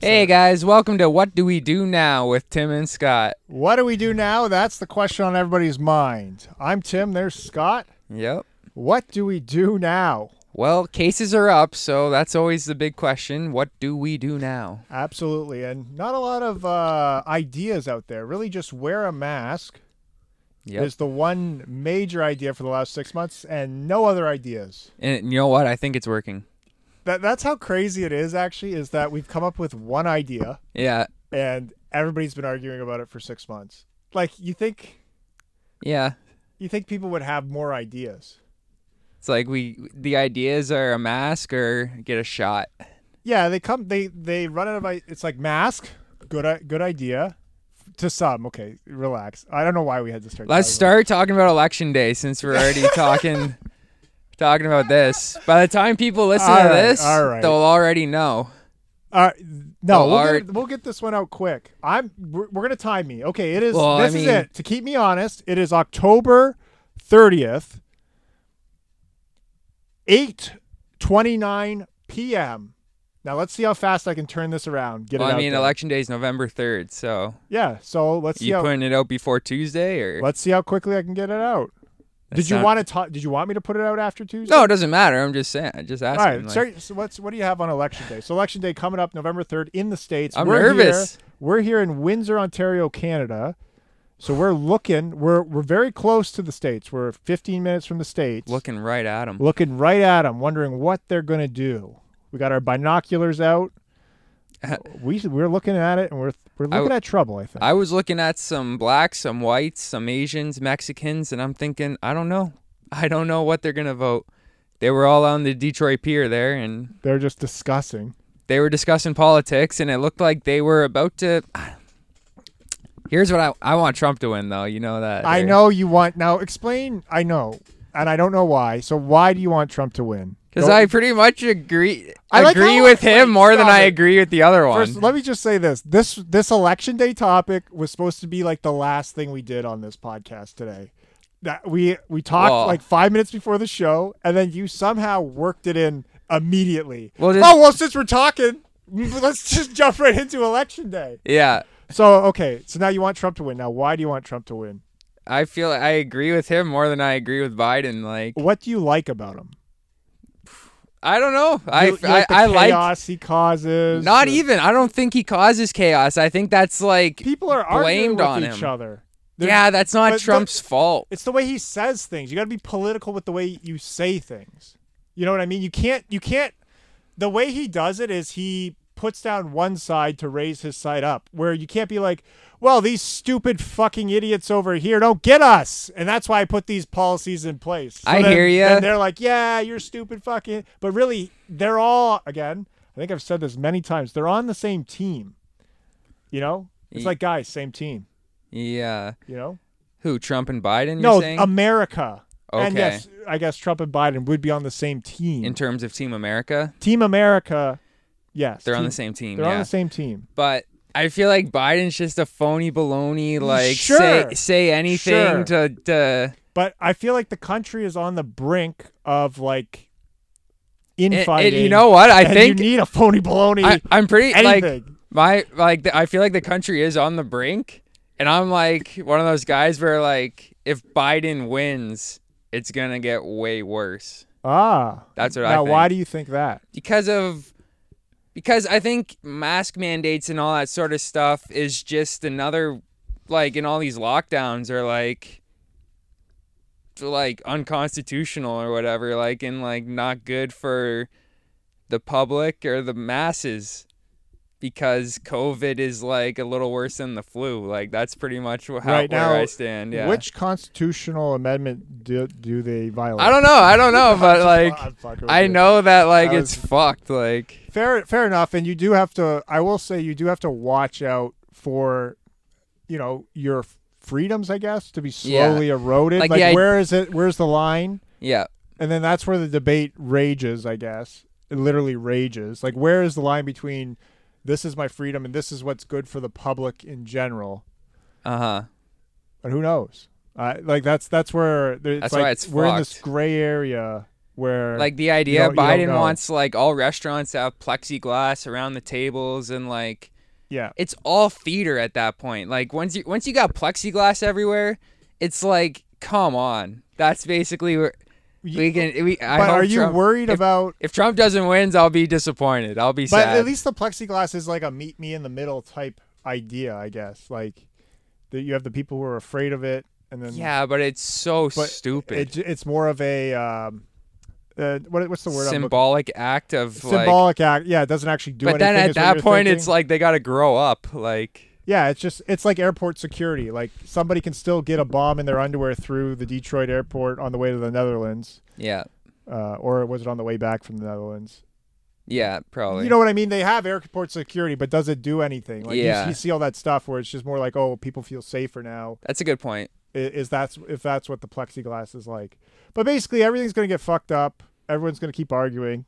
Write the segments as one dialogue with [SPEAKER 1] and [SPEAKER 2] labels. [SPEAKER 1] Hey guys, welcome to What Do We Do Now with Tim and Scott.
[SPEAKER 2] What do we do now? That's the question on everybody's mind. I'm Tim, there's Scott.
[SPEAKER 1] Yep.
[SPEAKER 2] What do we do now?
[SPEAKER 1] Well, cases are up, so that's always the big question. What do we do now?
[SPEAKER 2] Absolutely. And not a lot of uh, ideas out there. Really, just wear a mask
[SPEAKER 1] Yep.
[SPEAKER 2] is the one major idea for the last six months, and no other ideas.
[SPEAKER 1] And you know what? I think it's working.
[SPEAKER 2] That, that's how crazy it is, actually, is that we've come up with one idea,
[SPEAKER 1] Yeah.
[SPEAKER 2] and everybody's been arguing about it for six months. Like, you think.
[SPEAKER 1] Yeah.
[SPEAKER 2] You think people would have more ideas?
[SPEAKER 1] It's like we the ideas are a mask or get a shot.
[SPEAKER 2] Yeah, they come. They they run out of. i- It's like mask. Good i- good idea. To some, okay, relax. I don't know why we had to start.
[SPEAKER 1] Let's
[SPEAKER 2] talking
[SPEAKER 1] start talking about election day since we're already talking talking about this. By the time people listen
[SPEAKER 2] All
[SPEAKER 1] to
[SPEAKER 2] right,
[SPEAKER 1] this,
[SPEAKER 2] all right.
[SPEAKER 1] they'll already know.
[SPEAKER 2] about- Uh, no,
[SPEAKER 1] Oh,
[SPEAKER 2] we'll,
[SPEAKER 1] alright.
[SPEAKER 2] get, we'll get this one out quick. I'm. We're, we're gonna time me. Okay, it is.
[SPEAKER 1] Well, I
[SPEAKER 2] this
[SPEAKER 1] mean-
[SPEAKER 2] is it. To keep me honest, it is October thirtieth, eight twenty nine p.m. Now let's see how fast I can turn this around. Get
[SPEAKER 1] Well,
[SPEAKER 2] it
[SPEAKER 1] I
[SPEAKER 2] out
[SPEAKER 1] mean,
[SPEAKER 2] there.
[SPEAKER 1] election day is November 3rd, so
[SPEAKER 2] Yeah. So let's see
[SPEAKER 1] you
[SPEAKER 2] how
[SPEAKER 1] putting it out before Tuesday or
[SPEAKER 2] let's see how quickly I can get it out.
[SPEAKER 1] That's
[SPEAKER 2] did you
[SPEAKER 1] not-
[SPEAKER 2] want to talk? Did you want me to put it out after Tuesday?
[SPEAKER 1] No, it doesn't matter. I'm just saying. Just asking.
[SPEAKER 2] All right.
[SPEAKER 1] like-
[SPEAKER 2] sorry, so what's what do you have on election day? So election day coming up November third in the states.
[SPEAKER 1] I'm
[SPEAKER 2] We're
[SPEAKER 1] nervous.
[SPEAKER 2] Here, we're here in Windsor, Ontario, Canada. So we're looking. We're we're very close to the states. We're 15 minutes from the states.
[SPEAKER 1] looking right at him.
[SPEAKER 2] looking right at them, wondering what they're gonna do. We got our binoculars out. we we're looking at it, and we're we're
[SPEAKER 1] Uh, I w-
[SPEAKER 2] looking at trouble. I think.
[SPEAKER 1] I was looking at some blacks, some whites, some Asians, Mexicans, and I'm thinking, I don't know. I don't know what they're gonna vote. They were all on the Detroit Pier there, and
[SPEAKER 2] they're just discussing.
[SPEAKER 1] they were discussing politics, and it looked like they were about to. Here's what I I want Trump to win, though. You know that.
[SPEAKER 2] I
[SPEAKER 1] right?
[SPEAKER 2] know you want now. Explain. I know, and I don't know why. So why do you want Trump to win?
[SPEAKER 1] Because
[SPEAKER 2] Don't-
[SPEAKER 1] I pretty much agree
[SPEAKER 2] I like
[SPEAKER 1] agree
[SPEAKER 2] how-
[SPEAKER 1] with him
[SPEAKER 2] wait,
[SPEAKER 1] more than
[SPEAKER 2] stop
[SPEAKER 1] I
[SPEAKER 2] it.
[SPEAKER 1] agree with the other one.
[SPEAKER 2] first. Let me just say this: this this election day topic was supposed to be like the last thing we did on this podcast today. That we we talked
[SPEAKER 1] Well-
[SPEAKER 2] like five minutes before the show, and then you somehow worked it in immediately.
[SPEAKER 1] Well, this-
[SPEAKER 2] oh well, since we're talking, let's just jump right into election day.
[SPEAKER 1] yeah,
[SPEAKER 2] So okay, so now you want Trump to win. Now why do you want Trump to win?
[SPEAKER 1] I feel I agree with him more than I agree with Biden. Like
[SPEAKER 2] What do you like about him?
[SPEAKER 1] I don't know. I
[SPEAKER 2] You- you
[SPEAKER 1] I, like
[SPEAKER 2] the
[SPEAKER 1] I like
[SPEAKER 2] chaos he causes.
[SPEAKER 1] Not
[SPEAKER 2] the-
[SPEAKER 1] even. I don't think he causes chaos. I think that's like,
[SPEAKER 2] people are arguing
[SPEAKER 1] blamed
[SPEAKER 2] with
[SPEAKER 1] on
[SPEAKER 2] each
[SPEAKER 1] him.
[SPEAKER 2] other. They're-
[SPEAKER 1] yeah, that's not
[SPEAKER 2] but the-
[SPEAKER 1] Trump's fault.
[SPEAKER 2] it's the way he says things. You got to be political with the way you say things. You know what I mean? You can't. You can't. The way he does it is he puts down one side to raise his side up. Where you can't be like, "Well, these stupid fucking idiots over here don't get us," and that's why I put these policies in place. So
[SPEAKER 1] I
[SPEAKER 2] then-
[SPEAKER 1] hear ya.
[SPEAKER 2] then they're like, "Yeah, you're stupid fucking," but really, they're all again. I think I've said this many times. They're on the same team. You know, it's
[SPEAKER 1] Ye-
[SPEAKER 2] like guys, same team.
[SPEAKER 1] Yeah.
[SPEAKER 2] You know.
[SPEAKER 1] Who Trump and Biden?
[SPEAKER 2] No, um,
[SPEAKER 1] you're saying?
[SPEAKER 2] America. And
[SPEAKER 1] Okay.
[SPEAKER 2] yes, I guess Trump and Biden would be on the same team.
[SPEAKER 1] in terms of Team America,
[SPEAKER 2] team America, yes.
[SPEAKER 1] they're on
[SPEAKER 2] team-
[SPEAKER 1] the same team.
[SPEAKER 2] They're
[SPEAKER 1] yeah.
[SPEAKER 2] on the same team.
[SPEAKER 1] but I feel like Biden's just a phony baloney. Like say
[SPEAKER 2] Sure.
[SPEAKER 1] say anything
[SPEAKER 2] Sure.
[SPEAKER 1] to to
[SPEAKER 2] But I feel like the country is on the brink of like
[SPEAKER 1] and-
[SPEAKER 2] infighting.
[SPEAKER 1] and you know what? I
[SPEAKER 2] and
[SPEAKER 1] think
[SPEAKER 2] you need a phony baloney.
[SPEAKER 1] I, I'm pretty like
[SPEAKER 2] anything.
[SPEAKER 1] my like the, I feel like the country is on the brink, and I'm like one of those guys where like if Biden wins, it's gonna get way worse.
[SPEAKER 2] ah,
[SPEAKER 1] That's what I
[SPEAKER 2] now
[SPEAKER 1] think.
[SPEAKER 2] why do you think that?
[SPEAKER 1] because of because I think mask mandates and all that sort of stuff is just another like in all these lockdowns are like like unconstitutional or whatever like and like not good for the public or the masses because covid is like a little worse than the flu like that's pretty much wh- how
[SPEAKER 2] Right
[SPEAKER 1] where
[SPEAKER 2] now,
[SPEAKER 1] i stand yeah
[SPEAKER 2] Which constitutional amendment do, do they violate?
[SPEAKER 1] i don't know i don't know but like
[SPEAKER 2] I'm fucking with
[SPEAKER 1] i
[SPEAKER 2] you.
[SPEAKER 1] know that like
[SPEAKER 2] I
[SPEAKER 1] it's fucked like
[SPEAKER 2] fair fair enough and you do have to i will say you do have to watch out for you know your f- freedoms i guess to be
[SPEAKER 1] Yeah.
[SPEAKER 2] slowly eroded
[SPEAKER 1] Like
[SPEAKER 2] like,
[SPEAKER 1] the i-
[SPEAKER 2] where is it where's the line
[SPEAKER 1] yeah
[SPEAKER 2] and then that's where the debate rages i guess it literally rages like where is the line between this is my freedom and this is what's good for the public in general
[SPEAKER 1] uh-huh
[SPEAKER 2] and who knows uh, like that's that's where there, it's
[SPEAKER 1] That's
[SPEAKER 2] like
[SPEAKER 1] why it's
[SPEAKER 2] we're in this
[SPEAKER 1] fucked.
[SPEAKER 2] gray area where
[SPEAKER 1] Like the idea
[SPEAKER 2] don't- you don't
[SPEAKER 1] Biden
[SPEAKER 2] know.
[SPEAKER 1] wants like all restaurants to have plexiglass around the tables and like
[SPEAKER 2] yeah,
[SPEAKER 1] it's all theater at that point. Like once you once you got plexiglass everywhere, it's like come on. That's basically where
[SPEAKER 2] You-
[SPEAKER 1] we can. We, I
[SPEAKER 2] but
[SPEAKER 1] hope
[SPEAKER 2] are you
[SPEAKER 1] Trump-
[SPEAKER 2] worried
[SPEAKER 1] if-
[SPEAKER 2] about?
[SPEAKER 1] If Trump doesn't wins, I'll be disappointed. I'll be
[SPEAKER 2] But
[SPEAKER 1] sad.
[SPEAKER 2] at least the plexiglass is like a meet me in the middle type idea, I guess. Like that you have the people who are afraid of it, and then
[SPEAKER 1] yeah, but it's so
[SPEAKER 2] but
[SPEAKER 1] stupid.
[SPEAKER 2] It, j- it's more of a um, uh, what, what's the word? I'm looking-
[SPEAKER 1] symbolic act of like.
[SPEAKER 2] symbolic act. Yeah, it doesn't actually do
[SPEAKER 1] But
[SPEAKER 2] anything.
[SPEAKER 1] then at
[SPEAKER 2] is what
[SPEAKER 1] that
[SPEAKER 2] you're
[SPEAKER 1] point,
[SPEAKER 2] thinking.
[SPEAKER 1] it's like they got to grow up. Like
[SPEAKER 2] Yeah, it's just it's like airport security. Like somebody can still get a bomb in their underwear through the Detroit airport on the way to the Netherlands,
[SPEAKER 1] yeah,
[SPEAKER 2] uh, or was it on the way back from the Netherlands?
[SPEAKER 1] yeah, probably.
[SPEAKER 2] You know what I mean? They have airport security, but does it do anything? Like you-
[SPEAKER 1] Yeah.
[SPEAKER 2] you, see all that stuff where it's just more like, oh, people feel safer now.
[SPEAKER 1] That's a good point.
[SPEAKER 2] I- Is that's if that's what the plexiglass is like? But basically, everything's going to get fucked up. Everyone's going to keep arguing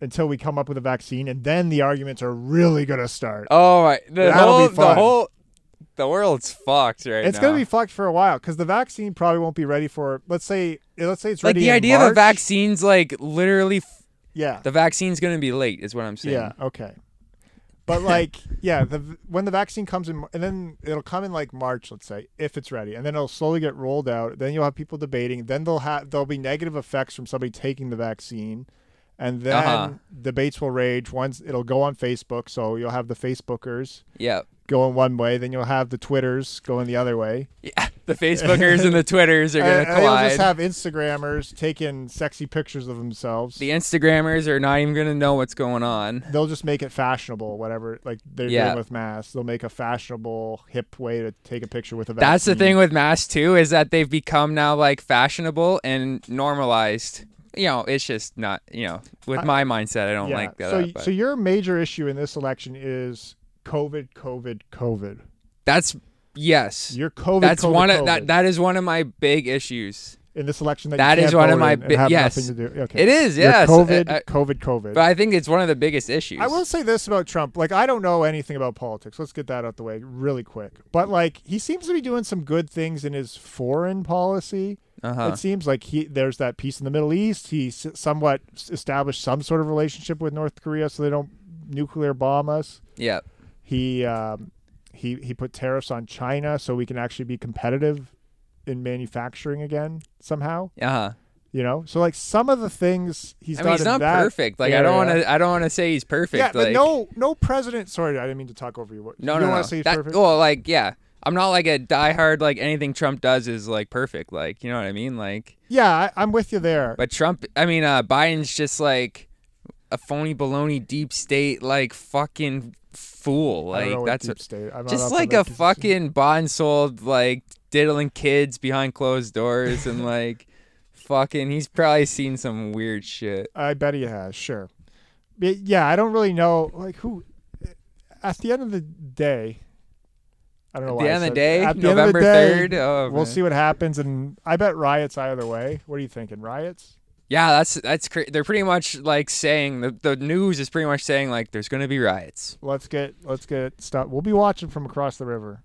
[SPEAKER 2] until we come up with a vaccine, and then the arguments are really going to start.
[SPEAKER 1] Oh my! The
[SPEAKER 2] That'll be
[SPEAKER 1] whole, the
[SPEAKER 2] fun.
[SPEAKER 1] whole, the world's fucked right
[SPEAKER 2] It's
[SPEAKER 1] now.
[SPEAKER 2] going to be fucked for a while because the vaccine probably won't be ready for. Let's say, let's say it's
[SPEAKER 1] like
[SPEAKER 2] ready.
[SPEAKER 1] the
[SPEAKER 2] in
[SPEAKER 1] idea of a
[SPEAKER 2] March.
[SPEAKER 1] vaccine's like literally f-
[SPEAKER 2] Yeah,
[SPEAKER 1] the vaccine's going to be late is what I'm saying.
[SPEAKER 2] yeah, okay. But like, yeah, the when the vaccine comes in, and then it'll come in like March, let's say, if it's ready, and then it'll slowly get rolled out. Then you'll have people debating. Then they'll have there'll be negative effects from somebody taking the vaccine, and then
[SPEAKER 1] Uh-huh.
[SPEAKER 2] debates will rage. Once it'll go on Facebook, so you'll have the Facebookers
[SPEAKER 1] Yeah.
[SPEAKER 2] going one way, then you'll have the Twitters going the other way.
[SPEAKER 1] Yeah. The Facebookers and the Twitters are going
[SPEAKER 2] And-
[SPEAKER 1] to
[SPEAKER 2] and You'll
[SPEAKER 1] collide.
[SPEAKER 2] just have Instagrammers taking sexy pictures of themselves.
[SPEAKER 1] the Instagrammers are not even going to know what's going on.
[SPEAKER 2] They'll just make it fashionable, whatever. Like they're
[SPEAKER 1] Yeah.
[SPEAKER 2] doing with masks, they'll make a fashionable, hip way to take a picture with a vaccine.
[SPEAKER 1] That's the thing with masks too is that they've become now like fashionable and normalized. You know, it's just not, you know, with my mindset I don't
[SPEAKER 2] Yeah.
[SPEAKER 1] like that.
[SPEAKER 2] so,
[SPEAKER 1] but
[SPEAKER 2] so your major issue in this election is COVID, COVID, COVID.
[SPEAKER 1] that's yes.
[SPEAKER 2] Your COVID.
[SPEAKER 1] That's
[SPEAKER 2] COVID,
[SPEAKER 1] one of
[SPEAKER 2] COVID
[SPEAKER 1] that that is one of my big issues.
[SPEAKER 2] in this election. That,
[SPEAKER 1] that
[SPEAKER 2] you
[SPEAKER 1] is
[SPEAKER 2] can't
[SPEAKER 1] one of
[SPEAKER 2] vote
[SPEAKER 1] my
[SPEAKER 2] in and
[SPEAKER 1] bi-
[SPEAKER 2] have
[SPEAKER 1] yes.
[SPEAKER 2] nothing to do. Okay.
[SPEAKER 1] It is,
[SPEAKER 2] Your
[SPEAKER 1] yes.
[SPEAKER 2] COVID,
[SPEAKER 1] I- I-
[SPEAKER 2] COVID, COVID.
[SPEAKER 1] but I think it's one of the biggest issues.
[SPEAKER 2] I will say this about Trump. Like, I don't know anything about politics. Let's get that out the way really quick. But, like, he seems to be doing some good things in his foreign policy.
[SPEAKER 1] Uh-huh.
[SPEAKER 2] It seems like he there's that peace in the Middle East. He s- somewhat s- established some sort of relationship with North Korea so they don't nuclear bomb us.
[SPEAKER 1] Yeah.
[SPEAKER 2] He, um, he, he put tariffs on China so we can actually be competitive in manufacturing again somehow.
[SPEAKER 1] Uh-huh.
[SPEAKER 2] You know? So, like, some of the things he's
[SPEAKER 1] I
[SPEAKER 2] done
[SPEAKER 1] mean, he's
[SPEAKER 2] in
[SPEAKER 1] not
[SPEAKER 2] that
[SPEAKER 1] perfect. Like I don't
[SPEAKER 2] area-
[SPEAKER 1] want to. I don't want to say he's perfect.
[SPEAKER 2] yeah, but
[SPEAKER 1] like-
[SPEAKER 2] no, no president. Sorry, I didn't mean to talk over you. What-
[SPEAKER 1] no,
[SPEAKER 2] you
[SPEAKER 1] no,
[SPEAKER 2] don't
[SPEAKER 1] no.
[SPEAKER 2] want to say he's
[SPEAKER 1] That-
[SPEAKER 2] perfect.
[SPEAKER 1] Well, like, yeah, I'm not like a diehard. Like anything Trump does is like perfect. Like, you know what I mean? Like,
[SPEAKER 2] yeah, I, I'm with you there.
[SPEAKER 1] but Trump. I mean, uh, Biden's just like a phony, baloney, deep state, like fucking fool.
[SPEAKER 2] I don't know
[SPEAKER 1] Like
[SPEAKER 2] what
[SPEAKER 1] that's
[SPEAKER 2] deep state. I'm not up
[SPEAKER 1] just
[SPEAKER 2] on
[SPEAKER 1] like
[SPEAKER 2] that
[SPEAKER 1] a
[SPEAKER 2] position.
[SPEAKER 1] fucking bond sold, like diddling kids behind closed doors and like. Fucking, he's probably seen some weird shit.
[SPEAKER 2] I bet he has. Sure. But yeah, I don't really know. Like who? At the end of the day, I don't know.
[SPEAKER 1] At
[SPEAKER 2] why
[SPEAKER 1] the
[SPEAKER 2] I
[SPEAKER 1] end of
[SPEAKER 2] said-
[SPEAKER 1] the day,
[SPEAKER 2] at the end of
[SPEAKER 1] November
[SPEAKER 2] the day,
[SPEAKER 1] third. Oh,
[SPEAKER 2] we'll
[SPEAKER 1] man.
[SPEAKER 2] see what happens, and I bet riots either way. What are you thinking? Riots?
[SPEAKER 1] Yeah, that's that's cra- they're pretty much like saying the the news is pretty much saying like there's gonna be riots.
[SPEAKER 2] Let's get let's get stuff. We'll be watching from across the river.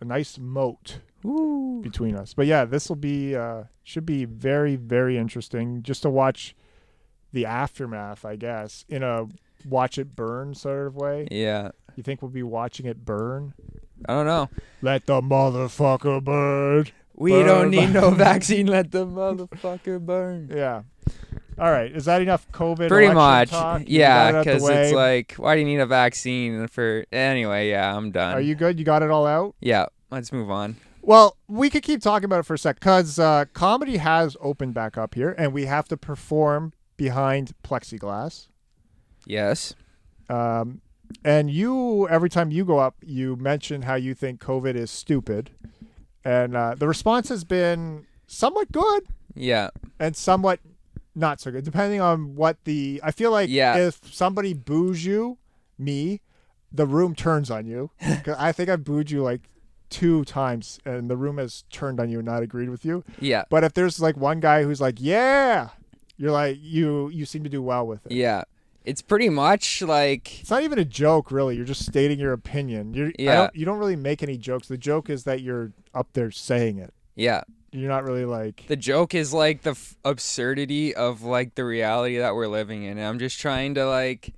[SPEAKER 2] A nice moat.
[SPEAKER 1] Ooh.
[SPEAKER 2] between us. But yeah, this will be uh, should be very very interesting just to watch the aftermath, I guess, in a watch it burn sort of way.
[SPEAKER 1] Yeah,
[SPEAKER 2] You think we'll be watching it burn?
[SPEAKER 1] I don't know.
[SPEAKER 2] Let the motherfucker burn.
[SPEAKER 1] We
[SPEAKER 2] Burn,
[SPEAKER 1] don't need no
[SPEAKER 2] burn.
[SPEAKER 1] vaccine. Let the motherfucker burn.
[SPEAKER 2] Yeah. All right. Is that enough COVID?
[SPEAKER 1] Pretty
[SPEAKER 2] election
[SPEAKER 1] much,
[SPEAKER 2] talk? You got it
[SPEAKER 1] yeah.
[SPEAKER 2] out the
[SPEAKER 1] Because
[SPEAKER 2] way?
[SPEAKER 1] it's like, why do you need a vaccine for anyway? Yeah, I'm done.
[SPEAKER 2] are you good? You got it all out?
[SPEAKER 1] Yeah, let's move on.
[SPEAKER 2] Well, we could keep talking about it for a sec because uh, comedy has opened back up here, and we have to perform behind plexiglass.
[SPEAKER 1] Yes.
[SPEAKER 2] Um, and you, every time you go up, you mention how you think COVID is stupid. And uh, the response has been somewhat good
[SPEAKER 1] Yeah.
[SPEAKER 2] and somewhat not so good, depending on what the. I feel like
[SPEAKER 1] Yeah.
[SPEAKER 2] if somebody boos you, me, the room turns on you. 'Cause I think I booed you like two times, and the room has turned on you and not agreed with you.
[SPEAKER 1] Yeah.
[SPEAKER 2] But if there's like one guy who's like, "Yeah," you're like, you you seem to do well with it.
[SPEAKER 1] Yeah. It's pretty much like
[SPEAKER 2] It's not even a joke, really. You're just stating your opinion. You're, I
[SPEAKER 1] Yeah.
[SPEAKER 2] don't, you don't really make any jokes. The joke is that you're up there saying it.
[SPEAKER 1] yeah.
[SPEAKER 2] You're not really like
[SPEAKER 1] The joke is like the f- absurdity of like the reality that we're living in. And I'm just trying to like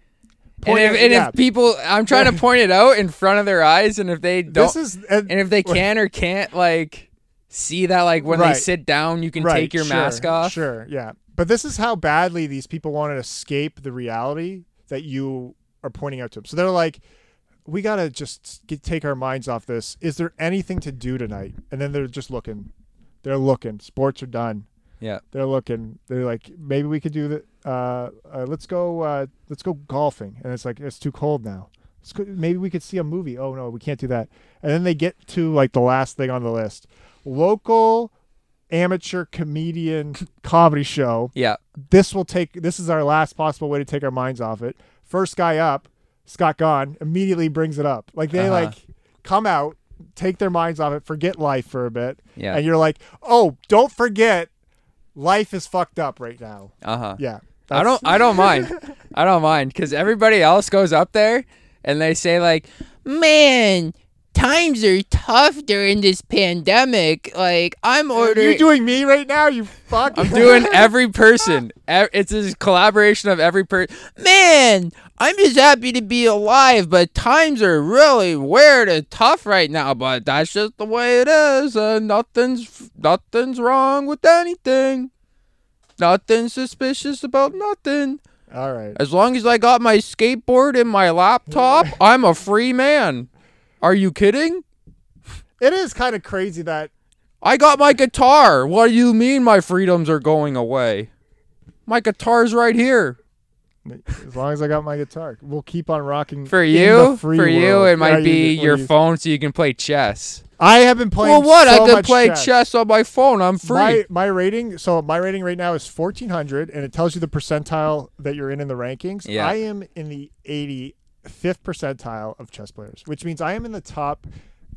[SPEAKER 2] Point
[SPEAKER 1] and if,
[SPEAKER 2] it-
[SPEAKER 1] and
[SPEAKER 2] yeah.
[SPEAKER 1] if people, I'm trying to point it out in front of their eyes, and if they don't,
[SPEAKER 2] this is uh,
[SPEAKER 1] and if they can or can't like see that, like when they
[SPEAKER 2] Right.
[SPEAKER 1] sit down, you can
[SPEAKER 2] right,
[SPEAKER 1] take your
[SPEAKER 2] sure,
[SPEAKER 1] mask off.
[SPEAKER 2] Sure, yeah. But this is how badly these people want to escape the reality that you are pointing out to them. So they're like, we gotta just get, take our minds off this. Is there anything to do tonight? And then they're just looking. They're looking. Sports are done.
[SPEAKER 1] Yeah.
[SPEAKER 2] They're looking. They're like, maybe we could do the. Uh, uh, let's go. Uh, let's go golfing. And it's like it's too cold now. Let's go, maybe we could see a movie. Oh no, we can't do that. And then they get to like the last thing on the list: local amateur comedian comedy show.
[SPEAKER 1] Yeah.
[SPEAKER 2] This will take. This is our last possible way to take our minds off it. First guy up, Scott Gahn immediately brings it up. Like they
[SPEAKER 1] Uh-huh.
[SPEAKER 2] like come out, take their minds off it, forget life for a bit,
[SPEAKER 1] Yeah.
[SPEAKER 2] and you're like, oh, don't forget, life is fucked up right now.
[SPEAKER 1] Uh huh.
[SPEAKER 2] Yeah,
[SPEAKER 1] I don't. I don't mind. I don't mind because everybody else goes up there and they say like, "Man, times are tough during this pandemic. Like, I'm ordering."
[SPEAKER 2] You're Oh, doing me right now. You fuck.
[SPEAKER 1] I'm doing every person. ev- It's a collaboration of every person. Man, I'm just happy to be alive, but times are really weird and tough right now. But that's just the way it is, and nothing's nothing's wrong with anything. Nothing suspicious about nothing.
[SPEAKER 2] All right.
[SPEAKER 1] As long as I got my skateboard and my laptop, I'm a free man. Are you kidding?
[SPEAKER 2] It is kind of crazy that
[SPEAKER 1] I got my guitar. What do you mean my freedoms are going away? My guitar's right here.
[SPEAKER 2] as long as I got my guitar, we'll keep on rocking
[SPEAKER 1] For
[SPEAKER 2] in
[SPEAKER 1] you,
[SPEAKER 2] the free
[SPEAKER 1] for you,
[SPEAKER 2] world.
[SPEAKER 1] it might
[SPEAKER 2] Yeah,
[SPEAKER 1] be
[SPEAKER 2] what
[SPEAKER 1] your
[SPEAKER 2] do you-
[SPEAKER 1] phone so you can play chess.
[SPEAKER 2] I have been playing.
[SPEAKER 1] Well, what?
[SPEAKER 2] so
[SPEAKER 1] I could
[SPEAKER 2] much
[SPEAKER 1] play chess. on my phone. I'm free.
[SPEAKER 2] My my rating. So my rating right now is fourteen hundred, and it tells you the percentile that you're in in the rankings.
[SPEAKER 1] Yeah.
[SPEAKER 2] I am in the eighty fifth percentile of chess players, which means I am in the top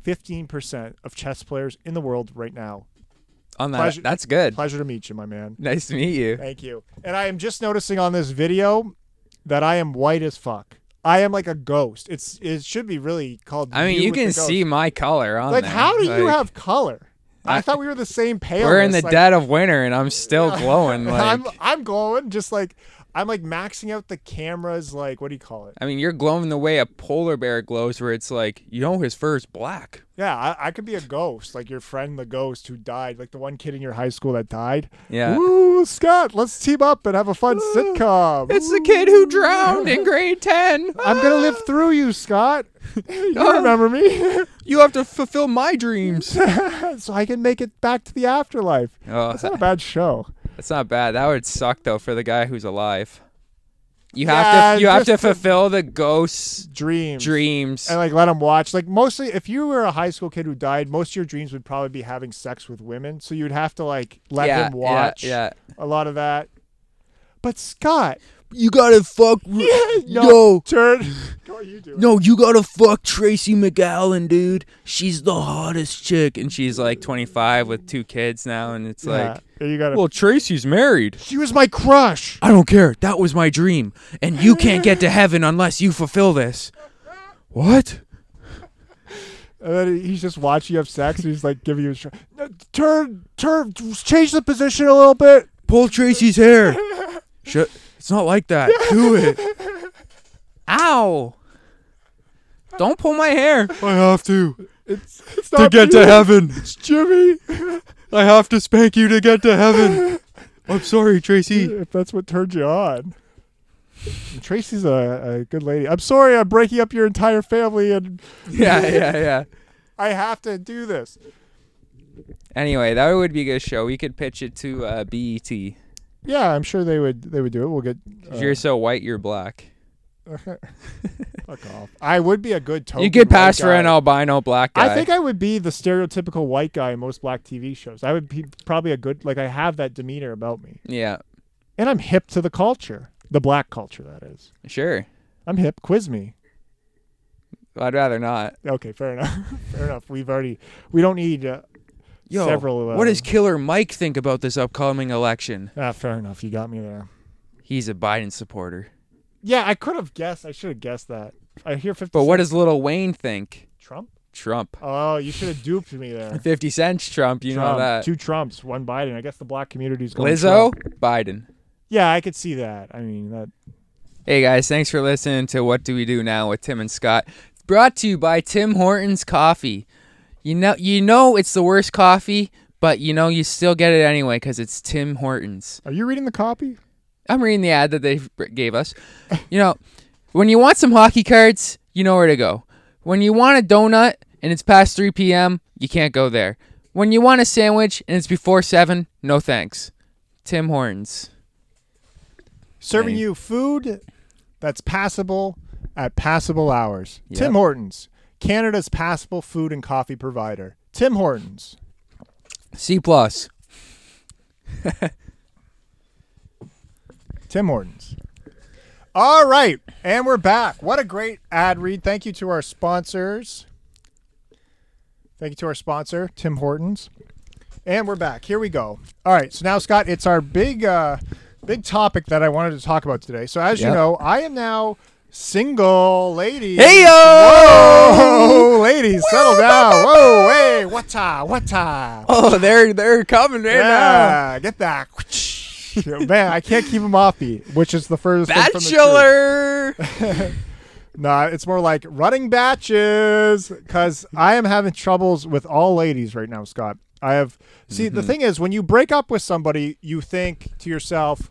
[SPEAKER 2] fifteen percent of chess players in the world right now.
[SPEAKER 1] on that,
[SPEAKER 2] pleasure-
[SPEAKER 1] that's good.
[SPEAKER 2] Pleasure to meet you, my man.
[SPEAKER 1] Nice to meet you.
[SPEAKER 2] Thank you. And I am just noticing on this video that I am white as fuck. I am like a ghost. It's it should be really called.
[SPEAKER 1] I mean, you
[SPEAKER 2] with the
[SPEAKER 1] can
[SPEAKER 2] ghost.
[SPEAKER 1] see my color on
[SPEAKER 2] Like,
[SPEAKER 1] there.
[SPEAKER 2] how do you
[SPEAKER 1] Like,
[SPEAKER 2] have color? I,
[SPEAKER 1] I-
[SPEAKER 2] thought we were the same pale.
[SPEAKER 1] We're in the dead of winter, and I'm still glowing. Like,
[SPEAKER 2] I'm I'm glowing just like I'm like maxing out the cameras like what do you call it?
[SPEAKER 1] I mean, you're glowing the way a polar bear glows, where it's like, you know, his fur is black.
[SPEAKER 2] Yeah, I, I could be a ghost, like your friend the ghost who died, like the one kid in your high school that died.
[SPEAKER 1] Yeah.
[SPEAKER 2] Ooh, Scott, let's team up and have a fun sitcom.
[SPEAKER 1] It's the kid who drowned in grade 10.
[SPEAKER 2] I'm gonna live through you, Scott. you
[SPEAKER 1] Oh.
[SPEAKER 2] remember me.
[SPEAKER 1] Ah, You have to fulfill my dreams.
[SPEAKER 2] so I can make it back to the afterlife.
[SPEAKER 1] Oh,
[SPEAKER 2] That's not a bad show.
[SPEAKER 1] that's not bad. That would suck though for the guy who's alive. You have
[SPEAKER 2] Yeah,
[SPEAKER 1] to you have to
[SPEAKER 2] just to-
[SPEAKER 1] fulfill the ghost's
[SPEAKER 2] Dreams.
[SPEAKER 1] dreams.
[SPEAKER 2] And like let them watch. Like mostly, if you were a high school kid who died, most of your dreams would probably be having sex with women. So you'd have to like let
[SPEAKER 1] yeah,
[SPEAKER 2] them watch
[SPEAKER 1] Yeah, yeah.
[SPEAKER 2] a lot of that. But Scott,
[SPEAKER 1] You gotta fuck.
[SPEAKER 2] no, turn. What are you doing?
[SPEAKER 1] no, you gotta fuck Tracy McAllen, dude. She's the hottest chick, and she's like 25 with two kids now, and it's
[SPEAKER 2] Yeah,
[SPEAKER 1] like,
[SPEAKER 2] you gotta.
[SPEAKER 1] well, Tracy's married.
[SPEAKER 2] she was my crush.
[SPEAKER 1] I don't care. That was my dream. And you can't get to heaven unless you fulfill this. What?
[SPEAKER 2] And then he's just watching you have sex. And he's like giving you a sh- "No, turn, turn, change the position a little bit.
[SPEAKER 1] Pull Tracy's hair. Shut. It's not like that. Do it. Ow. Don't pull my hair.
[SPEAKER 2] I have to. It's, it's
[SPEAKER 1] To
[SPEAKER 2] not
[SPEAKER 1] get
[SPEAKER 2] you,
[SPEAKER 1] to heaven.
[SPEAKER 2] it's Jimmy.
[SPEAKER 1] I have to spank you to get to heaven. I'm sorry, Tracy.
[SPEAKER 2] if that's what turned you on. And Tracy's a, a good lady. I'm sorry I'm breaking up your entire family and
[SPEAKER 1] Yeah, yeah, yeah.
[SPEAKER 2] I have to do this.
[SPEAKER 1] Anyway, that would be a good show. We could pitch it to uh, BET. Because
[SPEAKER 2] Yeah, I'm sure they would they would do it. We'll get uh,
[SPEAKER 1] you're so white, you're black.
[SPEAKER 2] fuck off. I would be a good token.
[SPEAKER 1] You could
[SPEAKER 2] white
[SPEAKER 1] pass for
[SPEAKER 2] guy.
[SPEAKER 1] an albino black guy.
[SPEAKER 2] I think I would be the stereotypical white guy in most black TV shows. I would be probably a good like I have that demeanor about me.
[SPEAKER 1] yeah,
[SPEAKER 2] And I'm hip to the culture. The black culture that is.
[SPEAKER 1] sure.
[SPEAKER 2] I'm hip. Quiz me.
[SPEAKER 1] I'd rather not.
[SPEAKER 2] Okay, fair enough. fair enough. We've already we don't need uh,
[SPEAKER 1] Yo,
[SPEAKER 2] several uh,
[SPEAKER 1] what does Killer Mike think about this upcoming election?
[SPEAKER 2] Ah, fair enough. You got me there.
[SPEAKER 1] He's a Biden supporter.
[SPEAKER 2] Yeah, I could have guessed. I should have guessed that. I hear 50
[SPEAKER 1] But what does Little Wayne think?
[SPEAKER 2] Trump?
[SPEAKER 1] Trump.
[SPEAKER 2] Oh, you should have duped me there.
[SPEAKER 1] 50 cents Trump, you know
[SPEAKER 2] Trump.
[SPEAKER 1] that.
[SPEAKER 2] Two Trumps, one Biden. I guess the black community's going
[SPEAKER 1] Lizzo,
[SPEAKER 2] Trump.
[SPEAKER 1] Biden.
[SPEAKER 2] Yeah, I could see that. I mean, that
[SPEAKER 1] Hey guys, thanks for listening to What Do We Do Now with Tim and Scott. Brought to you by Tim Hortons Coffee. You know, you know it's the worst coffee, but you know you still get it anyway because it's Tim Hortons.
[SPEAKER 2] Are you reading the copy?
[SPEAKER 1] I'm reading the ad that they gave us. You know, when you want some hockey cards, you know where to go. When you want a donut and it's past 3 p.m., you can't go there. When you want a sandwich and it's before 7, no thanks. Tim Hortons.
[SPEAKER 2] Serving
[SPEAKER 1] Dang.
[SPEAKER 2] you food that's passable at passable hours.
[SPEAKER 1] Yep.
[SPEAKER 2] Tim Hortons, Canada's passable food and coffee provider. Tim Hortons.
[SPEAKER 1] C plus.
[SPEAKER 2] Tim Hortons. All right, and we're back. What a great ad read. Thank you to our sponsors. Thank you to our sponsor, Tim Hortons. And we're back. Here we go. All right, so now Scott, it's our big uh big topic that I wanted to talk about today. So as you
[SPEAKER 1] Yep.
[SPEAKER 2] know, I am now single lady.
[SPEAKER 1] Hey yo!
[SPEAKER 2] Whoa, ladies, settle down. Whoa, hey, what's up? What's up?
[SPEAKER 1] Oh, they're they're coming right now.
[SPEAKER 2] Yeah, get that. Man, I can't keep him off beat, which is the first thing from the truth.
[SPEAKER 1] Bachelor.
[SPEAKER 2] Nah, it's more like running batches because I am having troubles with all ladies right now, Scott. I have. See, the thing is, when you break up with somebody, you think to yourself,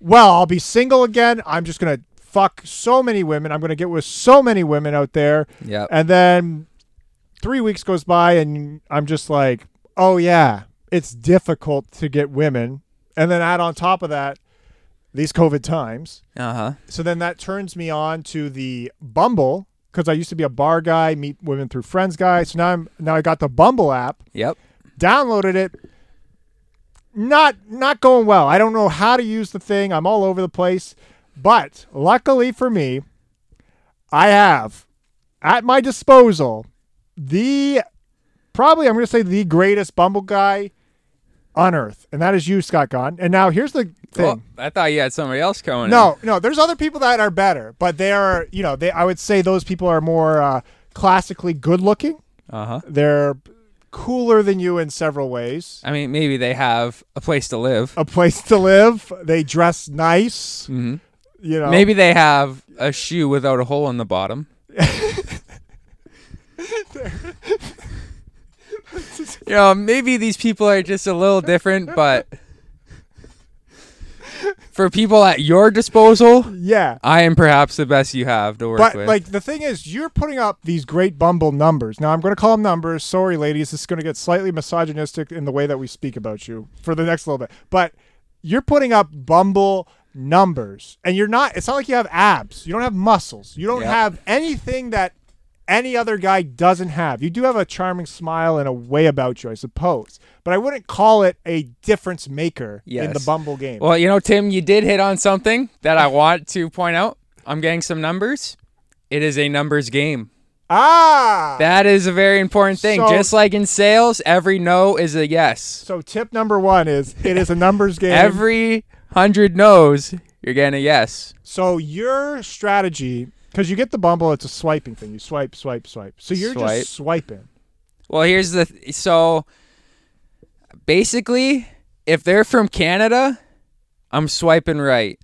[SPEAKER 2] well, I'll be single again. I'm just going to fuck so many women. I'm going to get with so many women out there.
[SPEAKER 1] Yep.
[SPEAKER 2] And then three weeks goes by, and I'm just like, oh, yeah, it's difficult to get women. And then add on top of that, these COVID times.
[SPEAKER 1] Uh huh.
[SPEAKER 2] So then that turns me on to the Bumble because I used to be a bar guy, meet women through friends guy. So now I'm now I got the Bumble app,
[SPEAKER 1] Yep.
[SPEAKER 2] downloaded it. Not not going well. I don't know how to use the thing. I'm all over the place. But luckily for me, I have at my disposal the probably I'm going to say the greatest Bumble guy on earth, and that is you, Scott Gone. And now here's the thing.
[SPEAKER 1] Well, I thought you had somebody else coming. Oh, in.
[SPEAKER 2] No, no. There's other people that are better, but they are, you know, they. I would say those people are more uh, classically good looking.
[SPEAKER 1] Uh huh.
[SPEAKER 2] They're cooler than you in several ways.
[SPEAKER 1] I mean, maybe they have a place to live.
[SPEAKER 2] A place to live. They dress nice.
[SPEAKER 1] hmm
[SPEAKER 2] You know.
[SPEAKER 1] Maybe they have a shoe without a hole in the bottom. you know, maybe these people are just a little different, but for people at your disposal,
[SPEAKER 2] Yeah.
[SPEAKER 1] I am perhaps the best you have to work
[SPEAKER 2] But
[SPEAKER 1] with.
[SPEAKER 2] like the thing is, you're putting up these great Bumble numbers. Now I'm going to call them numbers. Sorry, ladies, this is going to get slightly misogynistic in the way that we speak about you for the next little bit. But you're putting up Bumble numbers, and you're not. It's not like you have abs. You don't have muscles. You don't
[SPEAKER 1] Yep.
[SPEAKER 2] have anything that any other guy doesn't have. You do have a charming smile and a way about you, I suppose. But I wouldn't call it a difference maker in the
[SPEAKER 1] Yes.
[SPEAKER 2] Bumble game.
[SPEAKER 1] Well, you know, Tim, you did hit on something that I want to point out. I'm getting some numbers. It is a numbers game.
[SPEAKER 2] ah.
[SPEAKER 1] That is a very important thing.
[SPEAKER 2] So-
[SPEAKER 1] Just like in sales, every no is a yes.
[SPEAKER 2] so tip number one is it is a numbers game.
[SPEAKER 1] Every hundred no's, you're getting a yes.
[SPEAKER 2] So your strategy, because you get the Bumble, it's a swiping thing. You swipe, swipe, swipe. So you're
[SPEAKER 1] Swipe.
[SPEAKER 2] just swiping.
[SPEAKER 1] Well, here's the th- so basically, if they're from Canada, I'm swiping right,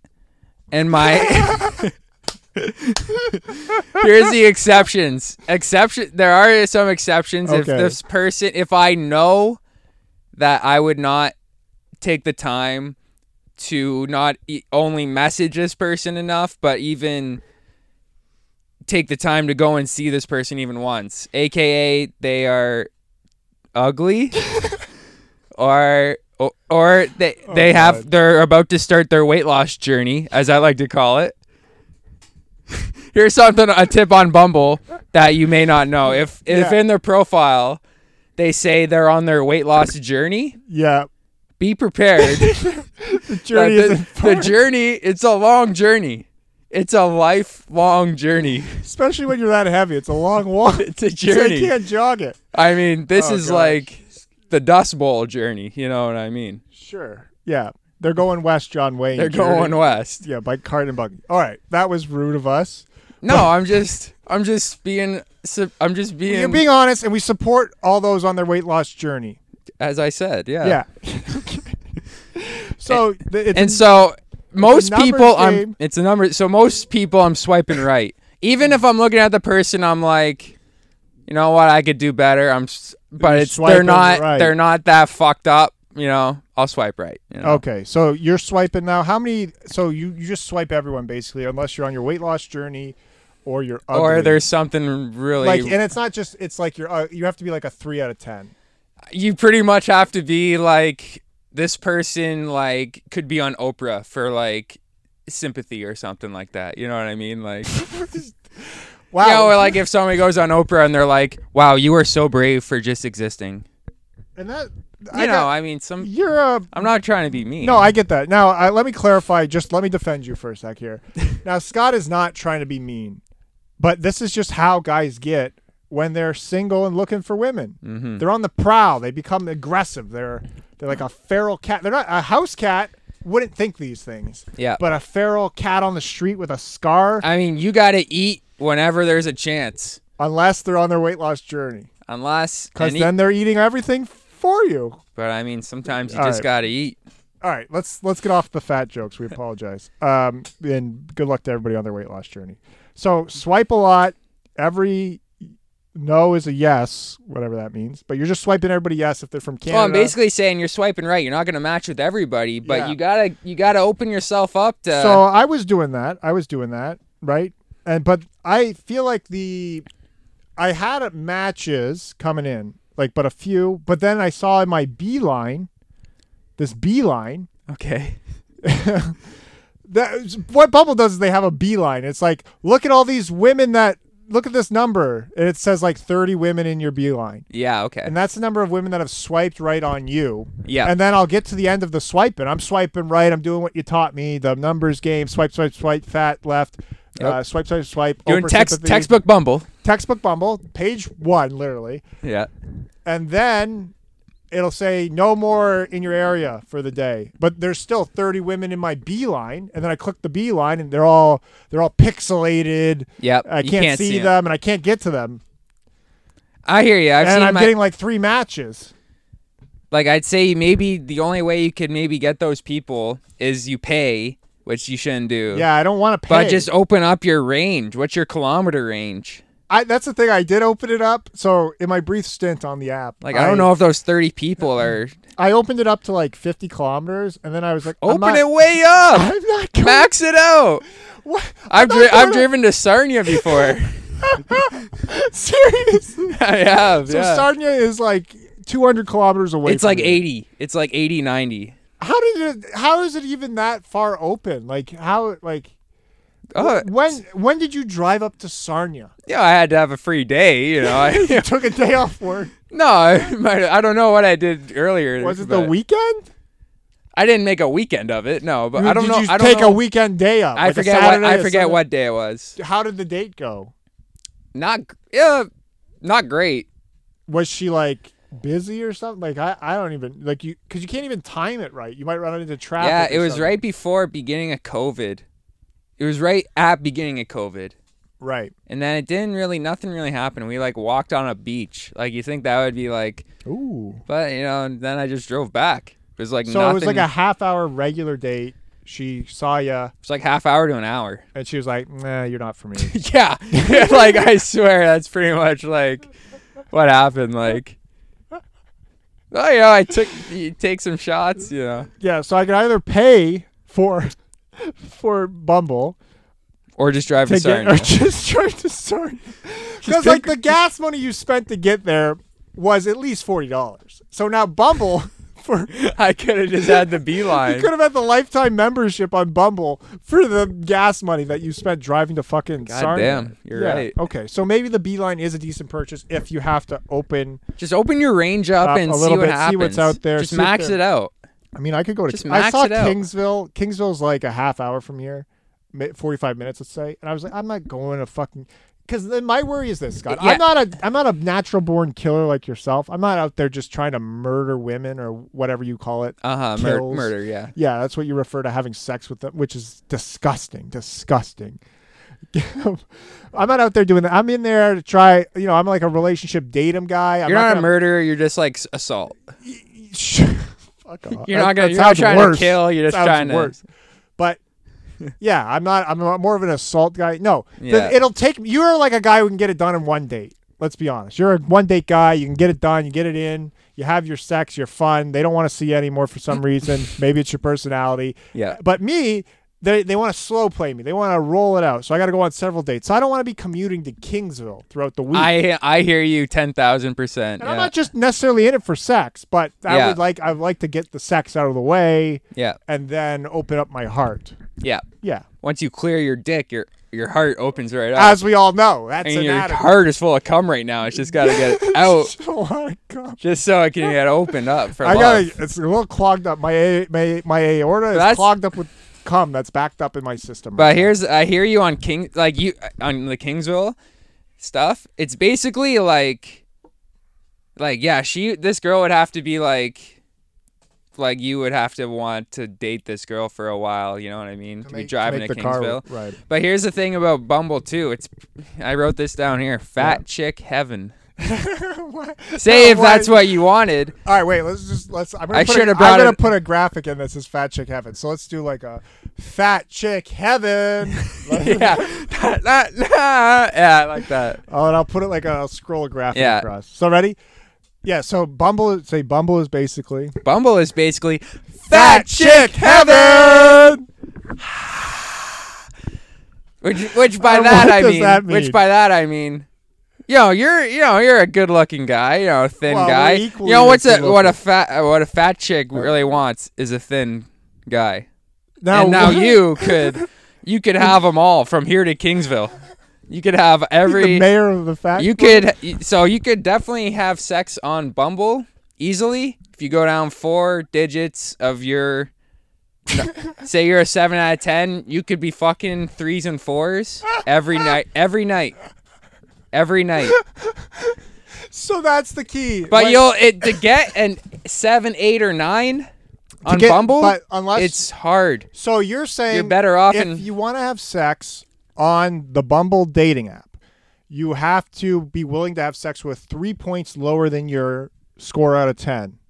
[SPEAKER 1] and my here's the exceptions. Exception, there are some exceptions. If
[SPEAKER 2] Okay.
[SPEAKER 1] this person, if I know that I would not take the time to not e- only message this person enough, but even take the time to go and see this person even once, aka they are ugly, or or, or they they have
[SPEAKER 2] Oh, God.
[SPEAKER 1] they're about to start their weight loss journey, as I like to call it. Here's something a tip on Bumble that you may not know. If if
[SPEAKER 2] Yeah.
[SPEAKER 1] in their profile they say they're on their weight loss journey,
[SPEAKER 2] Yeah.
[SPEAKER 1] be prepared.
[SPEAKER 2] The journey
[SPEAKER 1] that
[SPEAKER 2] is
[SPEAKER 1] the-
[SPEAKER 2] in
[SPEAKER 1] the
[SPEAKER 2] part,
[SPEAKER 1] journey, it's a long journey. It's a lifelong journey.
[SPEAKER 2] especially when you're that heavy. It's a long walk.
[SPEAKER 1] It's a
[SPEAKER 2] So
[SPEAKER 1] journey.
[SPEAKER 2] you can't jog it.
[SPEAKER 1] I mean, this
[SPEAKER 2] Oh,
[SPEAKER 1] is
[SPEAKER 2] gosh.
[SPEAKER 1] like the Dust Bowl journey. You know what I mean?
[SPEAKER 2] Sure. Yeah. They're going west, John Wayne.
[SPEAKER 1] They're
[SPEAKER 2] Journey.
[SPEAKER 1] going west.
[SPEAKER 2] Yeah, by cart and buggy. All right. That was rude of us.
[SPEAKER 1] No, I'm just I'm just being su- I'm just being,
[SPEAKER 2] You're being honest, and we support all those on their weight loss journey.
[SPEAKER 1] as I said. Yeah.
[SPEAKER 2] Yeah. so th- it's
[SPEAKER 1] And so most
[SPEAKER 2] numbers
[SPEAKER 1] people
[SPEAKER 2] game.
[SPEAKER 1] I'm it's a number so most people I'm swiping right. Even if I'm looking at the person I'm like you know what, I could do better. I'm s- but
[SPEAKER 2] You're
[SPEAKER 1] it's they're
[SPEAKER 2] swiping
[SPEAKER 1] not
[SPEAKER 2] right.
[SPEAKER 1] they're not that fucked up, you know. I'll swipe right, you know.
[SPEAKER 2] okay. So you're swiping now. How many? So you, you just swipe everyone basically, unless you're on your weight loss journey, or you're ugly.
[SPEAKER 1] Or there's something really
[SPEAKER 2] like, and it's not just. It's like you're. Uh, you have to be like a three out of ten.
[SPEAKER 1] you pretty much have to be like this person like could be on Oprah for like sympathy or something like that. You know what I mean? Like
[SPEAKER 2] Wow.
[SPEAKER 1] yeah, or like if somebody goes on Oprah and they're like, "Wow, you are so brave for just existing."
[SPEAKER 2] and that.
[SPEAKER 1] You
[SPEAKER 2] I
[SPEAKER 1] know,
[SPEAKER 2] got-
[SPEAKER 1] I mean, some
[SPEAKER 2] you're a
[SPEAKER 1] I'm not trying to be mean.
[SPEAKER 2] No, I get that. Now, I, let me clarify. Just let me defend you for a sec here. now, Scott is not trying to be mean, but this is just how guys get when they're single and looking for women.
[SPEAKER 1] Mhm.
[SPEAKER 2] They're on the prowl. They become aggressive. They're they're like a feral cat. They're not a house cat. Wouldn't think these things.
[SPEAKER 1] Yeah.
[SPEAKER 2] But a feral cat on the street with a scar,
[SPEAKER 1] I mean, you got to eat whenever there's a chance.
[SPEAKER 2] unless they're on their weight loss journey,
[SPEAKER 1] Unless
[SPEAKER 2] because
[SPEAKER 1] any-
[SPEAKER 2] then they're eating everything for you.
[SPEAKER 1] but I mean, sometimes you
[SPEAKER 2] All
[SPEAKER 1] just
[SPEAKER 2] right.
[SPEAKER 1] got to eat.
[SPEAKER 2] All right, let's let's get off the fat jokes. We apologize. Um, and good luck to everybody on their weight loss journey. So swipe a lot. Every no is a yes, whatever that means. But you're just swiping everybody yes if they're from Canada.
[SPEAKER 1] Well, I'm basically saying you're swiping right. You're not going to match with everybody, but
[SPEAKER 2] Yeah.
[SPEAKER 1] you got to you got to open yourself up to
[SPEAKER 2] so I was doing that. I was doing that, right? And but I feel like the I had uh, matches coming in, like but a few. But then I saw in my beeline, this beeline
[SPEAKER 1] Okay.
[SPEAKER 2] that is- what Bumble does is they have a beeline. It's like, look at all these women that look at this number, and it says like 30 women in your beeline,
[SPEAKER 1] Yeah, okay.
[SPEAKER 2] and that's the number of women that have swiped right on you.
[SPEAKER 1] Yeah.
[SPEAKER 2] And then I'll get to the end of the swiping. I'm swiping right. I'm doing what you taught me, the numbers game. Swipe, swipe, swipe. Fat left. Uh, swipe, swipe, swipe.
[SPEAKER 1] Doing
[SPEAKER 2] Oprah
[SPEAKER 1] text
[SPEAKER 2] sympathy,
[SPEAKER 1] textbook Bumble.
[SPEAKER 2] textbook Bumble, page one, literally,
[SPEAKER 1] Yeah.
[SPEAKER 2] and then. It'll say no more in your area for the day, but there's still 30 women in my beeline, and then I click the beeline, and they're all they're all pixelated.
[SPEAKER 1] Yep.
[SPEAKER 2] I
[SPEAKER 1] you
[SPEAKER 2] can't, see,
[SPEAKER 1] 'em.
[SPEAKER 2] them, and I can't get to them,
[SPEAKER 1] I hear you. I've
[SPEAKER 2] and
[SPEAKER 1] seen
[SPEAKER 2] I'm
[SPEAKER 1] my,
[SPEAKER 2] getting like three matches.
[SPEAKER 1] like I'd say maybe the only way you could maybe get those people is you pay, which you shouldn't do.
[SPEAKER 2] Yeah, I don't want to pay.
[SPEAKER 1] But just open up your range. What's your kilometer range?
[SPEAKER 2] I, that's the thing. I did open it up. So in my brief stint on the app,
[SPEAKER 1] Like I, don't know if those 30 people are
[SPEAKER 2] I opened it up to like 50 kilometers, and then I was like, I'm
[SPEAKER 1] open
[SPEAKER 2] not-
[SPEAKER 1] it way up.
[SPEAKER 2] I'm not going.
[SPEAKER 1] Max it out.
[SPEAKER 2] What?
[SPEAKER 1] I've
[SPEAKER 2] not
[SPEAKER 1] dri-
[SPEAKER 2] going
[SPEAKER 1] I've
[SPEAKER 2] to-
[SPEAKER 1] driven to Sarnia before.
[SPEAKER 2] Seriously.
[SPEAKER 1] I have.
[SPEAKER 2] So
[SPEAKER 1] yeah.
[SPEAKER 2] Sarnia is like 200 kilometers away.
[SPEAKER 1] it's
[SPEAKER 2] from
[SPEAKER 1] like
[SPEAKER 2] me.
[SPEAKER 1] 80. It's like 80 90.
[SPEAKER 2] How did it? How is it even that far open? Like how? Like
[SPEAKER 1] Oh,
[SPEAKER 2] when? When did you drive up to Sarnia?
[SPEAKER 1] yeah, I had to have a free day, you know. I,
[SPEAKER 2] You took a day off work.
[SPEAKER 1] no, I, might- I don't know what I did earlier.
[SPEAKER 2] Was it the
[SPEAKER 1] but-
[SPEAKER 2] weekend?
[SPEAKER 1] I didn't make a weekend of it. No, but I don't
[SPEAKER 2] did
[SPEAKER 1] know.
[SPEAKER 2] You
[SPEAKER 1] I don't
[SPEAKER 2] take
[SPEAKER 1] know.
[SPEAKER 2] a weekend day off.
[SPEAKER 1] I
[SPEAKER 2] like a
[SPEAKER 1] forget what
[SPEAKER 2] Saturday,
[SPEAKER 1] I
[SPEAKER 2] a
[SPEAKER 1] forget
[SPEAKER 2] Sunday?
[SPEAKER 1] what day it was.
[SPEAKER 2] How did the date go?
[SPEAKER 1] Not yeah, not great.
[SPEAKER 2] Was she like busy or something? Like I, I don't even like you because you can't even time it right. You might run into traffic.
[SPEAKER 1] Yeah, it
[SPEAKER 2] or
[SPEAKER 1] was
[SPEAKER 2] something.
[SPEAKER 1] right before beginning of COVID. It was right at beginning of COVID.
[SPEAKER 2] Right.
[SPEAKER 1] And then it didn't really nothing really happened. We like walked on a beach. Like you think that would be like
[SPEAKER 2] Ooh.
[SPEAKER 1] but you know, and then I just drove back. It was like
[SPEAKER 2] So
[SPEAKER 1] nothing
[SPEAKER 2] it was like a half hour regular date. She saw ya
[SPEAKER 1] it's like half hour to an hour.
[SPEAKER 2] and she was like, "Nah, you're not for me."
[SPEAKER 1] yeah. like I swear that's pretty much like what happened. Like Oh yeah, I took you take some shots, you know.
[SPEAKER 2] yeah. So I could either pay for for Bumble
[SPEAKER 1] Or just drive
[SPEAKER 2] to
[SPEAKER 1] to
[SPEAKER 2] get,
[SPEAKER 1] Sarnia.
[SPEAKER 2] or just try to start because like the gas money you spent to get there was at least forty dollars. So now Bumble for
[SPEAKER 1] I could have just had the beeline.
[SPEAKER 2] You could have had the lifetime membership on Bumble for the gas money that you spent driving to fucking
[SPEAKER 1] God
[SPEAKER 2] Sarnia.
[SPEAKER 1] damn, you're
[SPEAKER 2] Yeah.
[SPEAKER 1] right.
[SPEAKER 2] Okay, so maybe the Beeline is a decent purchase if you have to open.
[SPEAKER 1] Just open your range up
[SPEAKER 2] Up
[SPEAKER 1] and
[SPEAKER 2] a
[SPEAKER 1] see
[SPEAKER 2] little
[SPEAKER 1] what
[SPEAKER 2] bit,
[SPEAKER 1] happens.
[SPEAKER 2] see what's out there,
[SPEAKER 1] Just
[SPEAKER 2] see if
[SPEAKER 1] max
[SPEAKER 2] they're-
[SPEAKER 1] it out.
[SPEAKER 2] I mean, I could go to.
[SPEAKER 1] Just
[SPEAKER 2] I
[SPEAKER 1] max
[SPEAKER 2] saw
[SPEAKER 1] it out.
[SPEAKER 2] Kingsville. Kingsville's like a half hour from here, mi- forty-five minutes, let's say. And I was like, I'm not going to fucking. Because then my worry is this, Scott.
[SPEAKER 1] Yeah.
[SPEAKER 2] I'm not a I'm not a natural born killer like yourself. I'm not out there just trying to murder women or whatever you call it.
[SPEAKER 1] Uh huh. Mur-
[SPEAKER 2] Kills.
[SPEAKER 1] murder. Yeah.
[SPEAKER 2] Yeah, that's what you refer to having sex with them, which is disgusting, disgusting. I'm not out there doing that. I'm in there to try. You know, I'm like a relationship datem guy. I'm
[SPEAKER 1] You're not,
[SPEAKER 2] gonna-
[SPEAKER 1] a murderer. You're just like s- assault.
[SPEAKER 2] Fuck off.
[SPEAKER 1] You're not gonna.
[SPEAKER 2] That- that
[SPEAKER 1] You're not
[SPEAKER 2] sounds
[SPEAKER 1] trying
[SPEAKER 2] worse.
[SPEAKER 1] to kill. You're just
[SPEAKER 2] Sounds
[SPEAKER 1] trying to.
[SPEAKER 2] worse. But yeah, I'm not. I'm a- more of an assault guy. No, th-
[SPEAKER 1] Yeah.
[SPEAKER 2] it'll take. You're like a guy who can get it done in one date. Let's be honest. You're a one date guy. You can get it done. You get it in. You have your sex. You're fun. They don't want to see you anymore for some reason. Maybe it's your personality.
[SPEAKER 1] Yeah.
[SPEAKER 2] But me, they they want to slow play me. They want to roll it out. So I got to go on several dates. So I don't want to be commuting to Kingsville throughout the week.
[SPEAKER 1] I I hear you ten thousand percent.
[SPEAKER 2] and
[SPEAKER 1] Yeah.
[SPEAKER 2] I'm not just necessarily in it for sex, but I
[SPEAKER 1] Yeah.
[SPEAKER 2] would like I'd like to get the sex out of the way
[SPEAKER 1] yeah.
[SPEAKER 2] and then open up my heart.
[SPEAKER 1] Yeah.
[SPEAKER 2] Yeah.
[SPEAKER 1] Once you clear your dick, your your heart opens right up.
[SPEAKER 2] As we all know, that's
[SPEAKER 1] Uh, and your
[SPEAKER 2] anatomy.
[SPEAKER 1] heart is full of cum right now. It's just got to get it out
[SPEAKER 2] Just a lot of cum.
[SPEAKER 1] just so it can get opened up for
[SPEAKER 2] Oh I
[SPEAKER 1] love.
[SPEAKER 2] got it's a little clogged up. My a, my my aorta is
[SPEAKER 1] That's-
[SPEAKER 2] clogged up with cum that's backed up in my system.
[SPEAKER 1] But here's I hear you on King like you on the Kingsville stuff. It's basically like like yeah, she this girl would have to be like like you would have to want to date this girl for a while, you know what I mean? To, be
[SPEAKER 2] make- to
[SPEAKER 1] driving
[SPEAKER 2] make
[SPEAKER 1] to
[SPEAKER 2] the car
[SPEAKER 1] Kingsville.
[SPEAKER 2] work, right.
[SPEAKER 1] But here's the thing about Bumble too. It's I wrote this down here. Fat chick heaven.
[SPEAKER 2] What?
[SPEAKER 1] Say if
[SPEAKER 2] What?
[SPEAKER 1] that's what you wanted.
[SPEAKER 2] All right, wait. Let's just let's. I'm gonna
[SPEAKER 1] I
[SPEAKER 2] put
[SPEAKER 1] should've
[SPEAKER 2] a,
[SPEAKER 1] brought
[SPEAKER 2] I'm gonna
[SPEAKER 1] it-
[SPEAKER 2] put a graphic in that says "Fat Chick Heaven." So let's do like a "Fat Chick Heaven."
[SPEAKER 1] yeah. That- that- nah. Yeah, I like that.
[SPEAKER 2] Oh, and I'll put it like a I'll scroll a graphic
[SPEAKER 1] Yeah.
[SPEAKER 2] across. So ready? Yeah. So Bumble, say Bumble is basically
[SPEAKER 1] Bumble is basically fat
[SPEAKER 2] Fat
[SPEAKER 1] chick heaven. Which, which by
[SPEAKER 2] Uh,
[SPEAKER 1] that
[SPEAKER 2] what
[SPEAKER 1] I
[SPEAKER 2] does
[SPEAKER 1] mean,
[SPEAKER 2] that mean?
[SPEAKER 1] which by that I mean, yo, you're you know you're a good looking guy, you know, a thin
[SPEAKER 2] Well, we're
[SPEAKER 1] guy. You
[SPEAKER 2] equally
[SPEAKER 1] know what's a
[SPEAKER 2] good
[SPEAKER 1] what a
[SPEAKER 2] looking.
[SPEAKER 1] fat uh, what a fat chick really wants is a thin guy.
[SPEAKER 2] now.
[SPEAKER 1] and now
[SPEAKER 2] what?
[SPEAKER 1] you could you could have them all from here to Kingsville. You could have
[SPEAKER 2] the
[SPEAKER 1] every
[SPEAKER 2] mayor of the fat.
[SPEAKER 1] you could so you could definitely have sex on Bumble easily if you go down four digits of your. no, say you're a seven out of ten, you could be fucking threes and fours every night, every night, every night.
[SPEAKER 2] So that's the key.
[SPEAKER 1] But
[SPEAKER 2] Like,
[SPEAKER 1] you'll it to get an seven, eight, or nine on
[SPEAKER 2] get-
[SPEAKER 1] Bumble.
[SPEAKER 2] but unless-
[SPEAKER 1] it's hard,
[SPEAKER 2] so you're saying
[SPEAKER 1] You're better off
[SPEAKER 2] if
[SPEAKER 1] in-
[SPEAKER 2] you want to have sex on the Bumble dating app, you have to be willing to have sex with three points lower than your score out of ten.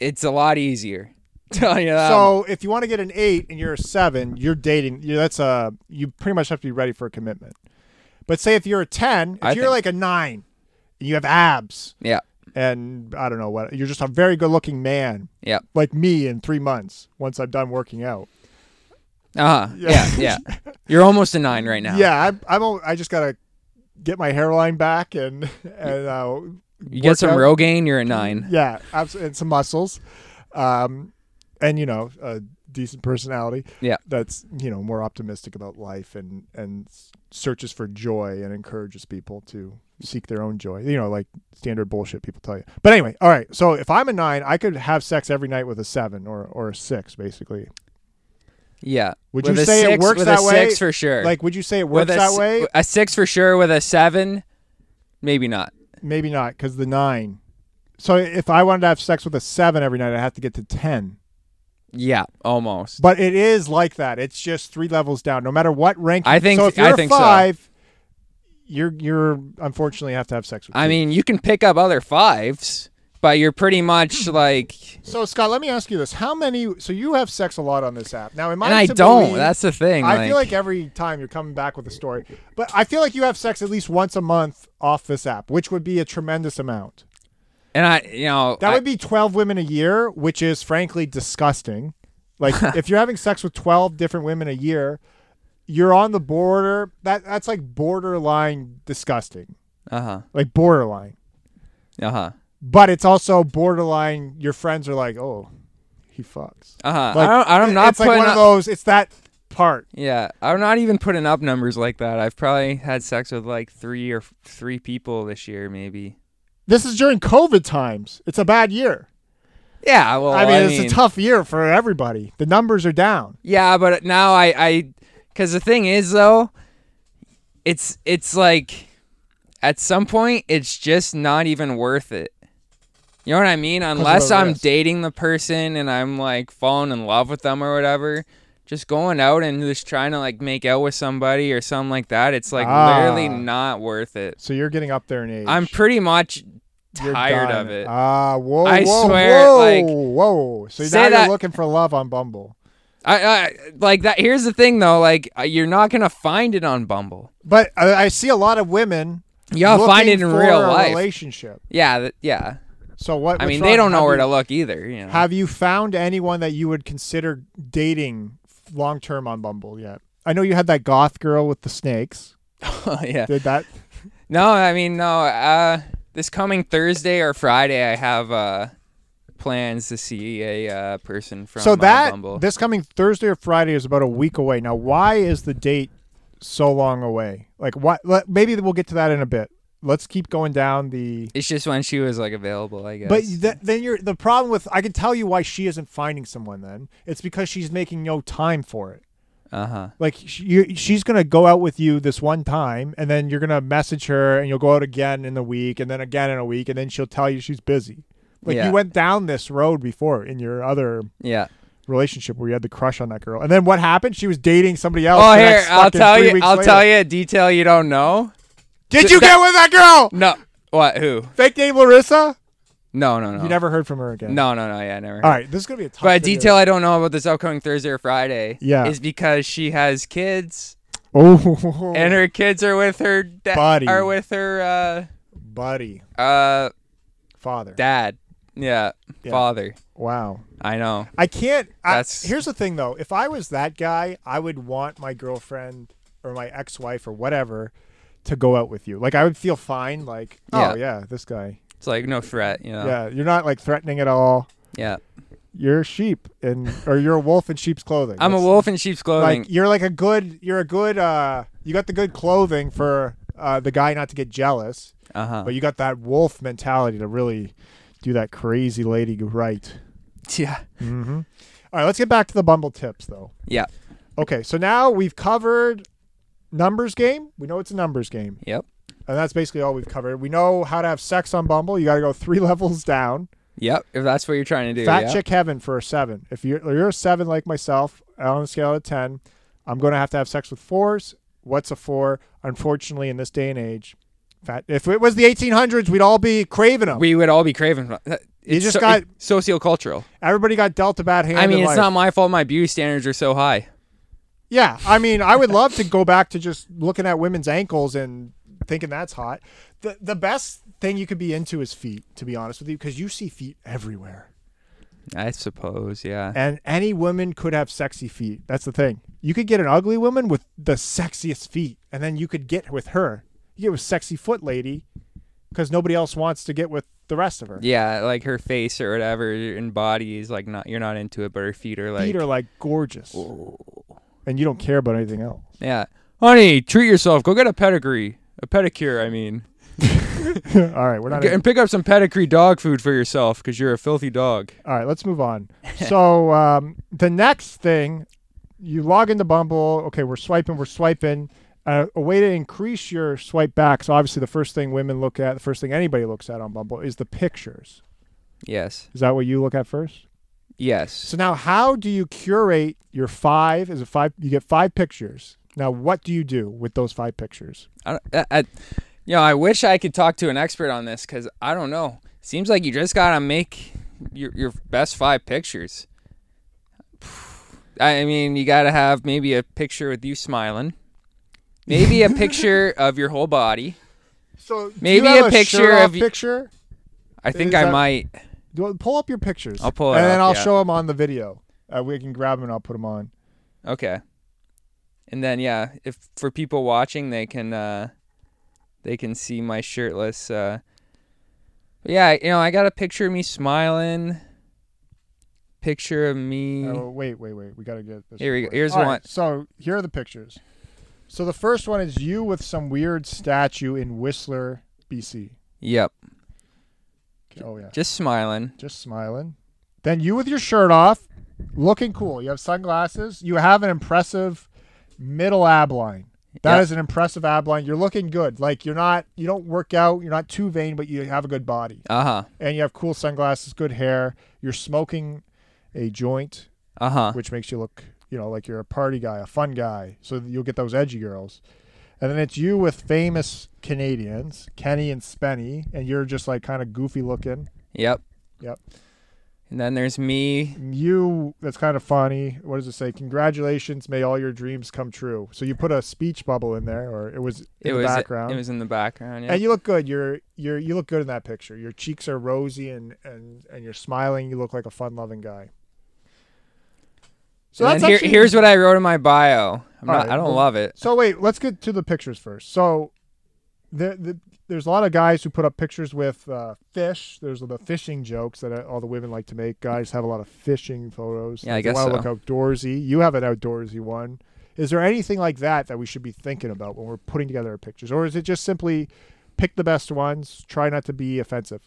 [SPEAKER 1] it's a lot easier. Tell you that.
[SPEAKER 2] So if you want to get an eight and you're a seven, you're dating. You that's a you pretty much have to be ready for a commitment. But say if you're a ten, if
[SPEAKER 1] I
[SPEAKER 2] you're
[SPEAKER 1] think-
[SPEAKER 2] like a nine, and you have abs,
[SPEAKER 1] yeah,
[SPEAKER 2] and I don't know what, you're just a very good looking man
[SPEAKER 1] yeah,
[SPEAKER 2] like me in three months once I'm done working out.
[SPEAKER 1] uh huh, yeah,
[SPEAKER 2] Yeah.
[SPEAKER 1] yeah. You're almost a nine right now.
[SPEAKER 2] Yeah, I'm. I'm al- I just gotta get my hairline back and and uh,
[SPEAKER 1] You get some
[SPEAKER 2] workout.
[SPEAKER 1] Rogaine, you're a nine.
[SPEAKER 2] yeah, abs- and some muscles, um, and you know a decent personality.
[SPEAKER 1] Yeah.
[SPEAKER 2] that's you know more optimistic about life and and s- searches for joy and encourages people to seek their own joy. You know, like standard bullshit people tell you. But anyway, all right. So if I'm a nine, I could have sex every night with a seven or or a six, basically.
[SPEAKER 1] Yeah.
[SPEAKER 2] Would
[SPEAKER 1] With
[SPEAKER 2] you
[SPEAKER 1] a
[SPEAKER 2] say
[SPEAKER 1] six,
[SPEAKER 2] it works
[SPEAKER 1] with
[SPEAKER 2] that
[SPEAKER 1] a
[SPEAKER 2] way?
[SPEAKER 1] Six for sure.
[SPEAKER 2] Like, would you say it works
[SPEAKER 1] with a,
[SPEAKER 2] that
[SPEAKER 1] s-
[SPEAKER 2] way?
[SPEAKER 1] A six for sure. With a seven, maybe not.
[SPEAKER 2] Maybe not, because the nine. So if I wanted to have sex with a seven every night, I have to get to ten.
[SPEAKER 1] Yeah, almost.
[SPEAKER 2] But it is like that. It's just three levels down. No matter what rank.
[SPEAKER 1] I think-
[SPEAKER 2] So if
[SPEAKER 1] I
[SPEAKER 2] you're a
[SPEAKER 1] think so.
[SPEAKER 2] five, you're you're unfortunately have to have sex with.
[SPEAKER 1] I
[SPEAKER 2] two.
[SPEAKER 1] mean, you can pick up other fives, but you're pretty much
[SPEAKER 2] Hmm.
[SPEAKER 1] like.
[SPEAKER 2] So Scott, let me ask you this: How many? So you have sex a lot on this app now? Am
[SPEAKER 1] And
[SPEAKER 2] I?
[SPEAKER 1] I
[SPEAKER 2] to
[SPEAKER 1] don't.
[SPEAKER 2] believe-
[SPEAKER 1] That's the thing.
[SPEAKER 2] I feel like every time you're coming back with a story, but I feel like you have sex at least once a month off this app, which would be a tremendous amount.
[SPEAKER 1] and I, you know,
[SPEAKER 2] That
[SPEAKER 1] I-
[SPEAKER 2] would be 12 women a year, which is frankly disgusting. Like if you're having sex with 12 different women a year, you're on the border. That that's like borderline disgusting.
[SPEAKER 1] uh huh,
[SPEAKER 2] Like borderline.
[SPEAKER 1] uh huh,
[SPEAKER 2] But it's also borderline your friends are like, "Oh, he fucks."
[SPEAKER 1] uh huh.
[SPEAKER 2] Like,
[SPEAKER 1] I don't, I'm not
[SPEAKER 2] it's like
[SPEAKER 1] putting
[SPEAKER 2] one
[SPEAKER 1] up.
[SPEAKER 2] of those it's that part.
[SPEAKER 1] yeah, I'm not even putting up numbers like that. I've probably had sex with like three or f- three people this year, maybe.
[SPEAKER 2] This is during COVID times. It's a bad year.
[SPEAKER 1] Yeah, well,
[SPEAKER 2] I mean,
[SPEAKER 1] I
[SPEAKER 2] it's a tough year for everybody. The numbers are down.
[SPEAKER 1] Yeah, but now I I cuz the thing is though it's it's like at some point it's just not even worth it. You know what I mean?
[SPEAKER 2] the
[SPEAKER 1] Unless I'm
[SPEAKER 2] risk.
[SPEAKER 1] dating the person and I'm like falling in love with them or whatever, just going out and just trying to like make out with somebody or something like that, it's like
[SPEAKER 2] Ah.
[SPEAKER 1] literally not worth it.
[SPEAKER 2] So you're getting up there in age.
[SPEAKER 1] I'm pretty much
[SPEAKER 2] You're
[SPEAKER 1] tired
[SPEAKER 2] done.
[SPEAKER 1] of it.
[SPEAKER 2] Ah, whoa,
[SPEAKER 1] I
[SPEAKER 2] whoa,
[SPEAKER 1] swear,
[SPEAKER 2] whoa,
[SPEAKER 1] like,
[SPEAKER 2] whoa. So
[SPEAKER 1] say
[SPEAKER 2] now
[SPEAKER 1] that-
[SPEAKER 2] you're looking for love on Bumble.
[SPEAKER 1] I, I like that. Here's the thing though, like uh, you're not gonna find it on Bumble.
[SPEAKER 2] But I, I see a lot of women.
[SPEAKER 1] Y'all find it
[SPEAKER 2] looking
[SPEAKER 1] in
[SPEAKER 2] for
[SPEAKER 1] real
[SPEAKER 2] a
[SPEAKER 1] life.
[SPEAKER 2] Relationship.
[SPEAKER 1] yeah, th- yeah.
[SPEAKER 2] So what?
[SPEAKER 1] I
[SPEAKER 2] what's
[SPEAKER 1] mean,
[SPEAKER 2] wrong?
[SPEAKER 1] they don't know
[SPEAKER 2] Have
[SPEAKER 1] where
[SPEAKER 2] you-
[SPEAKER 1] to look either. You know.
[SPEAKER 2] Have you found anyone that you would consider dating long term on Bumble yet? I know you had that goth girl with the snakes.
[SPEAKER 1] yeah.
[SPEAKER 2] Did that?
[SPEAKER 1] No, I mean no. Uh, this coming Thursday or Friday, I have uh, plans to see a uh, person from
[SPEAKER 2] so
[SPEAKER 1] uh,
[SPEAKER 2] that
[SPEAKER 1] Bumble.
[SPEAKER 2] this coming Thursday or Friday is about a week away. Now, why is the date so long away? Like, what? Let, maybe we'll get to that in a bit. Let's keep going down the.
[SPEAKER 1] it's just when she was like available, I guess.
[SPEAKER 2] But th- then you're the problem with. I can tell you why she isn't finding someone. Then it's because she's making no time for it.
[SPEAKER 1] uh huh.
[SPEAKER 2] Like sh- you, she's gonna go out with you this one time, and then you're gonna message her, and you'll go out again in the week, and then again in a week, and then she'll tell you she's busy. Like
[SPEAKER 1] Yeah.
[SPEAKER 2] you went down this road before in your other
[SPEAKER 1] Yeah.
[SPEAKER 2] relationship where you had the crush on that girl, and then what happened? She was dating somebody else.
[SPEAKER 1] Oh,
[SPEAKER 2] the
[SPEAKER 1] here
[SPEAKER 2] next
[SPEAKER 1] I'll
[SPEAKER 2] fucking
[SPEAKER 1] tell
[SPEAKER 2] three
[SPEAKER 1] you.
[SPEAKER 2] weeks
[SPEAKER 1] I'll
[SPEAKER 2] later.
[SPEAKER 1] tell you a detail you don't know.
[SPEAKER 2] Did
[SPEAKER 1] Th-
[SPEAKER 2] you
[SPEAKER 1] that-
[SPEAKER 2] get with that girl?
[SPEAKER 1] No. What? Who?
[SPEAKER 2] Fake name Larissa.
[SPEAKER 1] No. No. No.
[SPEAKER 2] You never heard from her again.
[SPEAKER 1] No. No. No. Yeah. Never.
[SPEAKER 2] All right, this is gonna be a tough.
[SPEAKER 1] But a
[SPEAKER 2] video.
[SPEAKER 1] detail I don't know about this upcoming Thursday or Friday
[SPEAKER 2] Yeah.
[SPEAKER 1] is because she has kids
[SPEAKER 2] Oh,
[SPEAKER 1] and her kids are with her da-
[SPEAKER 2] Buddy.
[SPEAKER 1] are with her
[SPEAKER 2] buddy,
[SPEAKER 1] uh uh
[SPEAKER 2] father.
[SPEAKER 1] dad. Yeah,
[SPEAKER 2] Yeah.
[SPEAKER 1] father.
[SPEAKER 2] wow.
[SPEAKER 1] I know.
[SPEAKER 2] I can't. I,
[SPEAKER 1] That's-
[SPEAKER 2] here's the thing, though. If I was that guy, I would want my girlfriend or my ex-wife or whatever to go out with you. Like, I would feel fine. Like,
[SPEAKER 1] Yeah. Uh.
[SPEAKER 2] oh yeah, this guy.
[SPEAKER 1] It's like no threat, you know. Yeah.
[SPEAKER 2] Yeah, you're not like threatening at all. You're a sheep, and or you're a wolf in sheep's clothing.
[SPEAKER 1] I'm a
[SPEAKER 2] That's-
[SPEAKER 1] wolf in sheep's clothing.
[SPEAKER 2] Like, you're like a good. You're a good. uh You got the good clothing for uh the guy not to get jealous,
[SPEAKER 1] uh-huh.
[SPEAKER 2] but you got that wolf mentality to really do that crazy lady right.
[SPEAKER 1] Yeah.
[SPEAKER 2] Mm-hmm. All right, let's get back to the Bumble tips, though.
[SPEAKER 1] Yeah.
[SPEAKER 2] Okay, so now we've covered numbers game. We know it's a numbers game,
[SPEAKER 1] Yep.
[SPEAKER 2] and that's basically all we've covered. We know how to have sex on Bumble. You got to go three levels down.
[SPEAKER 1] Yep. If that's what you're trying to do.
[SPEAKER 2] Fat
[SPEAKER 1] yeah.
[SPEAKER 2] chick heaven for a seven. If you're you're a seven like myself on a scale of ten, I'm going to have to have sex with fours. What's a four? Unfortunately, in this day and age, fat. If it was the 1800s, we'd all be craving them.
[SPEAKER 1] We would all be craving. It's
[SPEAKER 2] just
[SPEAKER 1] so,
[SPEAKER 2] got-
[SPEAKER 1] it's sociocultural.
[SPEAKER 2] Everybody got dealt a bad hand.
[SPEAKER 1] I mean,
[SPEAKER 2] in
[SPEAKER 1] it's
[SPEAKER 2] life.
[SPEAKER 1] not my fault. My beauty standards are so high.
[SPEAKER 2] Yeah, I mean, I would love to go back to just looking at women's ankles and thinking that's hot. The the best thing you could be into is feet, to be honest with you, because you see feet everywhere.
[SPEAKER 1] I suppose. Yeah.
[SPEAKER 2] And any woman could have sexy feet. That's the thing. You could get an ugly woman with the sexiest feet, and then you could get with her. You get with sexy foot lady, because nobody else wants to get with the rest of her.
[SPEAKER 1] Yeah, like her face or whatever and body is like not you're not into it, but her feet are like
[SPEAKER 2] feet are like gorgeous, and you don't care about anything else.
[SPEAKER 1] yeah. Honey, treat yourself. Go get a pedigree, a pedicure. I mean,
[SPEAKER 2] All right, we're not.
[SPEAKER 1] G- and pick up some pedigree dog food for yourself because you're a filthy dog.
[SPEAKER 2] All right, let's move on. so um, the next thing, you log into Bumble. Okay, we're swiping, we're swiping. Uh, a way to increase your swipe back. So obviously, the first thing women look at, the first thing anybody looks at on Bumble is the pictures.
[SPEAKER 1] Yes,
[SPEAKER 2] Is that what you look at first?
[SPEAKER 1] yes.
[SPEAKER 2] So now, how do you curate your five? Is it five? You get five pictures. Now, what do you do with those five pictures?
[SPEAKER 1] I, don't- I, I, you know, I wish I could talk to an expert on this because I don't know. Seems like you just gotta make your your best five pictures. I mean, you gotta have maybe a picture with you smiling, maybe a picture of your whole body.
[SPEAKER 2] So do you
[SPEAKER 1] Maybe
[SPEAKER 2] have
[SPEAKER 1] a picture
[SPEAKER 2] shirt
[SPEAKER 1] of
[SPEAKER 2] off
[SPEAKER 1] y-
[SPEAKER 2] picture.
[SPEAKER 1] I think
[SPEAKER 2] Is
[SPEAKER 1] I
[SPEAKER 2] that-
[SPEAKER 1] might.
[SPEAKER 2] Do- Pull up your pictures.
[SPEAKER 1] I'll pull it
[SPEAKER 2] and then
[SPEAKER 1] up,
[SPEAKER 2] I'll
[SPEAKER 1] yeah.
[SPEAKER 2] show them on the video. Uh, we can grab them and I'll put them on.
[SPEAKER 1] Okay. And then yeah, if for people watching, they can uh, they can see my shirtless. Uh, but yeah, you know, I got a picture of me smiling. Picture of me.
[SPEAKER 2] Oh, wait, wait, wait. We got to get this.
[SPEAKER 1] Mm-hmm. Here we go.
[SPEAKER 2] recorded.
[SPEAKER 1] Here's
[SPEAKER 2] All right,
[SPEAKER 1] one.
[SPEAKER 2] So here are the pictures. So the first one is you with some weird statue in Whistler, BC.
[SPEAKER 1] Yep.
[SPEAKER 2] Okay, Oh, yeah.
[SPEAKER 1] Just smiling.
[SPEAKER 2] Just smiling. Then you with your shirt off, looking cool. You have sunglasses. You have an impressive middle ab line. That is
[SPEAKER 1] Yeah.
[SPEAKER 2] an impressive ab line. You're looking good. Like you're not, you don't work out. You're not too vain, but you have a good body.
[SPEAKER 1] Uh huh.
[SPEAKER 2] And you have cool sunglasses, good hair. You're smoking a joint,
[SPEAKER 1] Uh huh.
[SPEAKER 2] which makes you look you know, like you're a party guy, a fun guy, so that you'll get those edgy girls. And then it's you with famous Canadians, Kenny and Spenny, and you're just like kind of goofy looking.
[SPEAKER 1] Yep.
[SPEAKER 2] Yep.
[SPEAKER 1] And then there's me.
[SPEAKER 2] You, that's kind of funny. What does it say? Congratulations, may all your dreams come true. So you put a speech bubble in there, or it was in
[SPEAKER 1] It
[SPEAKER 2] the
[SPEAKER 1] was
[SPEAKER 2] background.
[SPEAKER 1] it was in the background. Yeah.
[SPEAKER 2] And you look good. You're you're you look good in that picture. Your cheeks are rosy and and and you're smiling. You look like a fun-loving guy. So
[SPEAKER 1] And
[SPEAKER 2] that's
[SPEAKER 1] then here,
[SPEAKER 2] actually-
[SPEAKER 1] here's what I wrote in my bio. I'm
[SPEAKER 2] All
[SPEAKER 1] not,
[SPEAKER 2] right,
[SPEAKER 1] I don't
[SPEAKER 2] well-
[SPEAKER 1] love it.
[SPEAKER 2] So wait, let's get to the pictures first. So there, the, there's a lot of guys who put up pictures with uh, fish. There's the fishing jokes that all the women like to make. Guys have a lot of fishing photos.
[SPEAKER 1] Yeah, I
[SPEAKER 2] They
[SPEAKER 1] guess
[SPEAKER 2] wanna
[SPEAKER 1] so.
[SPEAKER 2] look outdoorsy. You have an outdoorsy one. Is there anything like that that we should be thinking about when we're putting together our pictures, or is it just simply pick the best ones? Try not to be offensive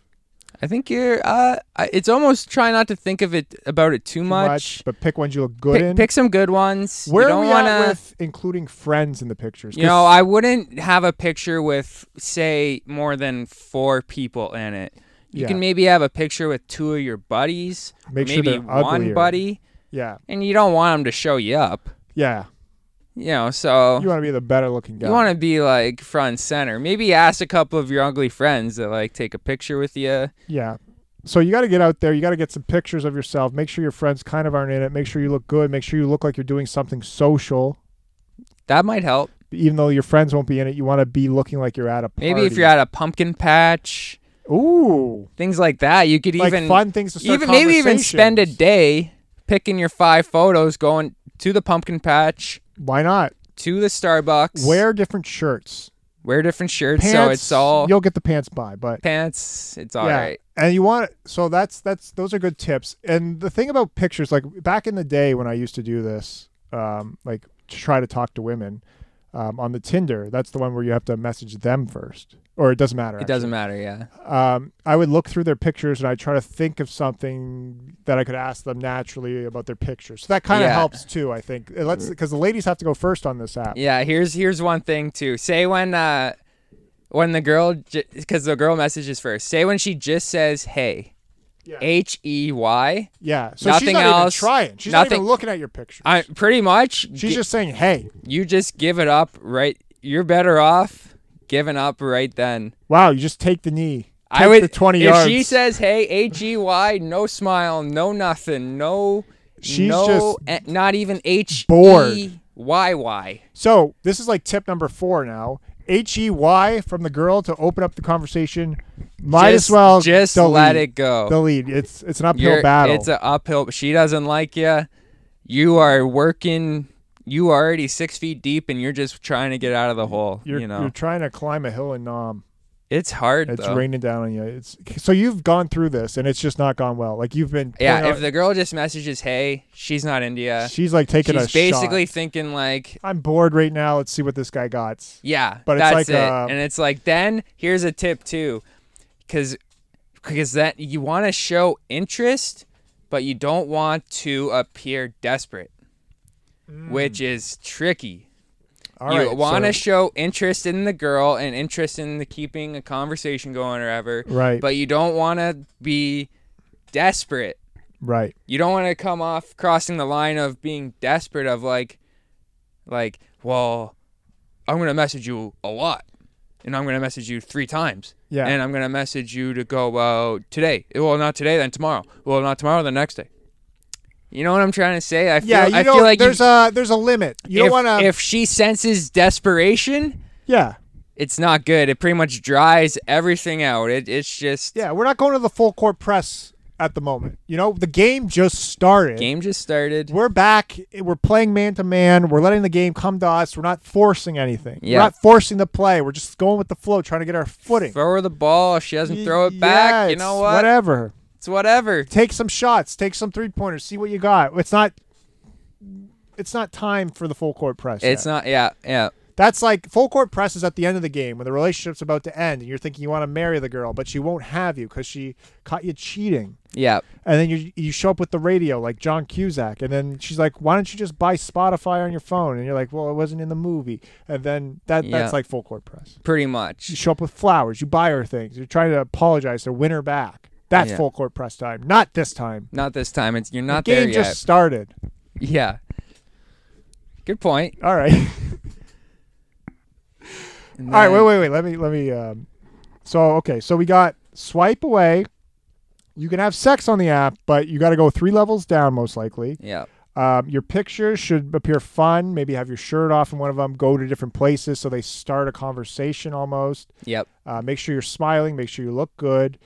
[SPEAKER 1] I think you're. Uh, I, it's almost try not to think of it about it too,
[SPEAKER 2] too
[SPEAKER 1] much.
[SPEAKER 2] but pick ones you look good
[SPEAKER 1] Pick,
[SPEAKER 2] in.
[SPEAKER 1] pick some good ones.
[SPEAKER 2] Where
[SPEAKER 1] you
[SPEAKER 2] are
[SPEAKER 1] don't
[SPEAKER 2] we
[SPEAKER 1] wanna,
[SPEAKER 2] at with including friends in the pictures?
[SPEAKER 1] You know, I wouldn't have a picture with say more than four people in it. You
[SPEAKER 2] Yeah.
[SPEAKER 1] can maybe have a picture with two of your buddies,
[SPEAKER 2] Make sure
[SPEAKER 1] maybe
[SPEAKER 2] they're
[SPEAKER 1] one
[SPEAKER 2] uglier.
[SPEAKER 1] buddy,
[SPEAKER 2] yeah,
[SPEAKER 1] and you don't want them to show you up.
[SPEAKER 2] yeah.
[SPEAKER 1] You know, so
[SPEAKER 2] You want to be the better looking guy.
[SPEAKER 1] You want to be like front and center. Maybe ask a couple of your ugly friends to like take a picture with you.
[SPEAKER 2] Yeah. So you got to get out there. You got to get some pictures of yourself. Make sure your friends kind of aren't in it. Make sure you look good. Make sure you look like you're doing something social.
[SPEAKER 1] That might help.
[SPEAKER 2] Even though your friends won't be in it, you want to be looking like you're at a party.
[SPEAKER 1] Maybe if you're at a pumpkin patch,
[SPEAKER 2] ooh,
[SPEAKER 1] things like that, you could
[SPEAKER 2] like
[SPEAKER 1] even
[SPEAKER 2] fun things to start
[SPEAKER 1] even maybe even spend a
[SPEAKER 2] conversations.
[SPEAKER 1] day picking your five photos going to the pumpkin patch,
[SPEAKER 2] Why not
[SPEAKER 1] to the Starbucks.
[SPEAKER 2] wear different shirts,
[SPEAKER 1] wear different shirts
[SPEAKER 2] pants?
[SPEAKER 1] so it's all
[SPEAKER 2] you'll get the pants by, but
[SPEAKER 1] pants, it's all right.
[SPEAKER 2] And you want so that's that's those are good tips. And the thing about pictures, like back in the day when I used to do this, um, like to try to talk to women um, on the Tinder, that's the one where you have to message them first, or it doesn't matter.
[SPEAKER 1] It doesn't matter, yeah.
[SPEAKER 2] actually. Um, I would look through their pictures and I would try to think of something that I could ask them naturally about their pictures. So that kind of
[SPEAKER 1] Yeah.
[SPEAKER 2] helps too. I think it lets because the ladies have to go first on this app.
[SPEAKER 1] Yeah, here's here's one thing too. Say when uh when the girl because the girl messages first. Say when she just says hey.
[SPEAKER 2] Yeah.
[SPEAKER 1] H E Y.
[SPEAKER 2] Yeah, so she's
[SPEAKER 1] Nothing
[SPEAKER 2] not
[SPEAKER 1] else,
[SPEAKER 2] even trying. She's not
[SPEAKER 1] nothing-
[SPEAKER 2] even looking at your pictures.
[SPEAKER 1] I pretty much
[SPEAKER 2] she's
[SPEAKER 1] gi-
[SPEAKER 2] just saying, "Hey,
[SPEAKER 1] you just give it up right you're better off giving up right then.
[SPEAKER 2] wow, you just take the knee."
[SPEAKER 1] I
[SPEAKER 2] Take
[SPEAKER 1] would
[SPEAKER 2] the 20
[SPEAKER 1] if
[SPEAKER 2] yards.
[SPEAKER 1] she says hey H E Y no smile, no nothing, no
[SPEAKER 2] She's
[SPEAKER 1] no eh, not even H E Y Y.
[SPEAKER 2] So this is like tip number four now. H E Y from the girl to open up the conversation. Might
[SPEAKER 1] Just-
[SPEAKER 2] as well
[SPEAKER 1] just
[SPEAKER 2] delete.
[SPEAKER 1] let it go.
[SPEAKER 2] Delete. It's it's an uphill
[SPEAKER 1] You're-
[SPEAKER 2] battle.
[SPEAKER 1] It's an uphill. She doesn't like you. You are working. You are already six feet deep, and you're just trying to get out of the hole.
[SPEAKER 2] you're,
[SPEAKER 1] you know,
[SPEAKER 2] you're trying to climb a hill in Nam.
[SPEAKER 1] it's hard.
[SPEAKER 2] It's
[SPEAKER 1] though.
[SPEAKER 2] raining down on you. It's so you've gone through this and it's just not gone well. Like you've been.
[SPEAKER 1] yeah.
[SPEAKER 2] putting
[SPEAKER 1] If the girl just messages, "Hey," she's not
[SPEAKER 2] out-
[SPEAKER 1] India.
[SPEAKER 2] she's like taking a
[SPEAKER 1] She's basically
[SPEAKER 2] shot.
[SPEAKER 1] thinking like,
[SPEAKER 2] I'm bored right now. Let's see what this guy got.
[SPEAKER 1] "Yeah,
[SPEAKER 2] But it's
[SPEAKER 1] that's
[SPEAKER 2] like,
[SPEAKER 1] it."
[SPEAKER 2] uh,
[SPEAKER 1] and it's like, then here's a tip too, because because that you want to show interest, but you don't want to appear desperate, which is tricky.
[SPEAKER 2] Mm. All
[SPEAKER 1] you
[SPEAKER 2] right,
[SPEAKER 1] want to
[SPEAKER 2] so-
[SPEAKER 1] show interest in the girl and interest in the keeping a conversation going or ever,
[SPEAKER 2] right.
[SPEAKER 1] but you don't want to be desperate.
[SPEAKER 2] right.
[SPEAKER 1] You don't want to come off crossing the line of being desperate of like, like, well, I'm gonna message you a lot, and I'm gonna message you three times,
[SPEAKER 2] Yeah.
[SPEAKER 1] and I'm gonna message you to go out today. Well, not today, then tomorrow. Well, not tomorrow, then next day. You know what I'm trying to say? I feel,
[SPEAKER 2] yeah. You
[SPEAKER 1] I
[SPEAKER 2] know,
[SPEAKER 1] feel like you-
[SPEAKER 2] there's a there's a limit. You
[SPEAKER 1] if,
[SPEAKER 2] don't want to.
[SPEAKER 1] if she senses desperation,
[SPEAKER 2] yeah.
[SPEAKER 1] it's not good. It pretty much dries everything out. It, it's just
[SPEAKER 2] Yeah, we're not going to the full court press at the moment. You know, the game just started.
[SPEAKER 1] game just started.
[SPEAKER 2] We're back. We're playing man to man. We're letting the game come to us. We're not forcing anything.
[SPEAKER 1] Yeah.
[SPEAKER 2] We're not forcing the play. We're just going with the flow, trying to get our footing.
[SPEAKER 1] Throw her the ball. If she doesn't throw it
[SPEAKER 2] Yeah,
[SPEAKER 1] back, you
[SPEAKER 2] it's
[SPEAKER 1] know what?
[SPEAKER 2] Whatever.
[SPEAKER 1] It's whatever.
[SPEAKER 2] Take some shots. Take some three pointers. See what you got. It's not. It's not time for the full court press.
[SPEAKER 1] It's
[SPEAKER 2] yet.
[SPEAKER 1] not. Yeah, yeah.
[SPEAKER 2] That's like full court press is at the end of the game when the relationship's about to end and you're thinking you want to marry the girl, but she won't have you because she caught you cheating.
[SPEAKER 1] Yeah,
[SPEAKER 2] and then you you show up with the radio like John Cusack, and then she's like, "Why don't you just buy Spotify on your phone?" And you're like, "Well, it wasn't in the movie." And then that
[SPEAKER 1] Yeah.
[SPEAKER 2] that's like full court press.
[SPEAKER 1] pretty
[SPEAKER 2] You
[SPEAKER 1] much.
[SPEAKER 2] show up with flowers, you buy her things, you're trying to apologize to win her back. That's
[SPEAKER 1] Yeah.
[SPEAKER 2] full court press time, not this time.
[SPEAKER 1] Not this time. It's you're
[SPEAKER 2] The
[SPEAKER 1] not there
[SPEAKER 2] game
[SPEAKER 1] yet.
[SPEAKER 2] just started.
[SPEAKER 1] Yeah. Good point.
[SPEAKER 2] All right.
[SPEAKER 1] And
[SPEAKER 2] All right,
[SPEAKER 1] then-
[SPEAKER 2] wait, wait, wait. Let me, let me. Um, so, okay, so we got swipe away. You can have sex on the app, but you got to go three levels down, most likely.
[SPEAKER 1] Yeah.
[SPEAKER 2] Um, your pictures should appear fun. Maybe have your shirt off in one of them. Go to different places so they start a conversation almost.
[SPEAKER 1] Yep.
[SPEAKER 2] Uh, make sure you're smiling. Make sure you look good.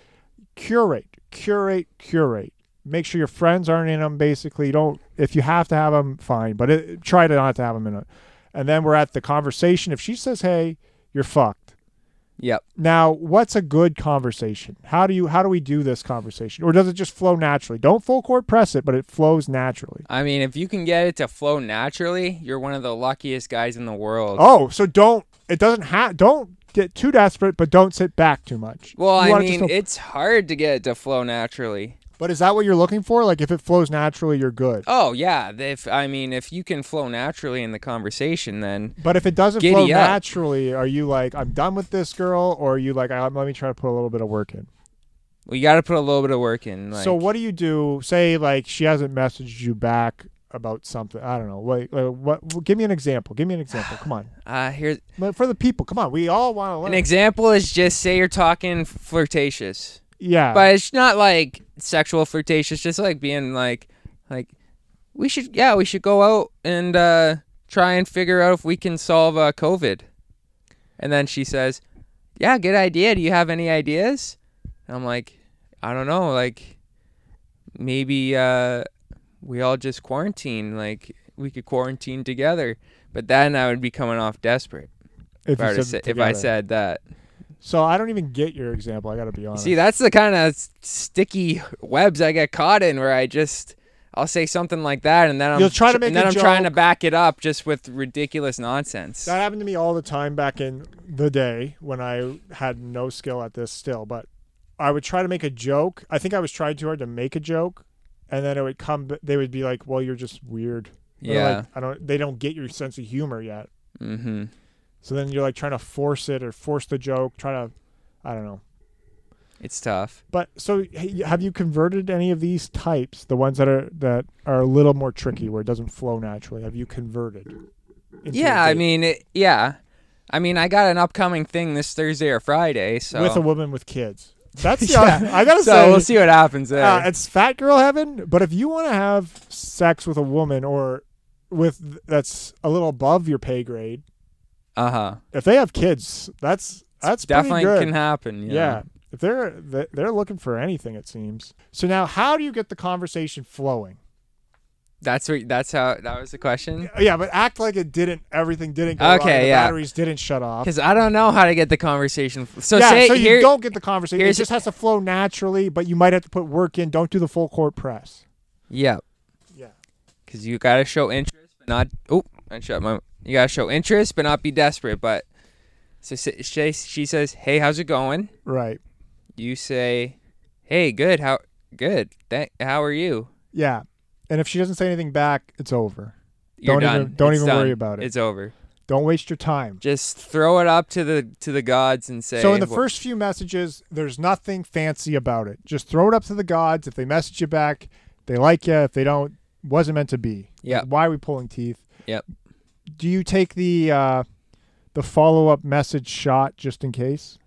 [SPEAKER 2] Curate, curate, curate. Make sure your friends aren't in them. Basically, don't. If you have to have them, fine. But it, try to not to have them in it. And then we're at the conversation. If she says, "Hey, you're fucked,"
[SPEAKER 1] Yep.
[SPEAKER 2] Now, what's a good conversation? How do you how do we do this conversation? Or does it just flow naturally? Don't full court press it, but it flows naturally.
[SPEAKER 1] I mean, if you can get it to flow naturally, you're one of the luckiest guys in the world.
[SPEAKER 2] Oh, so don't it doesn't have don't get too desperate, but don't sit back too much.
[SPEAKER 1] well,
[SPEAKER 2] You
[SPEAKER 1] I
[SPEAKER 2] wanna just
[SPEAKER 1] mean,
[SPEAKER 2] know-
[SPEAKER 1] it's hard to get it to flow naturally.
[SPEAKER 2] but is that what you're looking for? Like if it flows naturally, you're good.
[SPEAKER 1] Oh yeah, if I mean, if you can flow naturally in the conversation, then
[SPEAKER 2] But if it doesn't
[SPEAKER 1] Giddy
[SPEAKER 2] flow
[SPEAKER 1] up.
[SPEAKER 2] naturally, are you like I'm done with this girl, or are you like "Ah, let me try to put a little bit of work in?
[SPEAKER 1] we got to put a little bit of work in. Like,
[SPEAKER 2] so what do you do? Say like she hasn't messaged you back about something. I don't know. What? Like, what? Give me an example. Give me an example. Come on.
[SPEAKER 1] Uh, here's
[SPEAKER 2] But for the people, come on, we all want to
[SPEAKER 1] an
[SPEAKER 2] learn.
[SPEAKER 1] example: is just say you're talking flirtatious,
[SPEAKER 2] yeah,
[SPEAKER 1] but it's not like sexual flirtatious. Just like being like, like we should, yeah, we should go out and uh, try and figure out if we can solve uh, COVID. And then she says, "Yeah, good idea. Do you have any ideas?" And I'm like, "I don't know. Like, maybe uh, we all just quarantine. Like, we could quarantine together." But then I would be coming off desperate.
[SPEAKER 2] if,
[SPEAKER 1] if,
[SPEAKER 2] you
[SPEAKER 1] I, were to
[SPEAKER 2] said
[SPEAKER 1] say- if I
[SPEAKER 2] together.
[SPEAKER 1] said that.
[SPEAKER 2] so, I don't even get your example. I got to be honest.
[SPEAKER 1] See, that's the kind of sticky webs I get caught in where I just I'll say something like that and then I'm
[SPEAKER 2] You'll try to
[SPEAKER 1] tr-
[SPEAKER 2] make
[SPEAKER 1] and then
[SPEAKER 2] a
[SPEAKER 1] I'm trying to back it up just with ridiculous nonsense.
[SPEAKER 2] that happened to me all the time back in the day when I had no skill at this still, but I would try to make a joke. I think I was trying too hard to make a joke, and then it would come. b- They would be like, "Well, you're just weird." They're
[SPEAKER 1] yeah.
[SPEAKER 2] like, I don't. They don't get your sense of humor yet.
[SPEAKER 1] mm-hmm.
[SPEAKER 2] So then you're like trying to force it or force the joke. Try to, I don't know.
[SPEAKER 1] It's tough.
[SPEAKER 2] But so h- have you converted any of these types, the ones that are that are a little more tricky where it doesn't flow naturally? Have you converted? into
[SPEAKER 1] Yeah,
[SPEAKER 2] a
[SPEAKER 1] I
[SPEAKER 2] date
[SPEAKER 1] mean, it, yeah. I mean, I got an upcoming thing this Thursday or Friday, so
[SPEAKER 2] with a woman with kids. That's the
[SPEAKER 1] Yeah.
[SPEAKER 2] other- I gotta
[SPEAKER 1] so
[SPEAKER 2] say.
[SPEAKER 1] we'll see what happens there.
[SPEAKER 2] uh, it's fat girl heaven, but if you want to have sex with a woman or with that's a little above your pay grade,
[SPEAKER 1] Uh huh.
[SPEAKER 2] if they have kids, that's that's pretty
[SPEAKER 1] Definitely
[SPEAKER 2] good.
[SPEAKER 1] can happen. Yeah.
[SPEAKER 2] Yeah. If they're they- they're looking for anything, it seems. So now, how do you get the conversation flowing?
[SPEAKER 1] That's what. That's how. That was the question.
[SPEAKER 2] Yeah, but act like it didn't. Everything didn't. Go
[SPEAKER 1] Okay,
[SPEAKER 2] wrong, the
[SPEAKER 1] yeah.
[SPEAKER 2] Batteries didn't shut off.
[SPEAKER 1] Because I don't know how to get the conversation. f- So
[SPEAKER 2] yeah,
[SPEAKER 1] say
[SPEAKER 2] so you
[SPEAKER 1] here.
[SPEAKER 2] don't get the conversation. It
[SPEAKER 1] here's-
[SPEAKER 2] just has to flow naturally, but you might have to put work in. Don't do the full court press.
[SPEAKER 1] Yeah.
[SPEAKER 2] Yeah.
[SPEAKER 1] Because you gotta show interest, but not. Oh, I shut my. You gotta show interest, but not be desperate. But so sa- she she says, "Hey, how's it going?"
[SPEAKER 2] Right.
[SPEAKER 1] You say, "Hey, good. How good? Thank. How are you?"
[SPEAKER 2] Yeah. And if she doesn't say anything back, it's over.
[SPEAKER 1] You're
[SPEAKER 2] Don't
[SPEAKER 1] done.
[SPEAKER 2] even- don't
[SPEAKER 1] It's
[SPEAKER 2] even worry
[SPEAKER 1] done.
[SPEAKER 2] about it.
[SPEAKER 1] It's over.
[SPEAKER 2] Don't waste your time.
[SPEAKER 1] Just throw it up to the to the gods and say.
[SPEAKER 2] So in the
[SPEAKER 1] wh-
[SPEAKER 2] first few messages, there's nothing fancy about it. Just throw it up to the gods. If they message you back, they like you. If they don't, wasn't meant to be.
[SPEAKER 1] Yep.
[SPEAKER 2] Like, why are we pulling teeth?
[SPEAKER 1] Yep.
[SPEAKER 2] Do you take the uh, the follow up message shot just in case?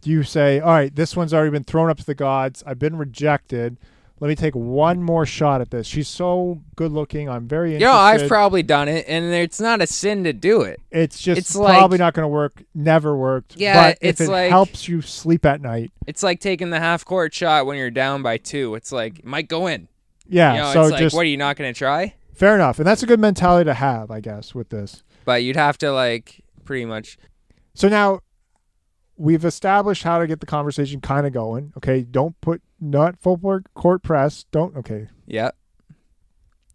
[SPEAKER 2] Do you say, all right, this one's already been thrown up to the gods. I've been rejected. Let me take one more shot at this. She's so good looking. I'm very
[SPEAKER 1] you
[SPEAKER 2] interested.
[SPEAKER 1] know, I've probably done it, and it's not a sin to do it.
[SPEAKER 2] it's just
[SPEAKER 1] it's
[SPEAKER 2] probably
[SPEAKER 1] like-
[SPEAKER 2] not going to work. Never worked.
[SPEAKER 1] Yeah,
[SPEAKER 2] but if
[SPEAKER 1] it's
[SPEAKER 2] it
[SPEAKER 1] like-
[SPEAKER 2] helps you sleep at night,
[SPEAKER 1] It's like taking the half court shot when you're down by two. It's like it might go in.
[SPEAKER 2] yeah.
[SPEAKER 1] you know,
[SPEAKER 2] so
[SPEAKER 1] it's like,
[SPEAKER 2] just
[SPEAKER 1] what are you not gonna try?
[SPEAKER 2] Fair enough. And that's a good mentality to have, I guess, with this.
[SPEAKER 1] But you'd have to like pretty much
[SPEAKER 2] So now we've established how to get the conversation kind of going. Okay. Don't put not full court, court press. Don't, okay.
[SPEAKER 1] Yep.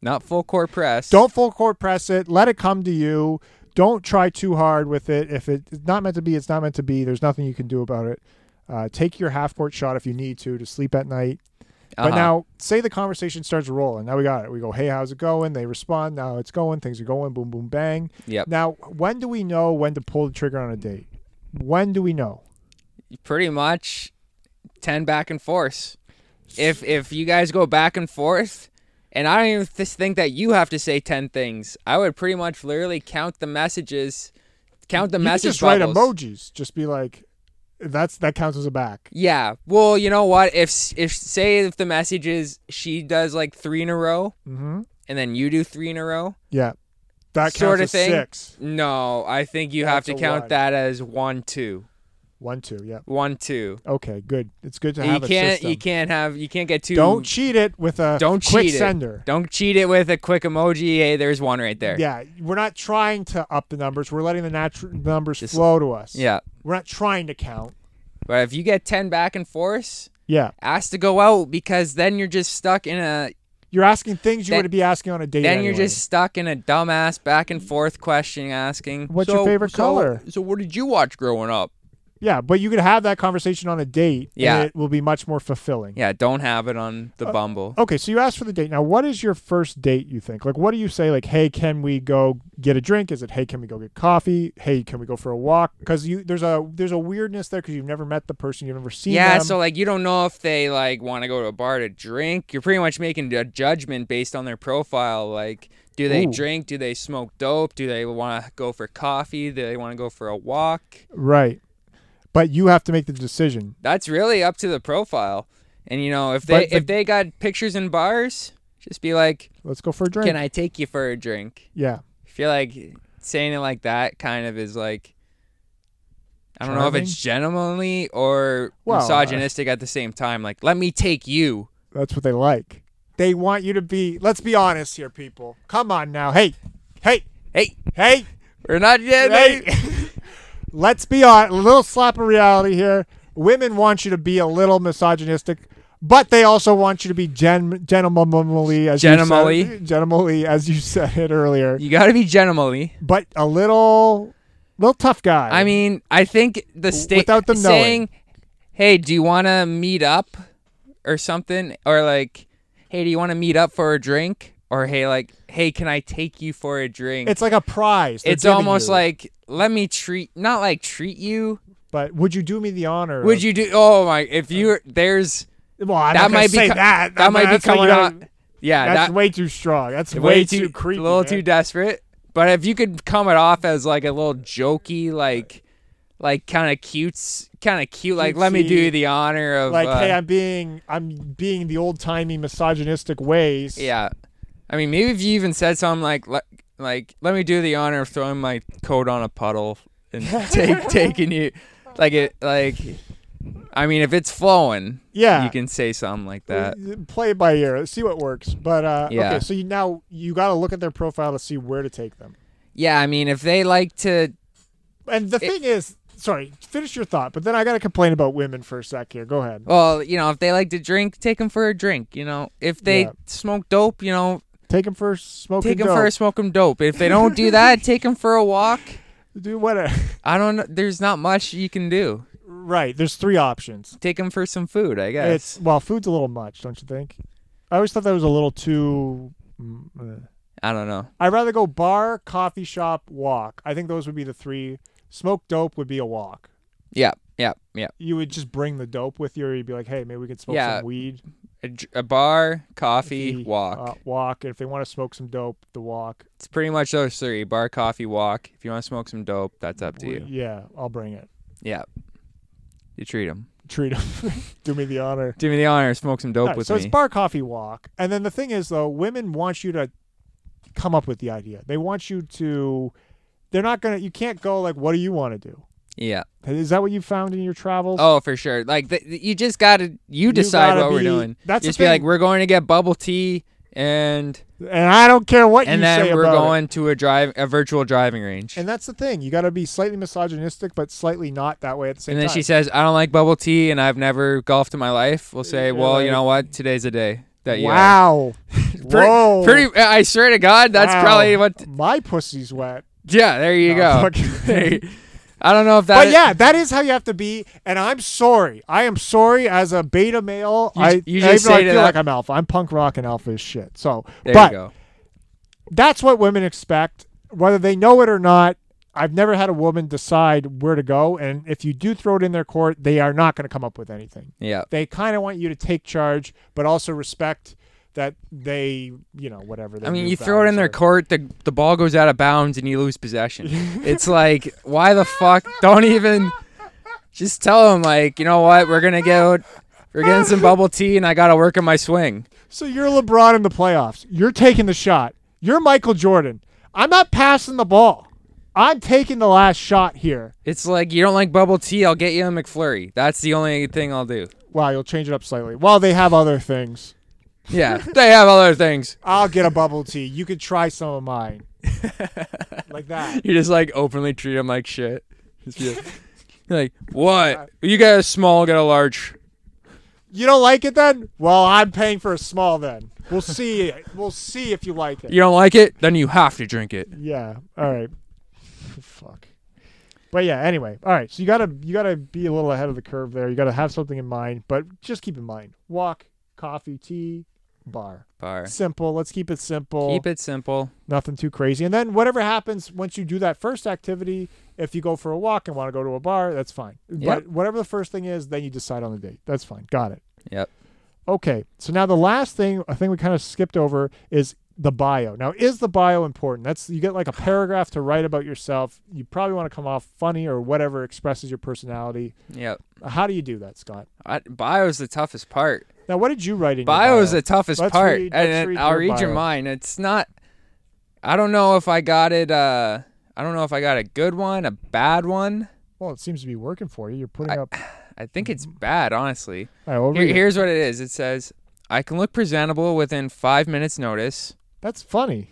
[SPEAKER 1] Not full court press.
[SPEAKER 2] Don't full court press it. Let it come to you. Don't try too hard with it. If it's not meant to be, it's not meant to be. There's nothing you can do about it. Uh, take your half court shot if you need to to sleep at night. But
[SPEAKER 1] Uh-huh.
[SPEAKER 2] now, say the conversation starts rolling. Now we got it. We go, hey, how's it going? They respond. Now it's going. Things are going. Boom, boom, bang.
[SPEAKER 1] Yep.
[SPEAKER 2] Now, when do we know when to pull the trigger on a date? When do we know?
[SPEAKER 1] pretty much ten back and forth. If if you guys go back and forth And I don't even th- think that you have to say 10 things. I would pretty much literally count the messages, count the
[SPEAKER 2] you could
[SPEAKER 1] message
[SPEAKER 2] just write
[SPEAKER 1] bubbles.
[SPEAKER 2] emojis. Just be like, that's that counts as a back.
[SPEAKER 1] Yeah. Well, you know what? If s- if say if the message is she does like 3 in a row
[SPEAKER 2] Mm-hmm.
[SPEAKER 1] and then you do 3 in a row,
[SPEAKER 2] Yeah, that counts
[SPEAKER 1] Sort of
[SPEAKER 2] as
[SPEAKER 1] thing.
[SPEAKER 2] six.
[SPEAKER 1] no, I think you have
[SPEAKER 2] That's
[SPEAKER 1] to
[SPEAKER 2] a
[SPEAKER 1] count
[SPEAKER 2] one.
[SPEAKER 1] that as 1 2.
[SPEAKER 2] One, two. Yeah.
[SPEAKER 1] 1 2.
[SPEAKER 2] Okay. Good. It's good to
[SPEAKER 1] you
[SPEAKER 2] have a
[SPEAKER 1] can't
[SPEAKER 2] system.
[SPEAKER 1] you can't have you can't get 2
[SPEAKER 2] Don't cheat it with a
[SPEAKER 1] Don't
[SPEAKER 2] quick
[SPEAKER 1] cheat it.
[SPEAKER 2] sender.
[SPEAKER 1] Don't cheat it with a quick emoji. Hey, there's one right there.
[SPEAKER 2] Yeah, we're not trying to up the numbers. We're letting the natural numbers
[SPEAKER 1] Just-
[SPEAKER 2] flow to us.
[SPEAKER 1] Yeah.
[SPEAKER 2] we're not trying to count.
[SPEAKER 1] But if you get 10 back and forth,
[SPEAKER 2] Yeah,
[SPEAKER 1] ask to go out because then you're just stuck in a
[SPEAKER 2] you're asking things you
[SPEAKER 1] Then-
[SPEAKER 2] would be asking on a date.
[SPEAKER 1] then you're
[SPEAKER 2] anyway.
[SPEAKER 1] just stuck in a dumbass back and forth question asking
[SPEAKER 2] What's
[SPEAKER 1] "So-
[SPEAKER 2] your favorite
[SPEAKER 1] so-
[SPEAKER 2] color?"
[SPEAKER 1] so what did you watch growing up
[SPEAKER 2] yeah, but you could have that conversation on a date.
[SPEAKER 1] Yeah.
[SPEAKER 2] and it will be much more fulfilling.
[SPEAKER 1] yeah don't have it on
[SPEAKER 2] Uh,
[SPEAKER 1] the bumble
[SPEAKER 2] Okay, so you asked for the date. Now, what is your first date? You think like what do you say? Like, hey, can we go get a drink? Is it hey, can we go get coffee? Hey, can we go for a walk? Because you there's a there's a weirdness there because you've never met the person, you've never seen.
[SPEAKER 1] yeah
[SPEAKER 2] them.
[SPEAKER 1] so like you don't know if they like want to go to a bar to drink you're pretty much making a judgment based on their profile like do they
[SPEAKER 2] Ooh.
[SPEAKER 1] drink do they smoke dope do they want to go for coffee do they want to go for a walk
[SPEAKER 2] right, but you have to make the decision.
[SPEAKER 1] that's really up to the profile and you know if they
[SPEAKER 2] But the-
[SPEAKER 1] if they got pictures in bars just be like
[SPEAKER 2] Let's go for a drink.
[SPEAKER 1] can i take you for a drink
[SPEAKER 2] yeah.
[SPEAKER 1] I feel like saying it like that kind of is like I don't know if it's gentlemanly or
[SPEAKER 2] Well, uh,
[SPEAKER 1] misogynistic at the same time. Like, let me take you.
[SPEAKER 2] That's what they like. They want you to be. Let's be honest here, people. Come on now. Hey, hey,
[SPEAKER 1] Hey,
[SPEAKER 2] hey,
[SPEAKER 1] we're not dead.
[SPEAKER 2] hey.
[SPEAKER 1] mate.
[SPEAKER 2] let's be on. A little slap of reality here. Women want you to be a little misogynistic, but they also want you to be gen- gentlemanly, as you
[SPEAKER 1] Gentlemanly.
[SPEAKER 2] said, gentlemanly, as you said it earlier.
[SPEAKER 1] You got to be gentlemanly.
[SPEAKER 2] But a little, little tough guy.
[SPEAKER 1] I mean, I think the state
[SPEAKER 2] without them knowing.
[SPEAKER 1] saying, "Hey, do you want to meet up or something?" or like, "Hey, do you want to meet up for a drink?" or "Hey, like, hey, can I take you for a drink?"
[SPEAKER 2] it's like a prize. they're
[SPEAKER 1] It's
[SPEAKER 2] giving
[SPEAKER 1] almost
[SPEAKER 2] you.
[SPEAKER 1] like let me treat, not like treat you.
[SPEAKER 2] But would you do me the honor?
[SPEAKER 1] Would you do? Oh my! If you there's
[SPEAKER 2] you? Well, I'm
[SPEAKER 1] that
[SPEAKER 2] not gonna
[SPEAKER 1] might be
[SPEAKER 2] say
[SPEAKER 1] co-
[SPEAKER 2] that.
[SPEAKER 1] that might be
[SPEAKER 2] That's how you
[SPEAKER 1] coming
[SPEAKER 2] gotta-
[SPEAKER 1] out. Yeah,
[SPEAKER 2] That's
[SPEAKER 1] that
[SPEAKER 2] way too strong. That's way, too, creepy.
[SPEAKER 1] a little
[SPEAKER 2] man.
[SPEAKER 1] too desperate. But if you could come it off as like a little jokey, like, like kind of cute, kind of cute, like let me do
[SPEAKER 2] Cutesy.
[SPEAKER 1] you the honor of
[SPEAKER 2] like
[SPEAKER 1] uh,
[SPEAKER 2] hey i'm being i'm being the old timey misogynistic ways
[SPEAKER 1] yeah. I mean, maybe if you even said something like, le- like let me do the honor of throwing my coat on a puddle and take, taking you, like it, like, I mean, if it's flowing,
[SPEAKER 2] Yeah.
[SPEAKER 1] you can say something like that.
[SPEAKER 2] Uh, play it by ear see what works but uh
[SPEAKER 1] Yeah.
[SPEAKER 2] okay so you now you got to look at their profile to see where to take them
[SPEAKER 1] Yeah, I mean, if they like to
[SPEAKER 2] and the thing is sorry finish your thought but then i got to complain about women for a sec here go ahead
[SPEAKER 1] Well, you know, if they like to drink, take them for a drink. You know, if they
[SPEAKER 2] Yeah.
[SPEAKER 1] smoke dope, you know,
[SPEAKER 2] take them for smoking
[SPEAKER 1] take them
[SPEAKER 2] dope.
[SPEAKER 1] for a smoke 'em dope. If they don't do that, take them for a walk.
[SPEAKER 2] do uh, whatever
[SPEAKER 1] I don't. know. There's not much you can do.
[SPEAKER 2] right there's three options
[SPEAKER 1] Take them for some food, I guess.
[SPEAKER 2] it's well food's a little much don't you think i always thought that was a little too mm, uh.
[SPEAKER 1] I don't know.
[SPEAKER 2] I'd rather go bar, coffee shop, walk. I think those would be the three. Smoke dope would be a walk.
[SPEAKER 1] Yeah, yeah, yeah.
[SPEAKER 2] You would just bring the dope with you, or you'd be like, "Hey, maybe we could smoke
[SPEAKER 1] Yeah.
[SPEAKER 2] some weed."
[SPEAKER 1] A, dr- a bar, coffee,
[SPEAKER 2] Tea,
[SPEAKER 1] walk.
[SPEAKER 2] uh, walk. And if they want to smoke some dope, the walk.
[SPEAKER 1] It's pretty much those three: bar, coffee, walk. If you want to smoke some dope, that's up to
[SPEAKER 2] We-
[SPEAKER 1] you.
[SPEAKER 2] Yeah, I'll bring it.
[SPEAKER 1] Yeah, you treat them.
[SPEAKER 2] Treat them. Do me the honor.
[SPEAKER 1] Do me the honor, smoke some dope
[SPEAKER 2] All right,
[SPEAKER 1] with
[SPEAKER 2] so
[SPEAKER 1] me.
[SPEAKER 2] it's bar, coffee, walk. And then the thing is, though, women want you to come up with the idea. They want you to. They're not gonna. You can't go like, "What do you want to do?"
[SPEAKER 1] yeah.
[SPEAKER 2] Is that what you found in your travels?
[SPEAKER 1] Oh, for sure. Like th- th- you just gotta you decide
[SPEAKER 2] gotta
[SPEAKER 1] what we're
[SPEAKER 2] be-
[SPEAKER 1] doing.
[SPEAKER 2] that's the
[SPEAKER 1] just be like
[SPEAKER 2] thing.
[SPEAKER 1] we're going to get bubble tea and
[SPEAKER 2] And I don't care what
[SPEAKER 1] and
[SPEAKER 2] you say
[SPEAKER 1] then we're
[SPEAKER 2] about it.
[SPEAKER 1] going to a drive a virtual driving range. And,
[SPEAKER 2] And that's the thing. You got to be slightly misogynistic, but slightly not that way at the same
[SPEAKER 1] then
[SPEAKER 2] time.
[SPEAKER 1] she says, "I don't like bubble tea and I've never golfed in my life." We'll say,
[SPEAKER 2] Yeah,
[SPEAKER 1] "Well, you
[SPEAKER 2] like-
[SPEAKER 1] know what? Today's a day that you are."
[SPEAKER 2] "Wow,
[SPEAKER 1] Pretty,
[SPEAKER 2] whoa,
[SPEAKER 1] pretty I swear to God, that's
[SPEAKER 2] Wow.
[SPEAKER 1] probably what
[SPEAKER 2] my pussy's wet."
[SPEAKER 1] Yeah, there you go.
[SPEAKER 2] No, fuck.
[SPEAKER 1] There you- I don't know if that
[SPEAKER 2] but yeah, that is how you have to be. And I'm sorry. I am sorry as a beta male.
[SPEAKER 1] You-
[SPEAKER 2] I
[SPEAKER 1] you
[SPEAKER 2] even
[SPEAKER 1] just
[SPEAKER 2] though I
[SPEAKER 1] say to
[SPEAKER 2] feel
[SPEAKER 1] that-
[SPEAKER 2] like I'm alpha. I'm punk rock and alpha as shit. So,
[SPEAKER 1] There
[SPEAKER 2] but
[SPEAKER 1] you go.
[SPEAKER 2] that's what women expect, whether they know it or not. I've never had a woman decide where to go, and if you do throw it in their court, they are not going to come up with anything.
[SPEAKER 1] Yeah.
[SPEAKER 2] they kind of want you to take charge, but also respect that they, you know, whatever.
[SPEAKER 1] I mean, you throw it in their court, the the ball goes out of bounds, and you lose possession. it's like, why the fuck? Don't even. Just tell them, like, you know what? We're gonna go. We're getting some bubble tea, and I gotta work on my swing.
[SPEAKER 2] So you're LeBron in the playoffs. You're taking the shot. You're Michael Jordan. I'm not passing the ball. I'm taking the last shot here.
[SPEAKER 1] It's like you don't like bubble tea. I'll get you a McFlurry. That's the only thing I'll do.
[SPEAKER 2] Wow, you'll change it up slightly. While they have other things,
[SPEAKER 1] Yeah, they have other things.
[SPEAKER 2] I'll get a bubble tea. You could try some of mine. like that.
[SPEAKER 1] You just like openly treat them like shit. Just be like, like, what? You got a small, got a large.
[SPEAKER 2] You don't like it then? Well, I'm paying for a small then. We'll see. We'll see if you like it.
[SPEAKER 1] You don't like it? Then you have to drink it.
[SPEAKER 2] Yeah. All right. Fuck. But yeah. Anyway. All right. So you gotta you gotta be a little ahead of the curve there. You gotta have something in mind, but just keep in mind: walk, coffee, tea, bar.
[SPEAKER 1] Bar.
[SPEAKER 2] Simple. Let's keep it simple.
[SPEAKER 1] Keep it simple.
[SPEAKER 2] Nothing too crazy. And then whatever happens once you do that first activity, if you go for a walk and want to go to a bar, that's fine. But whatever the first thing is, then you decide on the date. That's fine. Got it.
[SPEAKER 1] Yep.
[SPEAKER 2] Okay. So now the last thing, I think we kind of skipped over is the bio. Now, is the bio important? That's you get like a paragraph to write about yourself. You probably want to come off funny or whatever expresses your personality.
[SPEAKER 1] Yep.
[SPEAKER 2] How do you do that, Scott?
[SPEAKER 1] I, bio's the toughest part.
[SPEAKER 2] Now, what did you write in
[SPEAKER 1] Bio
[SPEAKER 2] your
[SPEAKER 1] is the toughest
[SPEAKER 2] Let's
[SPEAKER 1] part.
[SPEAKER 2] read-
[SPEAKER 1] and
[SPEAKER 2] let's
[SPEAKER 1] and
[SPEAKER 2] read
[SPEAKER 1] I'll
[SPEAKER 2] your
[SPEAKER 1] read your
[SPEAKER 2] bio.
[SPEAKER 1] mind. It's not I don't know if I got it uh I don't know if I got a good one, a bad one.
[SPEAKER 2] well, it seems to be working for you. You're putting up.
[SPEAKER 1] I think it's
[SPEAKER 2] Mm-hmm.
[SPEAKER 1] bad, honestly.
[SPEAKER 2] All right, we'll
[SPEAKER 1] Here,
[SPEAKER 2] read it.
[SPEAKER 1] here's what it is. It says, "I can look presentable within 5 minutes notice."
[SPEAKER 2] That's funny.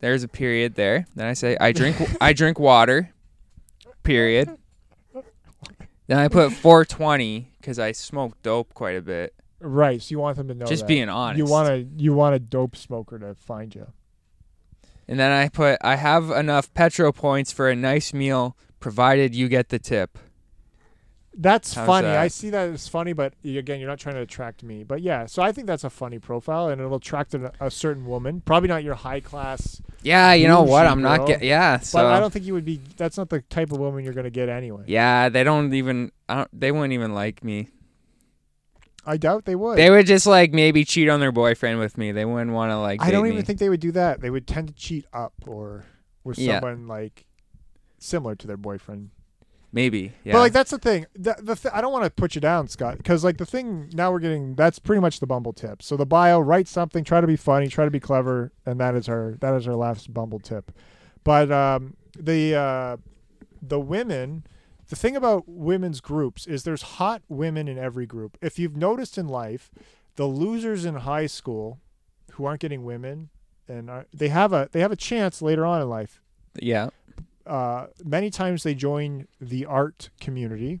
[SPEAKER 1] There's a period there. Then I say, "I drink I drink water." Period. Then I put 420 cuz I smoke dope quite a bit.
[SPEAKER 2] Right. So you want them to know.
[SPEAKER 1] Just
[SPEAKER 2] Oh, that.
[SPEAKER 1] being honest.
[SPEAKER 2] You want to. You want a dope smoker to find you.
[SPEAKER 1] And then I put, I have enough petrol points for a nice meal, provided you get the tip.
[SPEAKER 2] That's
[SPEAKER 1] How's
[SPEAKER 2] funny.
[SPEAKER 1] that?
[SPEAKER 2] I see that as funny, but y- again, you're not trying to attract me. But yeah, so I think that's a funny profile, and it'll attract an, a certain woman. Probably not your high class,
[SPEAKER 1] Yeah, you know what?
[SPEAKER 2] Bougie
[SPEAKER 1] I'm not
[SPEAKER 2] girl.
[SPEAKER 1] get. Yeah, so
[SPEAKER 2] but I don't think you would be. That's not the type of woman you're going to get anyway.
[SPEAKER 1] yeah, they don't even. I don't, they wouldn't even like me.
[SPEAKER 2] I doubt they would.
[SPEAKER 1] They would just like maybe cheat on their boyfriend with me. They wouldn't want to like.
[SPEAKER 2] I don't
[SPEAKER 1] date
[SPEAKER 2] even
[SPEAKER 1] me.
[SPEAKER 2] think they would do that. They would tend to cheat up or with
[SPEAKER 1] Yeah.
[SPEAKER 2] someone like similar to their boyfriend.
[SPEAKER 1] maybe. Yeah.
[SPEAKER 2] But like that's the thing. The, the th- I don't want to put you down, Scott, because like the thing now we're getting that's pretty much the Bumble tip. So the bio, write something, try to be funny, try to be clever, and that is our that is our last Bumble tip. But um, the uh, the women, the thing about women's groups is there's hot women in every group. If you've noticed in life, the losers in high school who aren't getting women and are, they have a they have a chance later on in life
[SPEAKER 1] yeah.
[SPEAKER 2] uh, many times they join the art community.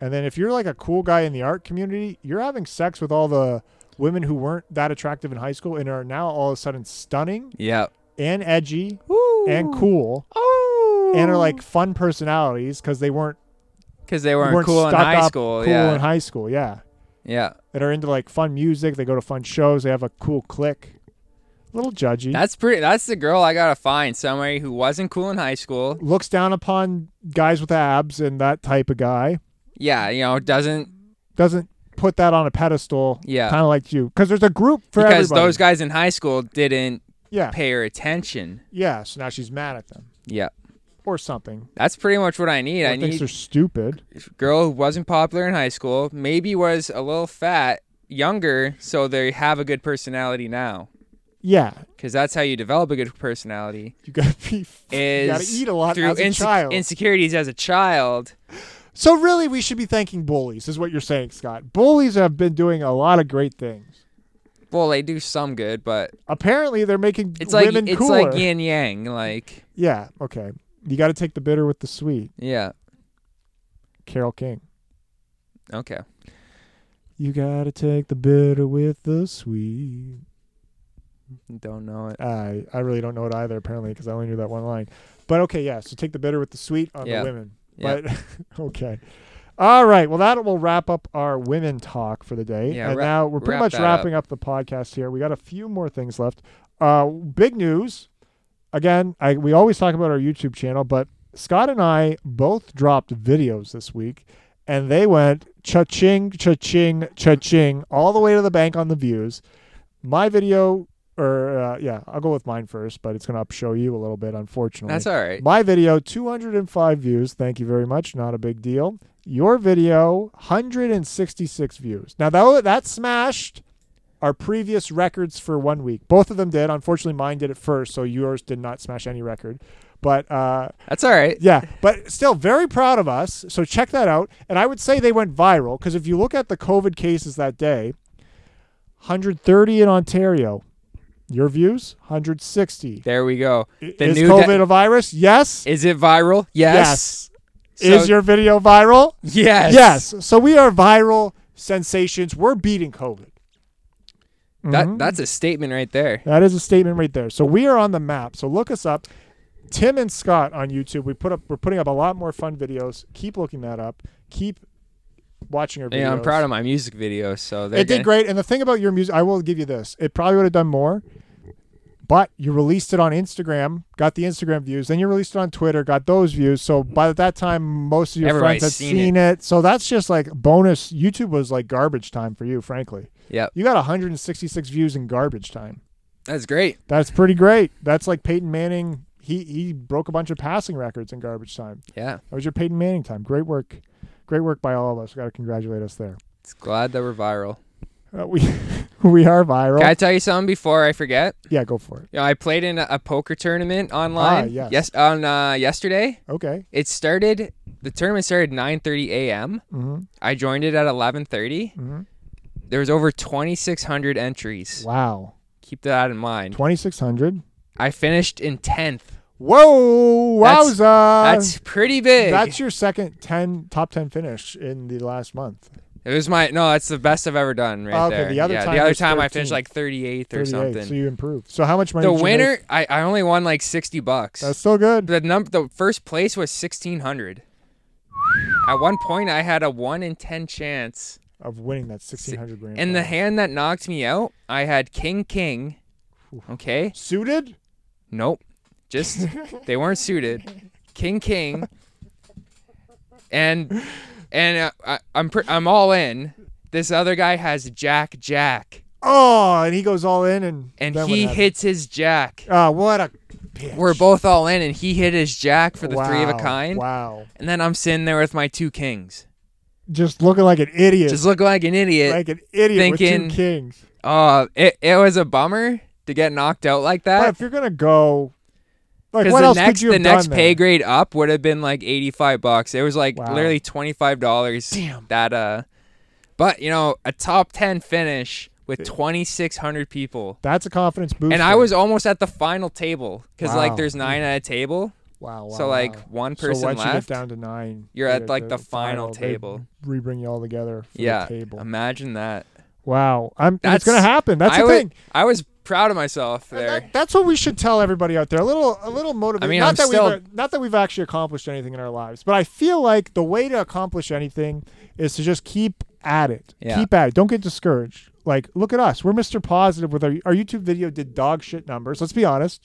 [SPEAKER 2] And then if you're like a cool guy in the art community, you're having sex with all the women who weren't that attractive in high school and are now all of a sudden stunning
[SPEAKER 1] Yeah.
[SPEAKER 2] and edgy
[SPEAKER 1] Woo.
[SPEAKER 2] and cool
[SPEAKER 1] Oh.
[SPEAKER 2] and are like fun personalities because they weren't,
[SPEAKER 1] because they weren't,
[SPEAKER 2] weren't
[SPEAKER 1] cool in
[SPEAKER 2] stuck
[SPEAKER 1] high
[SPEAKER 2] up,
[SPEAKER 1] school.
[SPEAKER 2] cool
[SPEAKER 1] yeah.
[SPEAKER 2] in high school. Yeah.
[SPEAKER 1] yeah.
[SPEAKER 2] That are into like fun music. They go to fun shows. They have a cool clique. A little judgy.
[SPEAKER 1] That's pretty. That's the girl I gotta find. Somebody who wasn't cool in high school.
[SPEAKER 2] looks down upon guys with abs and that type of guy.
[SPEAKER 1] Yeah. You know, doesn't.
[SPEAKER 2] Doesn't put that on a pedestal
[SPEAKER 1] Yeah.
[SPEAKER 2] kind of like you because there's a group for
[SPEAKER 1] because
[SPEAKER 2] everybody.
[SPEAKER 1] those guys in high school didn't
[SPEAKER 2] yeah
[SPEAKER 1] pay her attention.
[SPEAKER 2] yeah so now she's mad at them
[SPEAKER 1] Yeah,
[SPEAKER 2] or something
[SPEAKER 1] that's pretty much what I need.
[SPEAKER 2] or
[SPEAKER 1] I
[SPEAKER 2] thinks
[SPEAKER 1] need
[SPEAKER 2] they're stupid
[SPEAKER 1] a girl who wasn't popular in high school, maybe was a little fat, younger, so they have a good personality now.
[SPEAKER 2] yeah
[SPEAKER 1] Because that's how you develop a good personality.
[SPEAKER 2] you gotta be you gotta
[SPEAKER 1] Is
[SPEAKER 2] eat a lot
[SPEAKER 1] through
[SPEAKER 2] as a
[SPEAKER 1] inse-
[SPEAKER 2] child
[SPEAKER 1] insecurities as a child.
[SPEAKER 2] so really we should be thanking bullies is what you're saying Scott bullies have been doing a lot of great things
[SPEAKER 1] Well, they do some good, but
[SPEAKER 2] apparently they're making
[SPEAKER 1] it's like
[SPEAKER 2] women
[SPEAKER 1] it's
[SPEAKER 2] cooler
[SPEAKER 1] like yin yang. Like
[SPEAKER 2] yeah okay you gotta take the bitter with the sweet
[SPEAKER 1] yeah,
[SPEAKER 2] Carol King
[SPEAKER 1] okay.
[SPEAKER 2] you gotta take the bitter with the sweet
[SPEAKER 1] Don't know it.
[SPEAKER 2] I I really don't know it either, apparently, because I only knew that one line. But okay, yeah. So take the bitter with the sweet on
[SPEAKER 1] Yeah.
[SPEAKER 2] the women.
[SPEAKER 1] Yeah.
[SPEAKER 2] But okay. All right. Well, that will wrap up our women talk for the day.
[SPEAKER 1] Yeah,
[SPEAKER 2] and
[SPEAKER 1] wrap-
[SPEAKER 2] now we're pretty
[SPEAKER 1] wrap
[SPEAKER 2] much
[SPEAKER 1] that up.
[SPEAKER 2] wrapping up. the podcast here. We got a few more things left. Uh, big news. Again, I we always talk about our YouTube channel, but Scott and I both dropped videos this week, and they went cha-ching, cha-ching, cha-ching all the way to the bank on the views. my video, or uh, yeah, I'll go with mine first, but it's gonna upshow you a little bit, unfortunately.
[SPEAKER 1] That's all right.
[SPEAKER 2] My video, 205 views. Thank you very much. Not a big deal. Your video, 166 views. Now that that smashed our previous records for one week. Both of them did. Unfortunately, mine did it first, so yours did not smash any record. But uh,
[SPEAKER 1] That's all right.
[SPEAKER 2] yeah, but still very proud of us. So check that out. And I would say they went viral because if you look at the COVID cases that day, 130 in Ontario. Your views? 160.
[SPEAKER 1] There we go.
[SPEAKER 2] I-
[SPEAKER 1] The
[SPEAKER 2] is
[SPEAKER 1] new
[SPEAKER 2] COVID
[SPEAKER 1] da-
[SPEAKER 2] a virus? Yes.
[SPEAKER 1] Is it viral? Yes.
[SPEAKER 2] Is your video viral?
[SPEAKER 1] yes.
[SPEAKER 2] Yes. So we are viral sensations. We're beating COVID. Mm-hmm.
[SPEAKER 1] That that's a statement right there.
[SPEAKER 2] That is a statement right there. So we are on the map. So look us up. Tim and Scott on YouTube. We put up we're putting up a lot more fun videos. Keep looking that up. Keep watching our videos.
[SPEAKER 1] Yeah, I'm proud of my music videos. So they're
[SPEAKER 2] it did
[SPEAKER 1] gonna-
[SPEAKER 2] great. And the thing about your music, I will give you this. It probably would have done more. But you released it on Instagram, got the Instagram views. Then you released it on Twitter, got those views. So by that time, most of your
[SPEAKER 1] Everybody's
[SPEAKER 2] friends had
[SPEAKER 1] seen
[SPEAKER 2] seen, it. So that's just like bonus. YouTube was like garbage time for you, frankly.
[SPEAKER 1] Yep.
[SPEAKER 2] You got 166 views in garbage time.
[SPEAKER 1] That's great.
[SPEAKER 2] That's pretty great. That's like Peyton Manning. He he broke a bunch of passing records in garbage time.
[SPEAKER 1] Yeah.
[SPEAKER 2] That was your Peyton Manning time. Great work, great work by all of us. We got to congratulate us there.
[SPEAKER 1] It's glad that we're viral.
[SPEAKER 2] Uh, we we are viral.
[SPEAKER 1] Can I tell you something before I forget?
[SPEAKER 2] yeah, go for it.
[SPEAKER 1] You know, I played in a, a poker tournament online.
[SPEAKER 2] Ah, yes.
[SPEAKER 1] on uh, yesterday.
[SPEAKER 2] Okay.
[SPEAKER 1] It started. The tournament started 9:30 a.m.
[SPEAKER 2] hmm
[SPEAKER 1] I joined it at 11:30.
[SPEAKER 2] hmm
[SPEAKER 1] There was over 2,600 entries.
[SPEAKER 2] Wow.
[SPEAKER 1] Keep that in mind.
[SPEAKER 2] Twenty six hundred.
[SPEAKER 1] I finished in 10th.
[SPEAKER 2] Whoa!
[SPEAKER 1] That's-
[SPEAKER 2] Wowza!
[SPEAKER 1] That's pretty big.
[SPEAKER 2] Uh, That's your second ten top ten finish in the last month.
[SPEAKER 1] It was my no. That's the best I've ever done. Right
[SPEAKER 2] Oh, okay,
[SPEAKER 1] there.
[SPEAKER 2] the other
[SPEAKER 1] yeah,
[SPEAKER 2] time
[SPEAKER 1] the other
[SPEAKER 2] was
[SPEAKER 1] time I finished
[SPEAKER 2] 13th.
[SPEAKER 1] like 38th or
[SPEAKER 2] 38,
[SPEAKER 1] something.
[SPEAKER 2] So you improved. So how much money?
[SPEAKER 1] the
[SPEAKER 2] did you make?
[SPEAKER 1] winner, I, I only won like 60 bucks.
[SPEAKER 2] That's still good.
[SPEAKER 1] the num the first place was 1600. At one point, I had a one in ten chance.
[SPEAKER 2] Of winning that sixteen hundred grand.
[SPEAKER 1] In the hand that knocked me out, I had King King. Okay,
[SPEAKER 2] suited.
[SPEAKER 1] nope, just they weren't suited. King King. And and uh, I, I'm pr- I'm all in. This other guy has Jack Jack.
[SPEAKER 2] Oh, and he goes all in and
[SPEAKER 1] and
[SPEAKER 2] then what
[SPEAKER 1] he
[SPEAKER 2] happened?
[SPEAKER 1] hits his jack.
[SPEAKER 2] Ah, what a pitch.
[SPEAKER 1] We're both all in, and he hit his jack for the three of a
[SPEAKER 2] Wow,
[SPEAKER 1] kind.
[SPEAKER 2] Wow,
[SPEAKER 1] And then I'm sitting there with my two kings,
[SPEAKER 2] just looking like an idiot,
[SPEAKER 1] just looking like an idiot.
[SPEAKER 2] like an idiot
[SPEAKER 1] thinking-
[SPEAKER 2] with two kings.
[SPEAKER 1] uh, it it was a bummer to get knocked out like
[SPEAKER 2] But
[SPEAKER 1] that.
[SPEAKER 2] if you're gonna go, like
[SPEAKER 1] Because
[SPEAKER 2] what
[SPEAKER 1] the
[SPEAKER 2] else
[SPEAKER 1] next
[SPEAKER 2] could you
[SPEAKER 1] the
[SPEAKER 2] have
[SPEAKER 1] next
[SPEAKER 2] done
[SPEAKER 1] pay
[SPEAKER 2] then?
[SPEAKER 1] grade up would have been like eighty five bucks. It was like
[SPEAKER 2] Wow.
[SPEAKER 1] literally twenty five dollars.
[SPEAKER 2] Damn.
[SPEAKER 1] That uh, but you know a top ten finish with twenty six hundred people,
[SPEAKER 2] That's a confidence boost.
[SPEAKER 1] and I
[SPEAKER 2] there.
[SPEAKER 1] was almost at the final table because like
[SPEAKER 2] Wow.
[SPEAKER 1] there's nine at a table,
[SPEAKER 2] wow, wow
[SPEAKER 1] so like
[SPEAKER 2] wow.
[SPEAKER 1] one
[SPEAKER 2] So
[SPEAKER 1] person
[SPEAKER 2] once you
[SPEAKER 1] left.
[SPEAKER 2] get down to nine,
[SPEAKER 1] You're at, like, the final
[SPEAKER 2] they
[SPEAKER 1] table.
[SPEAKER 2] Re-bring you all together. For
[SPEAKER 1] Yeah,
[SPEAKER 2] the table.
[SPEAKER 1] imagine that.
[SPEAKER 2] wow, I'm. and
[SPEAKER 1] That's-
[SPEAKER 2] it's gonna happen. That's
[SPEAKER 1] I
[SPEAKER 2] the
[SPEAKER 1] wa-
[SPEAKER 2] thing.
[SPEAKER 1] I was proud of myself
[SPEAKER 2] And
[SPEAKER 1] there.
[SPEAKER 2] that- that's what we should tell everybody out there. A little, a little motivation.
[SPEAKER 1] I mean,
[SPEAKER 2] not
[SPEAKER 1] I'm
[SPEAKER 2] that
[SPEAKER 1] still-
[SPEAKER 2] we've not that we've actually accomplished anything in our lives, but I feel like the way to accomplish anything is to just keep at it.
[SPEAKER 1] Yeah.
[SPEAKER 2] Keep at it. Don't get discouraged. Like, look at us. We're Mr. Positive with our our YouTube video did dog shit numbers. Let's be honest.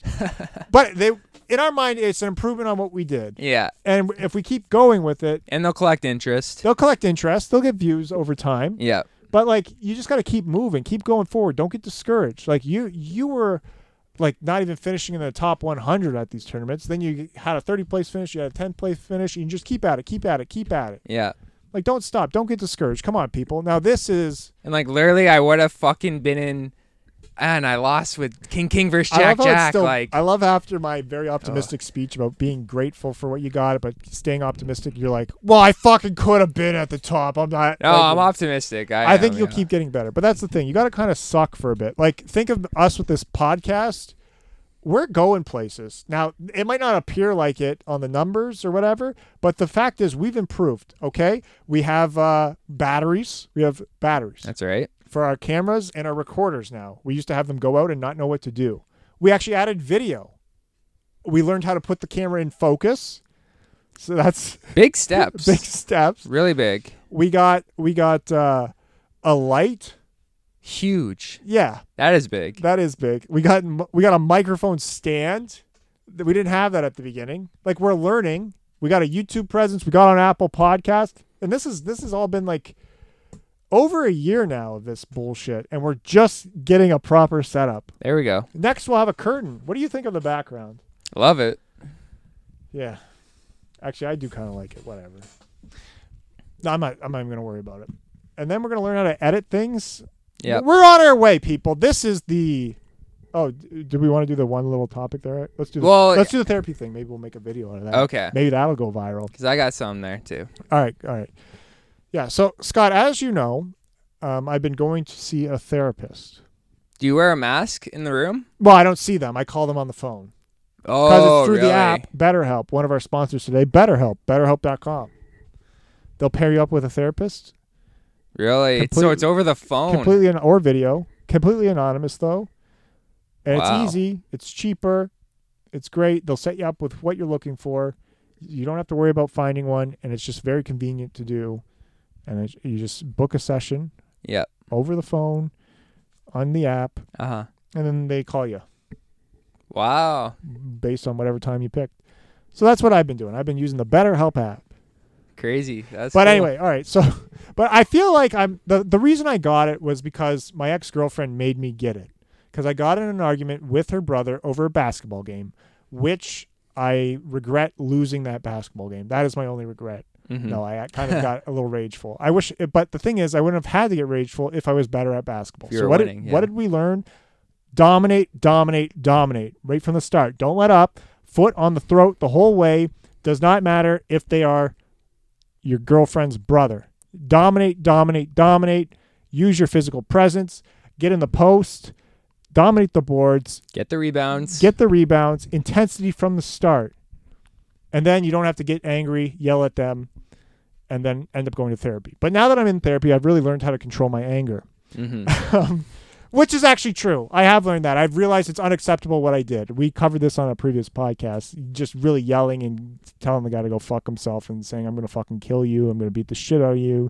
[SPEAKER 2] but they, in our mind, it's an improvement on what we did.
[SPEAKER 1] Yeah,
[SPEAKER 2] And if we keep going with it,
[SPEAKER 1] and they'll collect interest.
[SPEAKER 2] they'll collect interest. They'll get views over time.
[SPEAKER 1] Yeah,
[SPEAKER 2] But like you just got to keep moving, keep going forward. Don't get discouraged. Like you you were like not even finishing in the top 100 at these tournaments. Then you had a 30 place finish, you had a 10 place finish. You just keep at it, keep at it, keep at it.
[SPEAKER 1] yeah.
[SPEAKER 2] Like don't stop, don't get discouraged. Come on, people. Now this is
[SPEAKER 1] And like literally, I would have fucking been in, and I lost with King King versus
[SPEAKER 2] I
[SPEAKER 1] Jack
[SPEAKER 2] love how it's
[SPEAKER 1] Jack.
[SPEAKER 2] still,
[SPEAKER 1] like
[SPEAKER 2] I love after my very optimistic speech about being grateful for what you got, but staying optimistic. You're like, well, I fucking could have been at the top. I'm not.
[SPEAKER 1] no,
[SPEAKER 2] like,
[SPEAKER 1] Oh, I'm optimistic. I,
[SPEAKER 2] I, think
[SPEAKER 1] am,
[SPEAKER 2] you'll
[SPEAKER 1] yeah.
[SPEAKER 2] keep getting better. But that's the thing. You got to kind of suck for a bit. Like, think of us with this podcast. We're going places. Now, it might not appear like it on the numbers or whatever, but the fact is we've improved, okay? We have uh, batteries. We have batteries
[SPEAKER 1] That's right.
[SPEAKER 2] for our cameras and our recorders now. We used to have them go out and not know what to do. We actually added video. We learned how to put the camera in focus. So that's
[SPEAKER 1] Big steps.
[SPEAKER 2] big steps.
[SPEAKER 1] Really big.
[SPEAKER 2] We got we got uh, a light.
[SPEAKER 1] Huge.
[SPEAKER 2] Yeah,
[SPEAKER 1] That is big.
[SPEAKER 2] that is big. We got we got a microphone stand. That We didn't have that at the beginning. Like we're learning. We got a YouTube presence. We got on Apple Podcast, and this is this has all been like over a year now of this bullshit, and we're just getting a proper setup.
[SPEAKER 1] There we go.
[SPEAKER 2] Next, we'll have a curtain. What do you think of the background?
[SPEAKER 1] Love it.
[SPEAKER 2] Yeah, actually, I do kind of like it. Whatever. No, I'm not. I'm not even gonna worry about it. And then we're gonna learn how to edit things.
[SPEAKER 1] Yep.
[SPEAKER 2] we're on our way, people. This is the. Oh, d- do we want to do the one little topic there? Let's do. The,
[SPEAKER 1] Well,
[SPEAKER 2] let's do the therapy thing. Maybe we'll make a video out of that.
[SPEAKER 1] Okay.
[SPEAKER 2] Maybe that'll go viral.
[SPEAKER 1] Because I got some there too.
[SPEAKER 2] All right, all right. Yeah. So Scott, as you know, um, I've been going to see a therapist.
[SPEAKER 1] Do you wear a mask in the room?
[SPEAKER 2] Well, I don't see them. I call them on the phone because
[SPEAKER 1] Oh,
[SPEAKER 2] it's through
[SPEAKER 1] really?
[SPEAKER 2] the app BetterHelp. One of our sponsors today, BetterHelp. BetterHelp.com. They'll pair you up with a therapist,
[SPEAKER 1] Really? It's- so
[SPEAKER 2] Complete-
[SPEAKER 1] it's over the phone.
[SPEAKER 2] completely an or video, completely anonymous though, and
[SPEAKER 1] Wow.
[SPEAKER 2] it's easy. It's cheaper. It's great. They'll set you up with what you're looking for. You don't have to worry about finding one, and it's just very convenient to do. And it, you just book a session.
[SPEAKER 1] Yep.
[SPEAKER 2] over the phone on the app
[SPEAKER 1] Uh huh.
[SPEAKER 2] and then they call you
[SPEAKER 1] Wow.
[SPEAKER 2] based on whatever time you picked so that's what i've been doing i've been using the betterhelp app
[SPEAKER 1] Crazy. That's.
[SPEAKER 2] but
[SPEAKER 1] cool.
[SPEAKER 2] anyway all right so but i feel like i'm the, the reason i got it was because my ex-girlfriend made me get it because i got in an argument with her brother over a basketball game which i regret losing that basketball game that is my only regret
[SPEAKER 1] Mhm.
[SPEAKER 2] no i kind of got a little rageful i wish eh, but the thing is i wouldn't have had to get rageful if i was better at basketball
[SPEAKER 1] If you
[SPEAKER 2] so
[SPEAKER 1] were
[SPEAKER 2] what,
[SPEAKER 1] winning,
[SPEAKER 2] did, what
[SPEAKER 1] yeah.
[SPEAKER 2] did we learn dominate dominate dominate right from the start don't let up foot on the throat the whole way does not matter if they are your girlfriend's brother dominate dominate dominate use your physical presence get in the post dominate the boards
[SPEAKER 1] Get the rebounds.
[SPEAKER 2] get the rebounds, intensity from the start. And then you don't have to get angry, yell at them, and then end up going to therapy. But now that I'm in therapy, I've really learned how to control my anger,
[SPEAKER 1] hmm
[SPEAKER 2] um, which is actually true. I have learned that. I've realized it's unacceptable what I did. We covered this on a previous podcast, just really yelling and telling the guy to go fuck himself and saying, I'm going to fucking kill you. I'm going to beat the shit out of you.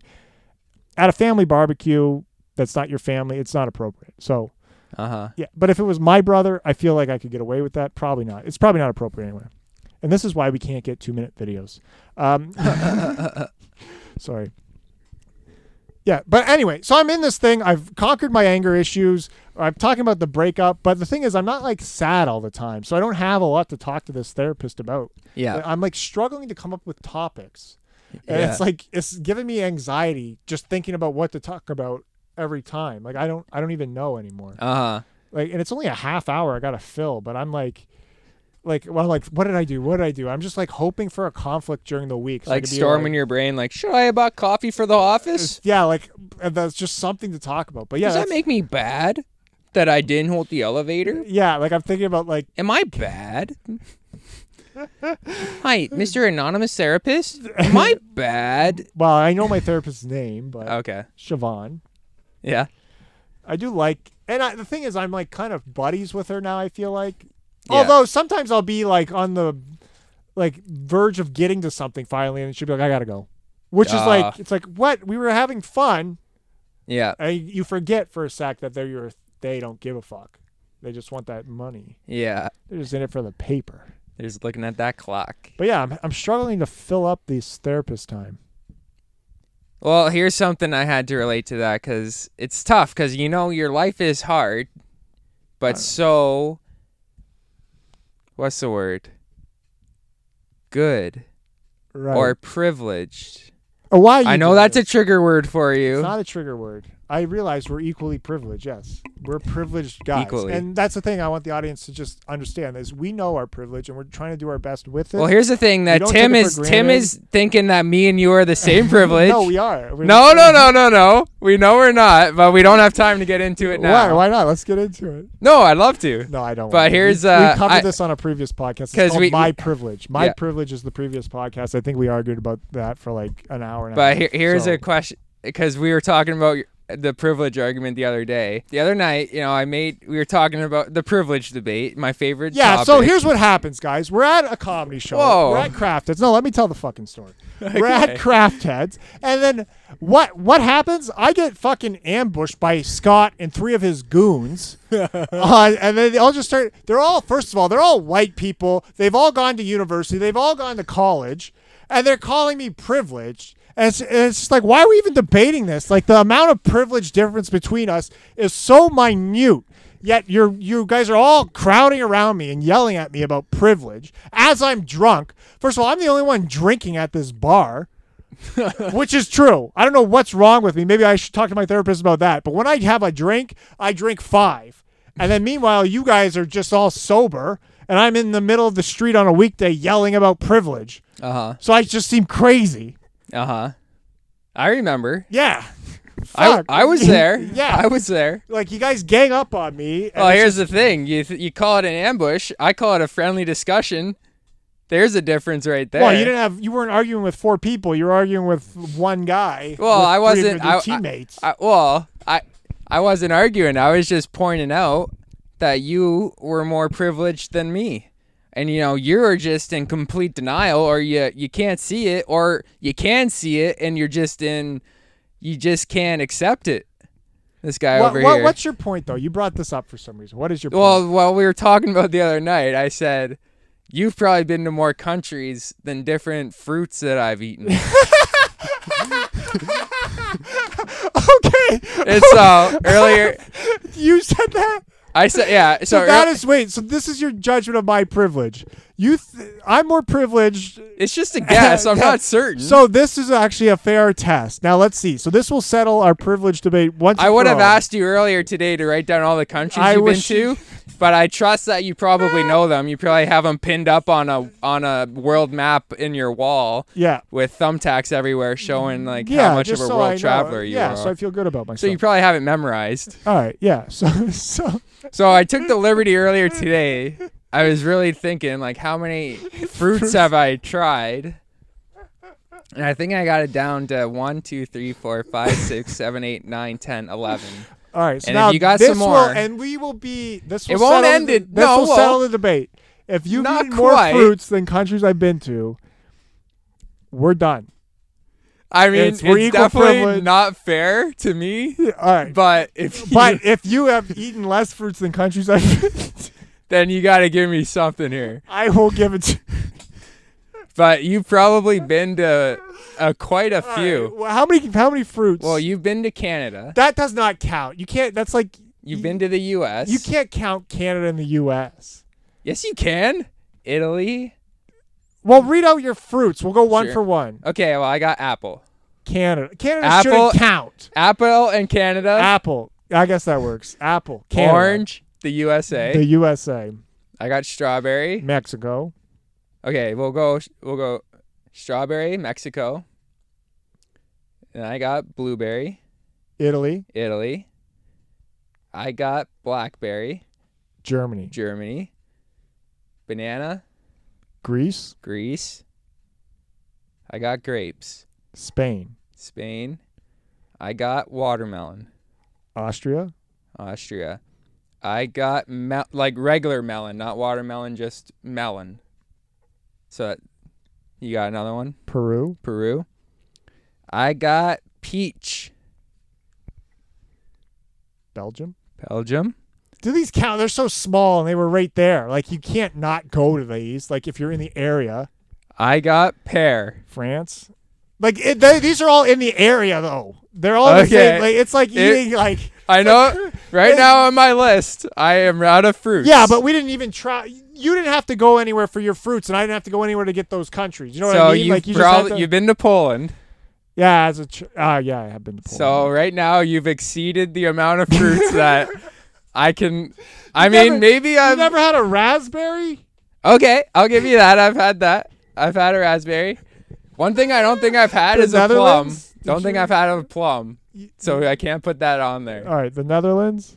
[SPEAKER 2] At a family barbecue that's not your family, it's not appropriate. So
[SPEAKER 1] Uh huh.
[SPEAKER 2] yeah, but if it was my brother, I feel like I could get away with that. Probably not. It's probably not appropriate anyway. And this is why we can't get two minute videos. Um, sorry. Yeah, but anyway, so I'm in this thing. I've conquered my anger issues. I'm talking about the breakup, but the thing is, I'm not like sad all the time, so I don't have a lot to talk to this therapist about.
[SPEAKER 1] Yeah.
[SPEAKER 2] I'm like struggling to come up with topics. And
[SPEAKER 1] yeah.
[SPEAKER 2] it's like it's giving me anxiety just thinking about what to talk about every time. Like I don't, I don't even know anymore
[SPEAKER 1] uh huh.
[SPEAKER 2] like and it's only a half hour i gotta fill but i'm like like well like what did i do what did i do i'm just like hoping for a conflict during the week so I
[SPEAKER 1] Like
[SPEAKER 2] could be
[SPEAKER 1] storm in your brain. Like, should I have bought coffee for the office?
[SPEAKER 2] yeah like and that's just something to talk about but yeah
[SPEAKER 1] Does that
[SPEAKER 2] that's-
[SPEAKER 1] make me bad that I didn't hold the elevator?
[SPEAKER 2] yeah like i'm thinking about like
[SPEAKER 1] Am I bad? Hi, Mr. Anonymous Therapist. Am I bad?
[SPEAKER 2] well i know my therapist's name but
[SPEAKER 1] Okay.
[SPEAKER 2] siobhan
[SPEAKER 1] Yeah.
[SPEAKER 2] i do like and I, the thing is i'm like kind of buddies with her now i feel like
[SPEAKER 1] Yeah.
[SPEAKER 2] although sometimes i'll be like on the like verge of getting to something finally and she'll be like i gotta go which is
[SPEAKER 1] Ah.
[SPEAKER 2] like it's like what we were having fun
[SPEAKER 1] Yeah.
[SPEAKER 2] I, you forget for a sec that they're your they don't give a fuck. They just want that money.
[SPEAKER 1] Yeah.
[SPEAKER 2] They're just in it for the paper.
[SPEAKER 1] They're just looking at that clock.
[SPEAKER 2] But yeah, I'm, I'm struggling to fill up these therapist time.
[SPEAKER 1] Well, here's something I had to relate to that because it's tough because you know your life is hard, but so what's the word? Good
[SPEAKER 2] Right.
[SPEAKER 1] or privileged.
[SPEAKER 2] Or why? you
[SPEAKER 1] I know
[SPEAKER 2] do
[SPEAKER 1] that's a
[SPEAKER 2] this.
[SPEAKER 1] trigger word for
[SPEAKER 2] It's
[SPEAKER 1] you.
[SPEAKER 2] not a trigger word. I realize we're equally privileged. Yes, we're privileged guys,
[SPEAKER 1] Equally.
[SPEAKER 2] and that's the thing I want the audience to just understand is we know our privilege and we're trying to do our best with it.
[SPEAKER 1] Well, here's the thing that
[SPEAKER 2] don't
[SPEAKER 1] Tim
[SPEAKER 2] take it
[SPEAKER 1] is
[SPEAKER 2] for
[SPEAKER 1] Tim
[SPEAKER 2] granted.
[SPEAKER 1] is thinking that me and you are the same privilege.
[SPEAKER 2] no, we are. We're
[SPEAKER 1] no,
[SPEAKER 2] the
[SPEAKER 1] no,
[SPEAKER 2] same.
[SPEAKER 1] no, no, no. We know we're not, but we don't have time to get into it
[SPEAKER 2] Why?
[SPEAKER 1] now.
[SPEAKER 2] Why not? Let's get into it.
[SPEAKER 1] No, I'd love to.
[SPEAKER 2] No, I don't.
[SPEAKER 1] But
[SPEAKER 2] want to.
[SPEAKER 1] here's,
[SPEAKER 2] we,
[SPEAKER 1] uh,
[SPEAKER 2] we covered
[SPEAKER 1] I-
[SPEAKER 2] this on a previous podcast.
[SPEAKER 1] 'Cause
[SPEAKER 2] It's called
[SPEAKER 1] we-
[SPEAKER 2] my privilege. My
[SPEAKER 1] Yeah.
[SPEAKER 2] privilege is the previous podcast. I think we argued about that for like an hour. And a
[SPEAKER 1] But here,
[SPEAKER 2] half.
[SPEAKER 1] here's
[SPEAKER 2] So-
[SPEAKER 1] a question because we were talking about your- the privilege argument the other day. The other night, you know, I made we were talking about the privilege debate, my favorite.
[SPEAKER 2] yeah.
[SPEAKER 1] topic.
[SPEAKER 2] So here's what happens, guys. We're at a comedy show.
[SPEAKER 1] Whoa.
[SPEAKER 2] We're at Craft Heads. No, let me tell the fucking story. We're
[SPEAKER 1] Okay.
[SPEAKER 2] at Craft Heads, and then what? What happens? I get fucking ambushed by Scott and three of his goons, Uh, and then they all just start. They're all first of all, they're all white people. They've all gone to university. They've all gone to college, and they're calling me privileged. And it's, it's just like, why are we even debating this? Like the amount of privilege difference between us is so minute. Yet you're you guys are all crowding around me and yelling at me about privilege as I'm drunk. First of all, I'm the only one drinking at this bar. which is true. I don't know what's wrong with me. Maybe I should talk to my therapist about that. But when I have a drink, I drink five. And then meanwhile, you guys are just all sober, and I'm in the middle of the street on a weekday yelling about privilege.
[SPEAKER 1] Uh huh.
[SPEAKER 2] So I just seem crazy.
[SPEAKER 1] Uh huh. I remember.
[SPEAKER 2] Yeah.
[SPEAKER 1] I,
[SPEAKER 2] Fuck.
[SPEAKER 1] I was there.
[SPEAKER 2] Yeah.
[SPEAKER 1] I was there.
[SPEAKER 2] like you guys gang up on me. and
[SPEAKER 1] Well,
[SPEAKER 2] it's
[SPEAKER 1] Oh, here's the thing. You th- you call it an ambush. I call it a friendly discussion. There's a difference right there.
[SPEAKER 2] Well, you didn't have you weren't arguing with four people. You were arguing with one guy.
[SPEAKER 1] Well,
[SPEAKER 2] with
[SPEAKER 1] I
[SPEAKER 2] three of
[SPEAKER 1] wasn't-
[SPEAKER 2] your
[SPEAKER 1] I- I-
[SPEAKER 2] teammates.
[SPEAKER 1] I, well, I I wasn't arguing. I was just pointing out that you were more privileged than me. And you know, you're just in complete denial or you you can't see it or you can see it and you're just in you just can't accept it. This guy
[SPEAKER 2] What-
[SPEAKER 1] over
[SPEAKER 2] what-
[SPEAKER 1] here.
[SPEAKER 2] What's your point though? You brought this up for some reason. What is your point?
[SPEAKER 1] Well, while we were talking about the other night, I said, "You've probably been to more countries than different fruits that I've eaten."
[SPEAKER 2] okay.
[SPEAKER 1] and so earlier,
[SPEAKER 2] you said that.
[SPEAKER 1] I said, "Yeah."
[SPEAKER 2] So
[SPEAKER 1] So
[SPEAKER 2] that
[SPEAKER 1] ear-
[SPEAKER 2] is wait. So this is your judgment of my privilege. You, th- I'm more privileged.
[SPEAKER 1] it's just a guess. I'm
[SPEAKER 2] Yeah.
[SPEAKER 1] not certain.
[SPEAKER 2] So this is actually a fair test. Now let's see. So this will settle our privilege debate once.
[SPEAKER 1] I
[SPEAKER 2] and
[SPEAKER 1] would
[SPEAKER 2] for
[SPEAKER 1] have
[SPEAKER 2] all.
[SPEAKER 1] asked you earlier today to write down all the countries
[SPEAKER 2] I
[SPEAKER 1] you've been
[SPEAKER 2] wish-
[SPEAKER 1] to, but I trust that you probably know them. You probably have them pinned up on a on a world map in your wall
[SPEAKER 2] Yeah.
[SPEAKER 1] with thumbtacks everywhere showing like
[SPEAKER 2] Yeah.
[SPEAKER 1] how much of
[SPEAKER 2] just
[SPEAKER 1] a
[SPEAKER 2] so I
[SPEAKER 1] world
[SPEAKER 2] know.
[SPEAKER 1] traveler you
[SPEAKER 2] yeah,
[SPEAKER 1] are.
[SPEAKER 2] So I feel good about myself.
[SPEAKER 1] so you probably haven't memorized.
[SPEAKER 2] all right. Yeah. So so
[SPEAKER 1] So I took the liberty earlier today. I was really thinking, like, how many fruits have I tried? And I think I got it down to one, two, three, four, five, six, seven, eight, nine, ten, eleven.
[SPEAKER 2] all right. So
[SPEAKER 1] And if
[SPEAKER 2] now
[SPEAKER 1] you got
[SPEAKER 2] this
[SPEAKER 1] some
[SPEAKER 2] Will,
[SPEAKER 1] more-
[SPEAKER 2] and we will be. This will
[SPEAKER 1] It won't
[SPEAKER 2] settle
[SPEAKER 1] end
[SPEAKER 2] the-
[SPEAKER 1] it-
[SPEAKER 2] This
[SPEAKER 1] no,
[SPEAKER 2] will
[SPEAKER 1] it won't.
[SPEAKER 2] settle the debate. If you've
[SPEAKER 1] Not
[SPEAKER 2] eaten more
[SPEAKER 1] quite.
[SPEAKER 2] fruits than countries I've been to, we're done.
[SPEAKER 1] I mean,
[SPEAKER 2] It's-
[SPEAKER 1] it's,
[SPEAKER 2] we're equal
[SPEAKER 1] definitely
[SPEAKER 2] privilege.
[SPEAKER 1] not fair to me,
[SPEAKER 2] Yeah, All right.
[SPEAKER 1] but if you,
[SPEAKER 2] But if you have eaten less fruits than countries I've been to,
[SPEAKER 1] then you got to give me something here.
[SPEAKER 2] I will give it to
[SPEAKER 1] But you've probably been to uh, quite a
[SPEAKER 2] you.
[SPEAKER 1] few.
[SPEAKER 2] Well, how many how many fruits?
[SPEAKER 1] Well, you've been to Canada.
[SPEAKER 2] that does not count. You can't that's like
[SPEAKER 1] You've
[SPEAKER 2] you-
[SPEAKER 1] been to the U.S.
[SPEAKER 2] you can't count Canada and the US.
[SPEAKER 1] Yes, you can. Italy.
[SPEAKER 2] Well, read out your fruits. We'll go one
[SPEAKER 1] Sure.
[SPEAKER 2] for one.
[SPEAKER 1] Okay, well, I got apple.
[SPEAKER 2] Canada. Canada
[SPEAKER 1] Apple-
[SPEAKER 2] shouldn't count.
[SPEAKER 1] Apple and Canada,
[SPEAKER 2] Apple. I guess that works. Apple. Canada.
[SPEAKER 1] orange, the USA.
[SPEAKER 2] The USA.
[SPEAKER 1] I got strawberry.
[SPEAKER 2] Mexico.
[SPEAKER 1] Okay, we'll go we'll go strawberry, Mexico. And I got blueberry,
[SPEAKER 2] Italy.
[SPEAKER 1] Italy. I got blackberry,
[SPEAKER 2] Germany.
[SPEAKER 1] Germany. Banana,
[SPEAKER 2] Greece.
[SPEAKER 1] Greece. I got grapes,
[SPEAKER 2] Spain.
[SPEAKER 1] Spain. I got watermelon,
[SPEAKER 2] Austria.
[SPEAKER 1] Austria. I got mel- like regular melon, not watermelon, just melon. So you got another one?
[SPEAKER 2] Peru.
[SPEAKER 1] Peru. I got peach,
[SPEAKER 2] Belgium.
[SPEAKER 1] Belgium.
[SPEAKER 2] Do these count? They're so small and they were right there. Like you can't not go to these. Like if you're in the area,
[SPEAKER 1] I got pear.
[SPEAKER 2] France. Like it, they, these are all in the area though. They're all the same.
[SPEAKER 1] Okay.
[SPEAKER 2] Like it's like
[SPEAKER 1] It-
[SPEAKER 2] eating like
[SPEAKER 1] I know right now on my list, I am out of fruits.
[SPEAKER 2] yeah, but we didn't even try. You didn't have to go anywhere for your fruits, and I didn't have to go anywhere to get those countries. You know what
[SPEAKER 1] so
[SPEAKER 2] I mean?
[SPEAKER 1] you've
[SPEAKER 2] like you just
[SPEAKER 1] probably
[SPEAKER 2] have to-
[SPEAKER 1] you've been to Poland.
[SPEAKER 2] yeah, as a ch- ah yeah, I have been to Poland.
[SPEAKER 1] So right now you've exceeded the amount of fruits that I can. I
[SPEAKER 2] You
[SPEAKER 1] mean,
[SPEAKER 2] never-
[SPEAKER 1] maybe
[SPEAKER 2] you
[SPEAKER 1] I've
[SPEAKER 2] never had a raspberry.
[SPEAKER 1] okay. I'll give you that. I've had that. I've had a raspberry. One thing I don't think I've had
[SPEAKER 2] The
[SPEAKER 1] is a plum.
[SPEAKER 2] Netherlands? Did
[SPEAKER 1] Don't think
[SPEAKER 2] you-
[SPEAKER 1] I've had a plum,
[SPEAKER 2] You- Oh,
[SPEAKER 1] so I can't put that on there.
[SPEAKER 2] all right, the Netherlands.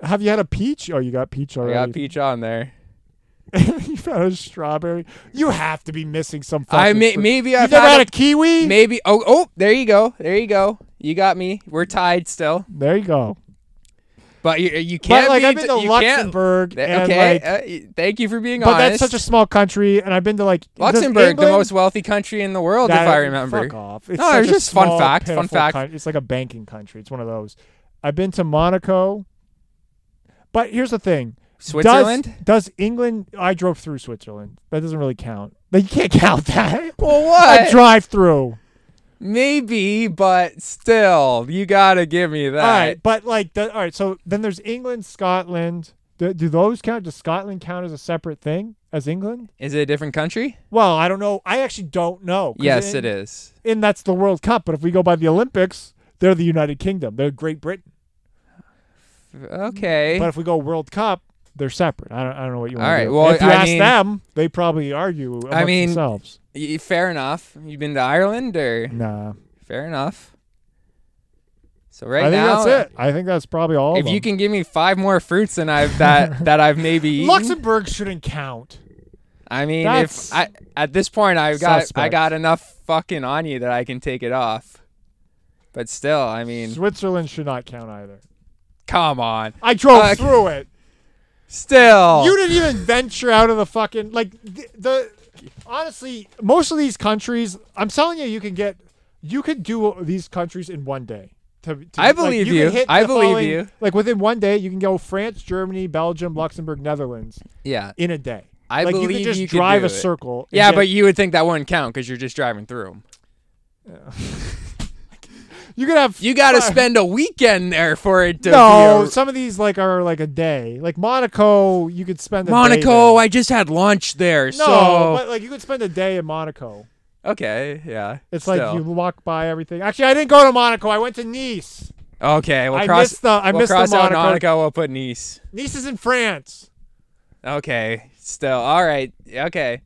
[SPEAKER 2] Have you had a peach? Oh, you got peach
[SPEAKER 1] I
[SPEAKER 2] already.
[SPEAKER 1] got peach on there.
[SPEAKER 2] you found a strawberry. You have to be missing some. Fucking
[SPEAKER 1] I may,
[SPEAKER 2] fruit.
[SPEAKER 1] maybe
[SPEAKER 2] You
[SPEAKER 1] I've
[SPEAKER 2] never had a
[SPEAKER 1] had,
[SPEAKER 2] kiwi.
[SPEAKER 1] a, maybe. Oh, oh, there you go, there you go. You got me. We're tied still,
[SPEAKER 2] There you go.
[SPEAKER 1] but you you can't
[SPEAKER 2] But like
[SPEAKER 1] be.
[SPEAKER 2] I've been to
[SPEAKER 1] you can't,
[SPEAKER 2] Luxembourg.
[SPEAKER 1] th-
[SPEAKER 2] and,
[SPEAKER 1] okay,
[SPEAKER 2] like-
[SPEAKER 1] uh, y- thank you for being
[SPEAKER 2] but that's
[SPEAKER 1] honest.
[SPEAKER 2] such a small country, and I've been to like does
[SPEAKER 1] Luxembourg, the
[SPEAKER 2] England-
[SPEAKER 1] most wealthy country in the world,
[SPEAKER 2] That-
[SPEAKER 1] if I remember.
[SPEAKER 2] Fuck off. It's
[SPEAKER 1] No, it
[SPEAKER 2] such
[SPEAKER 1] was
[SPEAKER 2] a
[SPEAKER 1] just fun
[SPEAKER 2] small,
[SPEAKER 1] fact, fun
[SPEAKER 2] pitiful
[SPEAKER 1] fact.
[SPEAKER 2] coun- it's like a banking country. It's one of those. I've been to Monaco. But here's the thing.
[SPEAKER 1] Switzerland.
[SPEAKER 2] Does, does England? I drove through Switzerland. That doesn't really count. Like, You can't count that.
[SPEAKER 1] well,
[SPEAKER 2] I
[SPEAKER 1] what?
[SPEAKER 2] drive through.
[SPEAKER 1] Maybe, but still, you gotta give me that.
[SPEAKER 2] All right, but like, the, all right. So then there's England, Scotland. Do, do those count? Does Scotland count as a separate thing as England?
[SPEAKER 1] Is it a different country?
[SPEAKER 2] Well, I don't know. I actually don't know. 'cause
[SPEAKER 1] Yes,
[SPEAKER 2] in,
[SPEAKER 1] it is.
[SPEAKER 2] And that's the World Cup. But if we go by the Olympics, they're the United Kingdom. They're Great Britain.
[SPEAKER 1] Okay.
[SPEAKER 2] But if we go World Cup, they're separate. I don't, I don't know what you
[SPEAKER 1] All
[SPEAKER 2] want
[SPEAKER 1] right,
[SPEAKER 2] to do.
[SPEAKER 1] well,
[SPEAKER 2] if you
[SPEAKER 1] I
[SPEAKER 2] ask
[SPEAKER 1] mean-
[SPEAKER 2] them, they probably argue amongst
[SPEAKER 1] mean-
[SPEAKER 2] themselves.
[SPEAKER 1] Y- Fair enough. You've been to Ireland, or
[SPEAKER 2] Nah.
[SPEAKER 1] fair enough. So right
[SPEAKER 2] I think
[SPEAKER 1] now, uh,
[SPEAKER 2] that's it. I think that's probably all
[SPEAKER 1] if
[SPEAKER 2] of
[SPEAKER 1] you
[SPEAKER 2] them.
[SPEAKER 1] can give me five more fruits than I've that that I've maybe eaten,
[SPEAKER 2] Luxembourg shouldn't count.
[SPEAKER 1] I mean,
[SPEAKER 2] That's
[SPEAKER 1] if I at this point I've got I
[SPEAKER 2] suspect.
[SPEAKER 1] got enough fucking on you that I can take it off. But still, I mean,
[SPEAKER 2] Switzerland should not count either.
[SPEAKER 1] come on.
[SPEAKER 2] I drove
[SPEAKER 1] Uh, oh.
[SPEAKER 2] through it.
[SPEAKER 1] Still,
[SPEAKER 2] You didn't even venture out of the fucking like the, the. Honestly, most of these countries, I'm telling you, you can get, you could do these countries in one day. To, to-
[SPEAKER 1] I
[SPEAKER 2] like,
[SPEAKER 1] believe
[SPEAKER 2] could
[SPEAKER 1] you.
[SPEAKER 2] hit
[SPEAKER 1] I
[SPEAKER 2] the
[SPEAKER 1] believe
[SPEAKER 2] following-
[SPEAKER 1] you.
[SPEAKER 2] Like within one day, you can go France, Germany, Belgium, Luxembourg, Netherlands
[SPEAKER 1] yeah,
[SPEAKER 2] in a day.
[SPEAKER 1] I
[SPEAKER 2] like you
[SPEAKER 1] believe
[SPEAKER 2] could just
[SPEAKER 1] you could
[SPEAKER 2] drive
[SPEAKER 1] do
[SPEAKER 2] a
[SPEAKER 1] it.
[SPEAKER 2] circle. and
[SPEAKER 1] yeah.
[SPEAKER 2] get-
[SPEAKER 1] But you would think that wouldn't count because you're just driving through them.
[SPEAKER 2] you could have.
[SPEAKER 1] You got to
[SPEAKER 2] five-
[SPEAKER 1] spend a weekend there for it to
[SPEAKER 2] No,
[SPEAKER 1] be a-
[SPEAKER 2] some of these like are like a day. Like Monaco, you could spend a
[SPEAKER 1] Monaco,
[SPEAKER 2] Day
[SPEAKER 1] I just had lunch there.
[SPEAKER 2] there. no,
[SPEAKER 1] so
[SPEAKER 2] but like you could spend a day in Monaco.
[SPEAKER 1] okay, yeah.
[SPEAKER 2] It's
[SPEAKER 1] Still.
[SPEAKER 2] like you walk by everything. Actually, I didn't go to Monaco. I went to Nice.
[SPEAKER 1] Okay, we'll
[SPEAKER 2] I
[SPEAKER 1] cross.
[SPEAKER 2] missed the. I
[SPEAKER 1] we'll
[SPEAKER 2] missed
[SPEAKER 1] cross
[SPEAKER 2] the
[SPEAKER 1] out
[SPEAKER 2] Monaco.
[SPEAKER 1] Monaco. We'll put Nice.
[SPEAKER 2] Nice is in France.
[SPEAKER 1] Okay, still all right. Okay,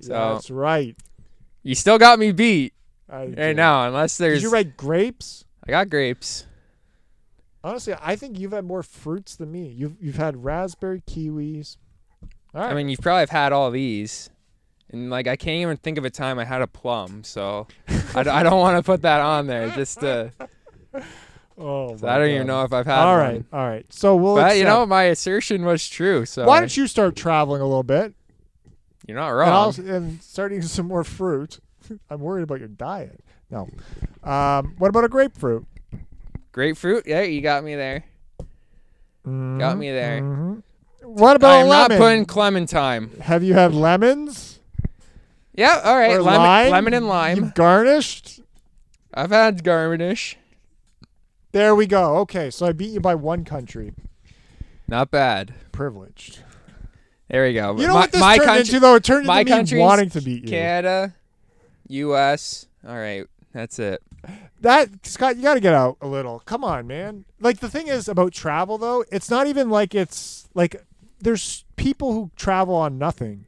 [SPEAKER 1] so
[SPEAKER 2] Yeah, that's right.
[SPEAKER 1] you still got me beat
[SPEAKER 2] I
[SPEAKER 1] right
[SPEAKER 2] did.
[SPEAKER 1] now, unless
[SPEAKER 2] Did
[SPEAKER 1] there's.
[SPEAKER 2] you write grapes?
[SPEAKER 1] I got grapes.
[SPEAKER 2] Honestly, I think you've had more fruits than me. You've you've had raspberry, kiwis. All right.
[SPEAKER 1] I mean, you probably have had all these, and like I can't even think of a time I had a plum. So I, d- I don't want to put that on there. Just to,
[SPEAKER 2] oh,
[SPEAKER 1] so
[SPEAKER 2] my
[SPEAKER 1] I don't
[SPEAKER 2] God.
[SPEAKER 1] even know if I've had.
[SPEAKER 2] All
[SPEAKER 1] one.
[SPEAKER 2] right, all right. So we'll.
[SPEAKER 1] but you
[SPEAKER 2] accept-
[SPEAKER 1] know, my assertion was true. So
[SPEAKER 2] why don't you start traveling a little bit?
[SPEAKER 1] You're not
[SPEAKER 2] and,
[SPEAKER 1] wrong.
[SPEAKER 2] I'll, and start eating some more fruit. I'm worried about your diet. No. Um, what about a grapefruit?
[SPEAKER 1] Grapefruit. Yeah, you got me there. Got me there.
[SPEAKER 2] Mhm. Mm, What about
[SPEAKER 1] I'm
[SPEAKER 2] a lemon?
[SPEAKER 1] not putting clementine.
[SPEAKER 2] Have you had lemons
[SPEAKER 1] Yeah, all right.
[SPEAKER 2] or
[SPEAKER 1] Lemon,
[SPEAKER 2] lime?
[SPEAKER 1] lemon and lime.
[SPEAKER 2] You've garnished.
[SPEAKER 1] I've had garnish.
[SPEAKER 2] There we go. Okay, so I beat you by one country.
[SPEAKER 1] Not bad.
[SPEAKER 2] Privileged.
[SPEAKER 1] There we go.
[SPEAKER 2] You know
[SPEAKER 1] my,
[SPEAKER 2] what this
[SPEAKER 1] my
[SPEAKER 2] turned
[SPEAKER 1] country,
[SPEAKER 2] into though? It turned
[SPEAKER 1] my
[SPEAKER 2] into
[SPEAKER 1] country's
[SPEAKER 2] me wanting to beat you.
[SPEAKER 1] Canada, U.S. All right, that's it.
[SPEAKER 2] That Scott, you got to get out a little. Come on, man. Like the thing is about travel though, it's not even like it's like there's people who travel on nothing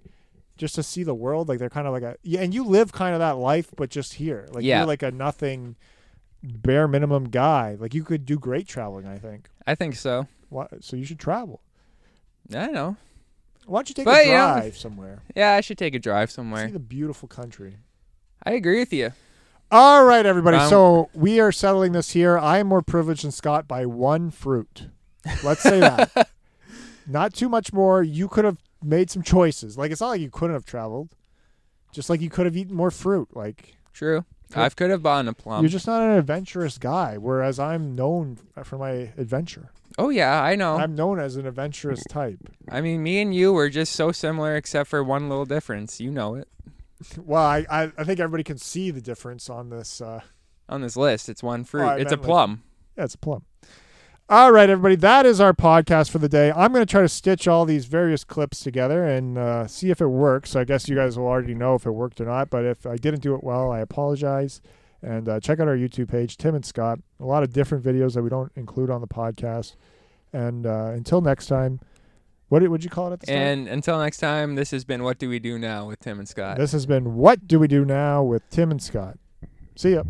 [SPEAKER 2] just to see the world. Like they're kind of like a yeah, and you live kind of that life, but just here. Like
[SPEAKER 1] Yeah.
[SPEAKER 2] you're like a nothing, bare minimum guy. Like you could do great traveling, I think.
[SPEAKER 1] I think so.
[SPEAKER 2] Why, so you should travel.
[SPEAKER 1] I know.
[SPEAKER 2] Why don't you take
[SPEAKER 1] But,
[SPEAKER 2] a
[SPEAKER 1] you know,
[SPEAKER 2] drive somewhere?
[SPEAKER 1] Yeah, I should take a drive
[SPEAKER 2] See
[SPEAKER 1] somewhere.
[SPEAKER 2] the beautiful country.
[SPEAKER 1] I agree with you.
[SPEAKER 2] All right, everybody.
[SPEAKER 1] Um,
[SPEAKER 2] so we are settling this here. I am more privileged than Scott by one fruit. Let's say that. not too much more. You could have made some choices. Like it's not like you couldn't have traveled. Just like you could have eaten more fruit. Like
[SPEAKER 1] True.
[SPEAKER 2] Yep.
[SPEAKER 1] I could have bought a plum.
[SPEAKER 2] you're just not an adventurous guy, whereas I'm known for my adventure.
[SPEAKER 1] oh yeah, I know.
[SPEAKER 2] I'm known as an adventurous type.
[SPEAKER 1] I mean, me and you were just so similar, except for one little difference. You know it.
[SPEAKER 2] Well, I, I, I think everybody can see the difference on this uh,
[SPEAKER 1] On this list, it's one fruit.
[SPEAKER 2] I
[SPEAKER 1] it's a
[SPEAKER 2] meant, like-
[SPEAKER 1] plum.
[SPEAKER 2] Yeah, it's a plum. All right, everybody, that is our podcast for the day. I'm going to try to stitch all these various clips together and uh, see if it works. I guess you guys will already know if it worked or not, but if I didn't do it well, I apologize. And uh, check out our YouTube page, Tim and Scott. A lot of different videos that we don't include on the podcast. And uh, until next time, what would you call it at the start?
[SPEAKER 1] And until next time, this has been uh, What Do We Do Now with Tim and Scott.
[SPEAKER 2] This has been What Do We Do Now with Tim and Scott. See ya.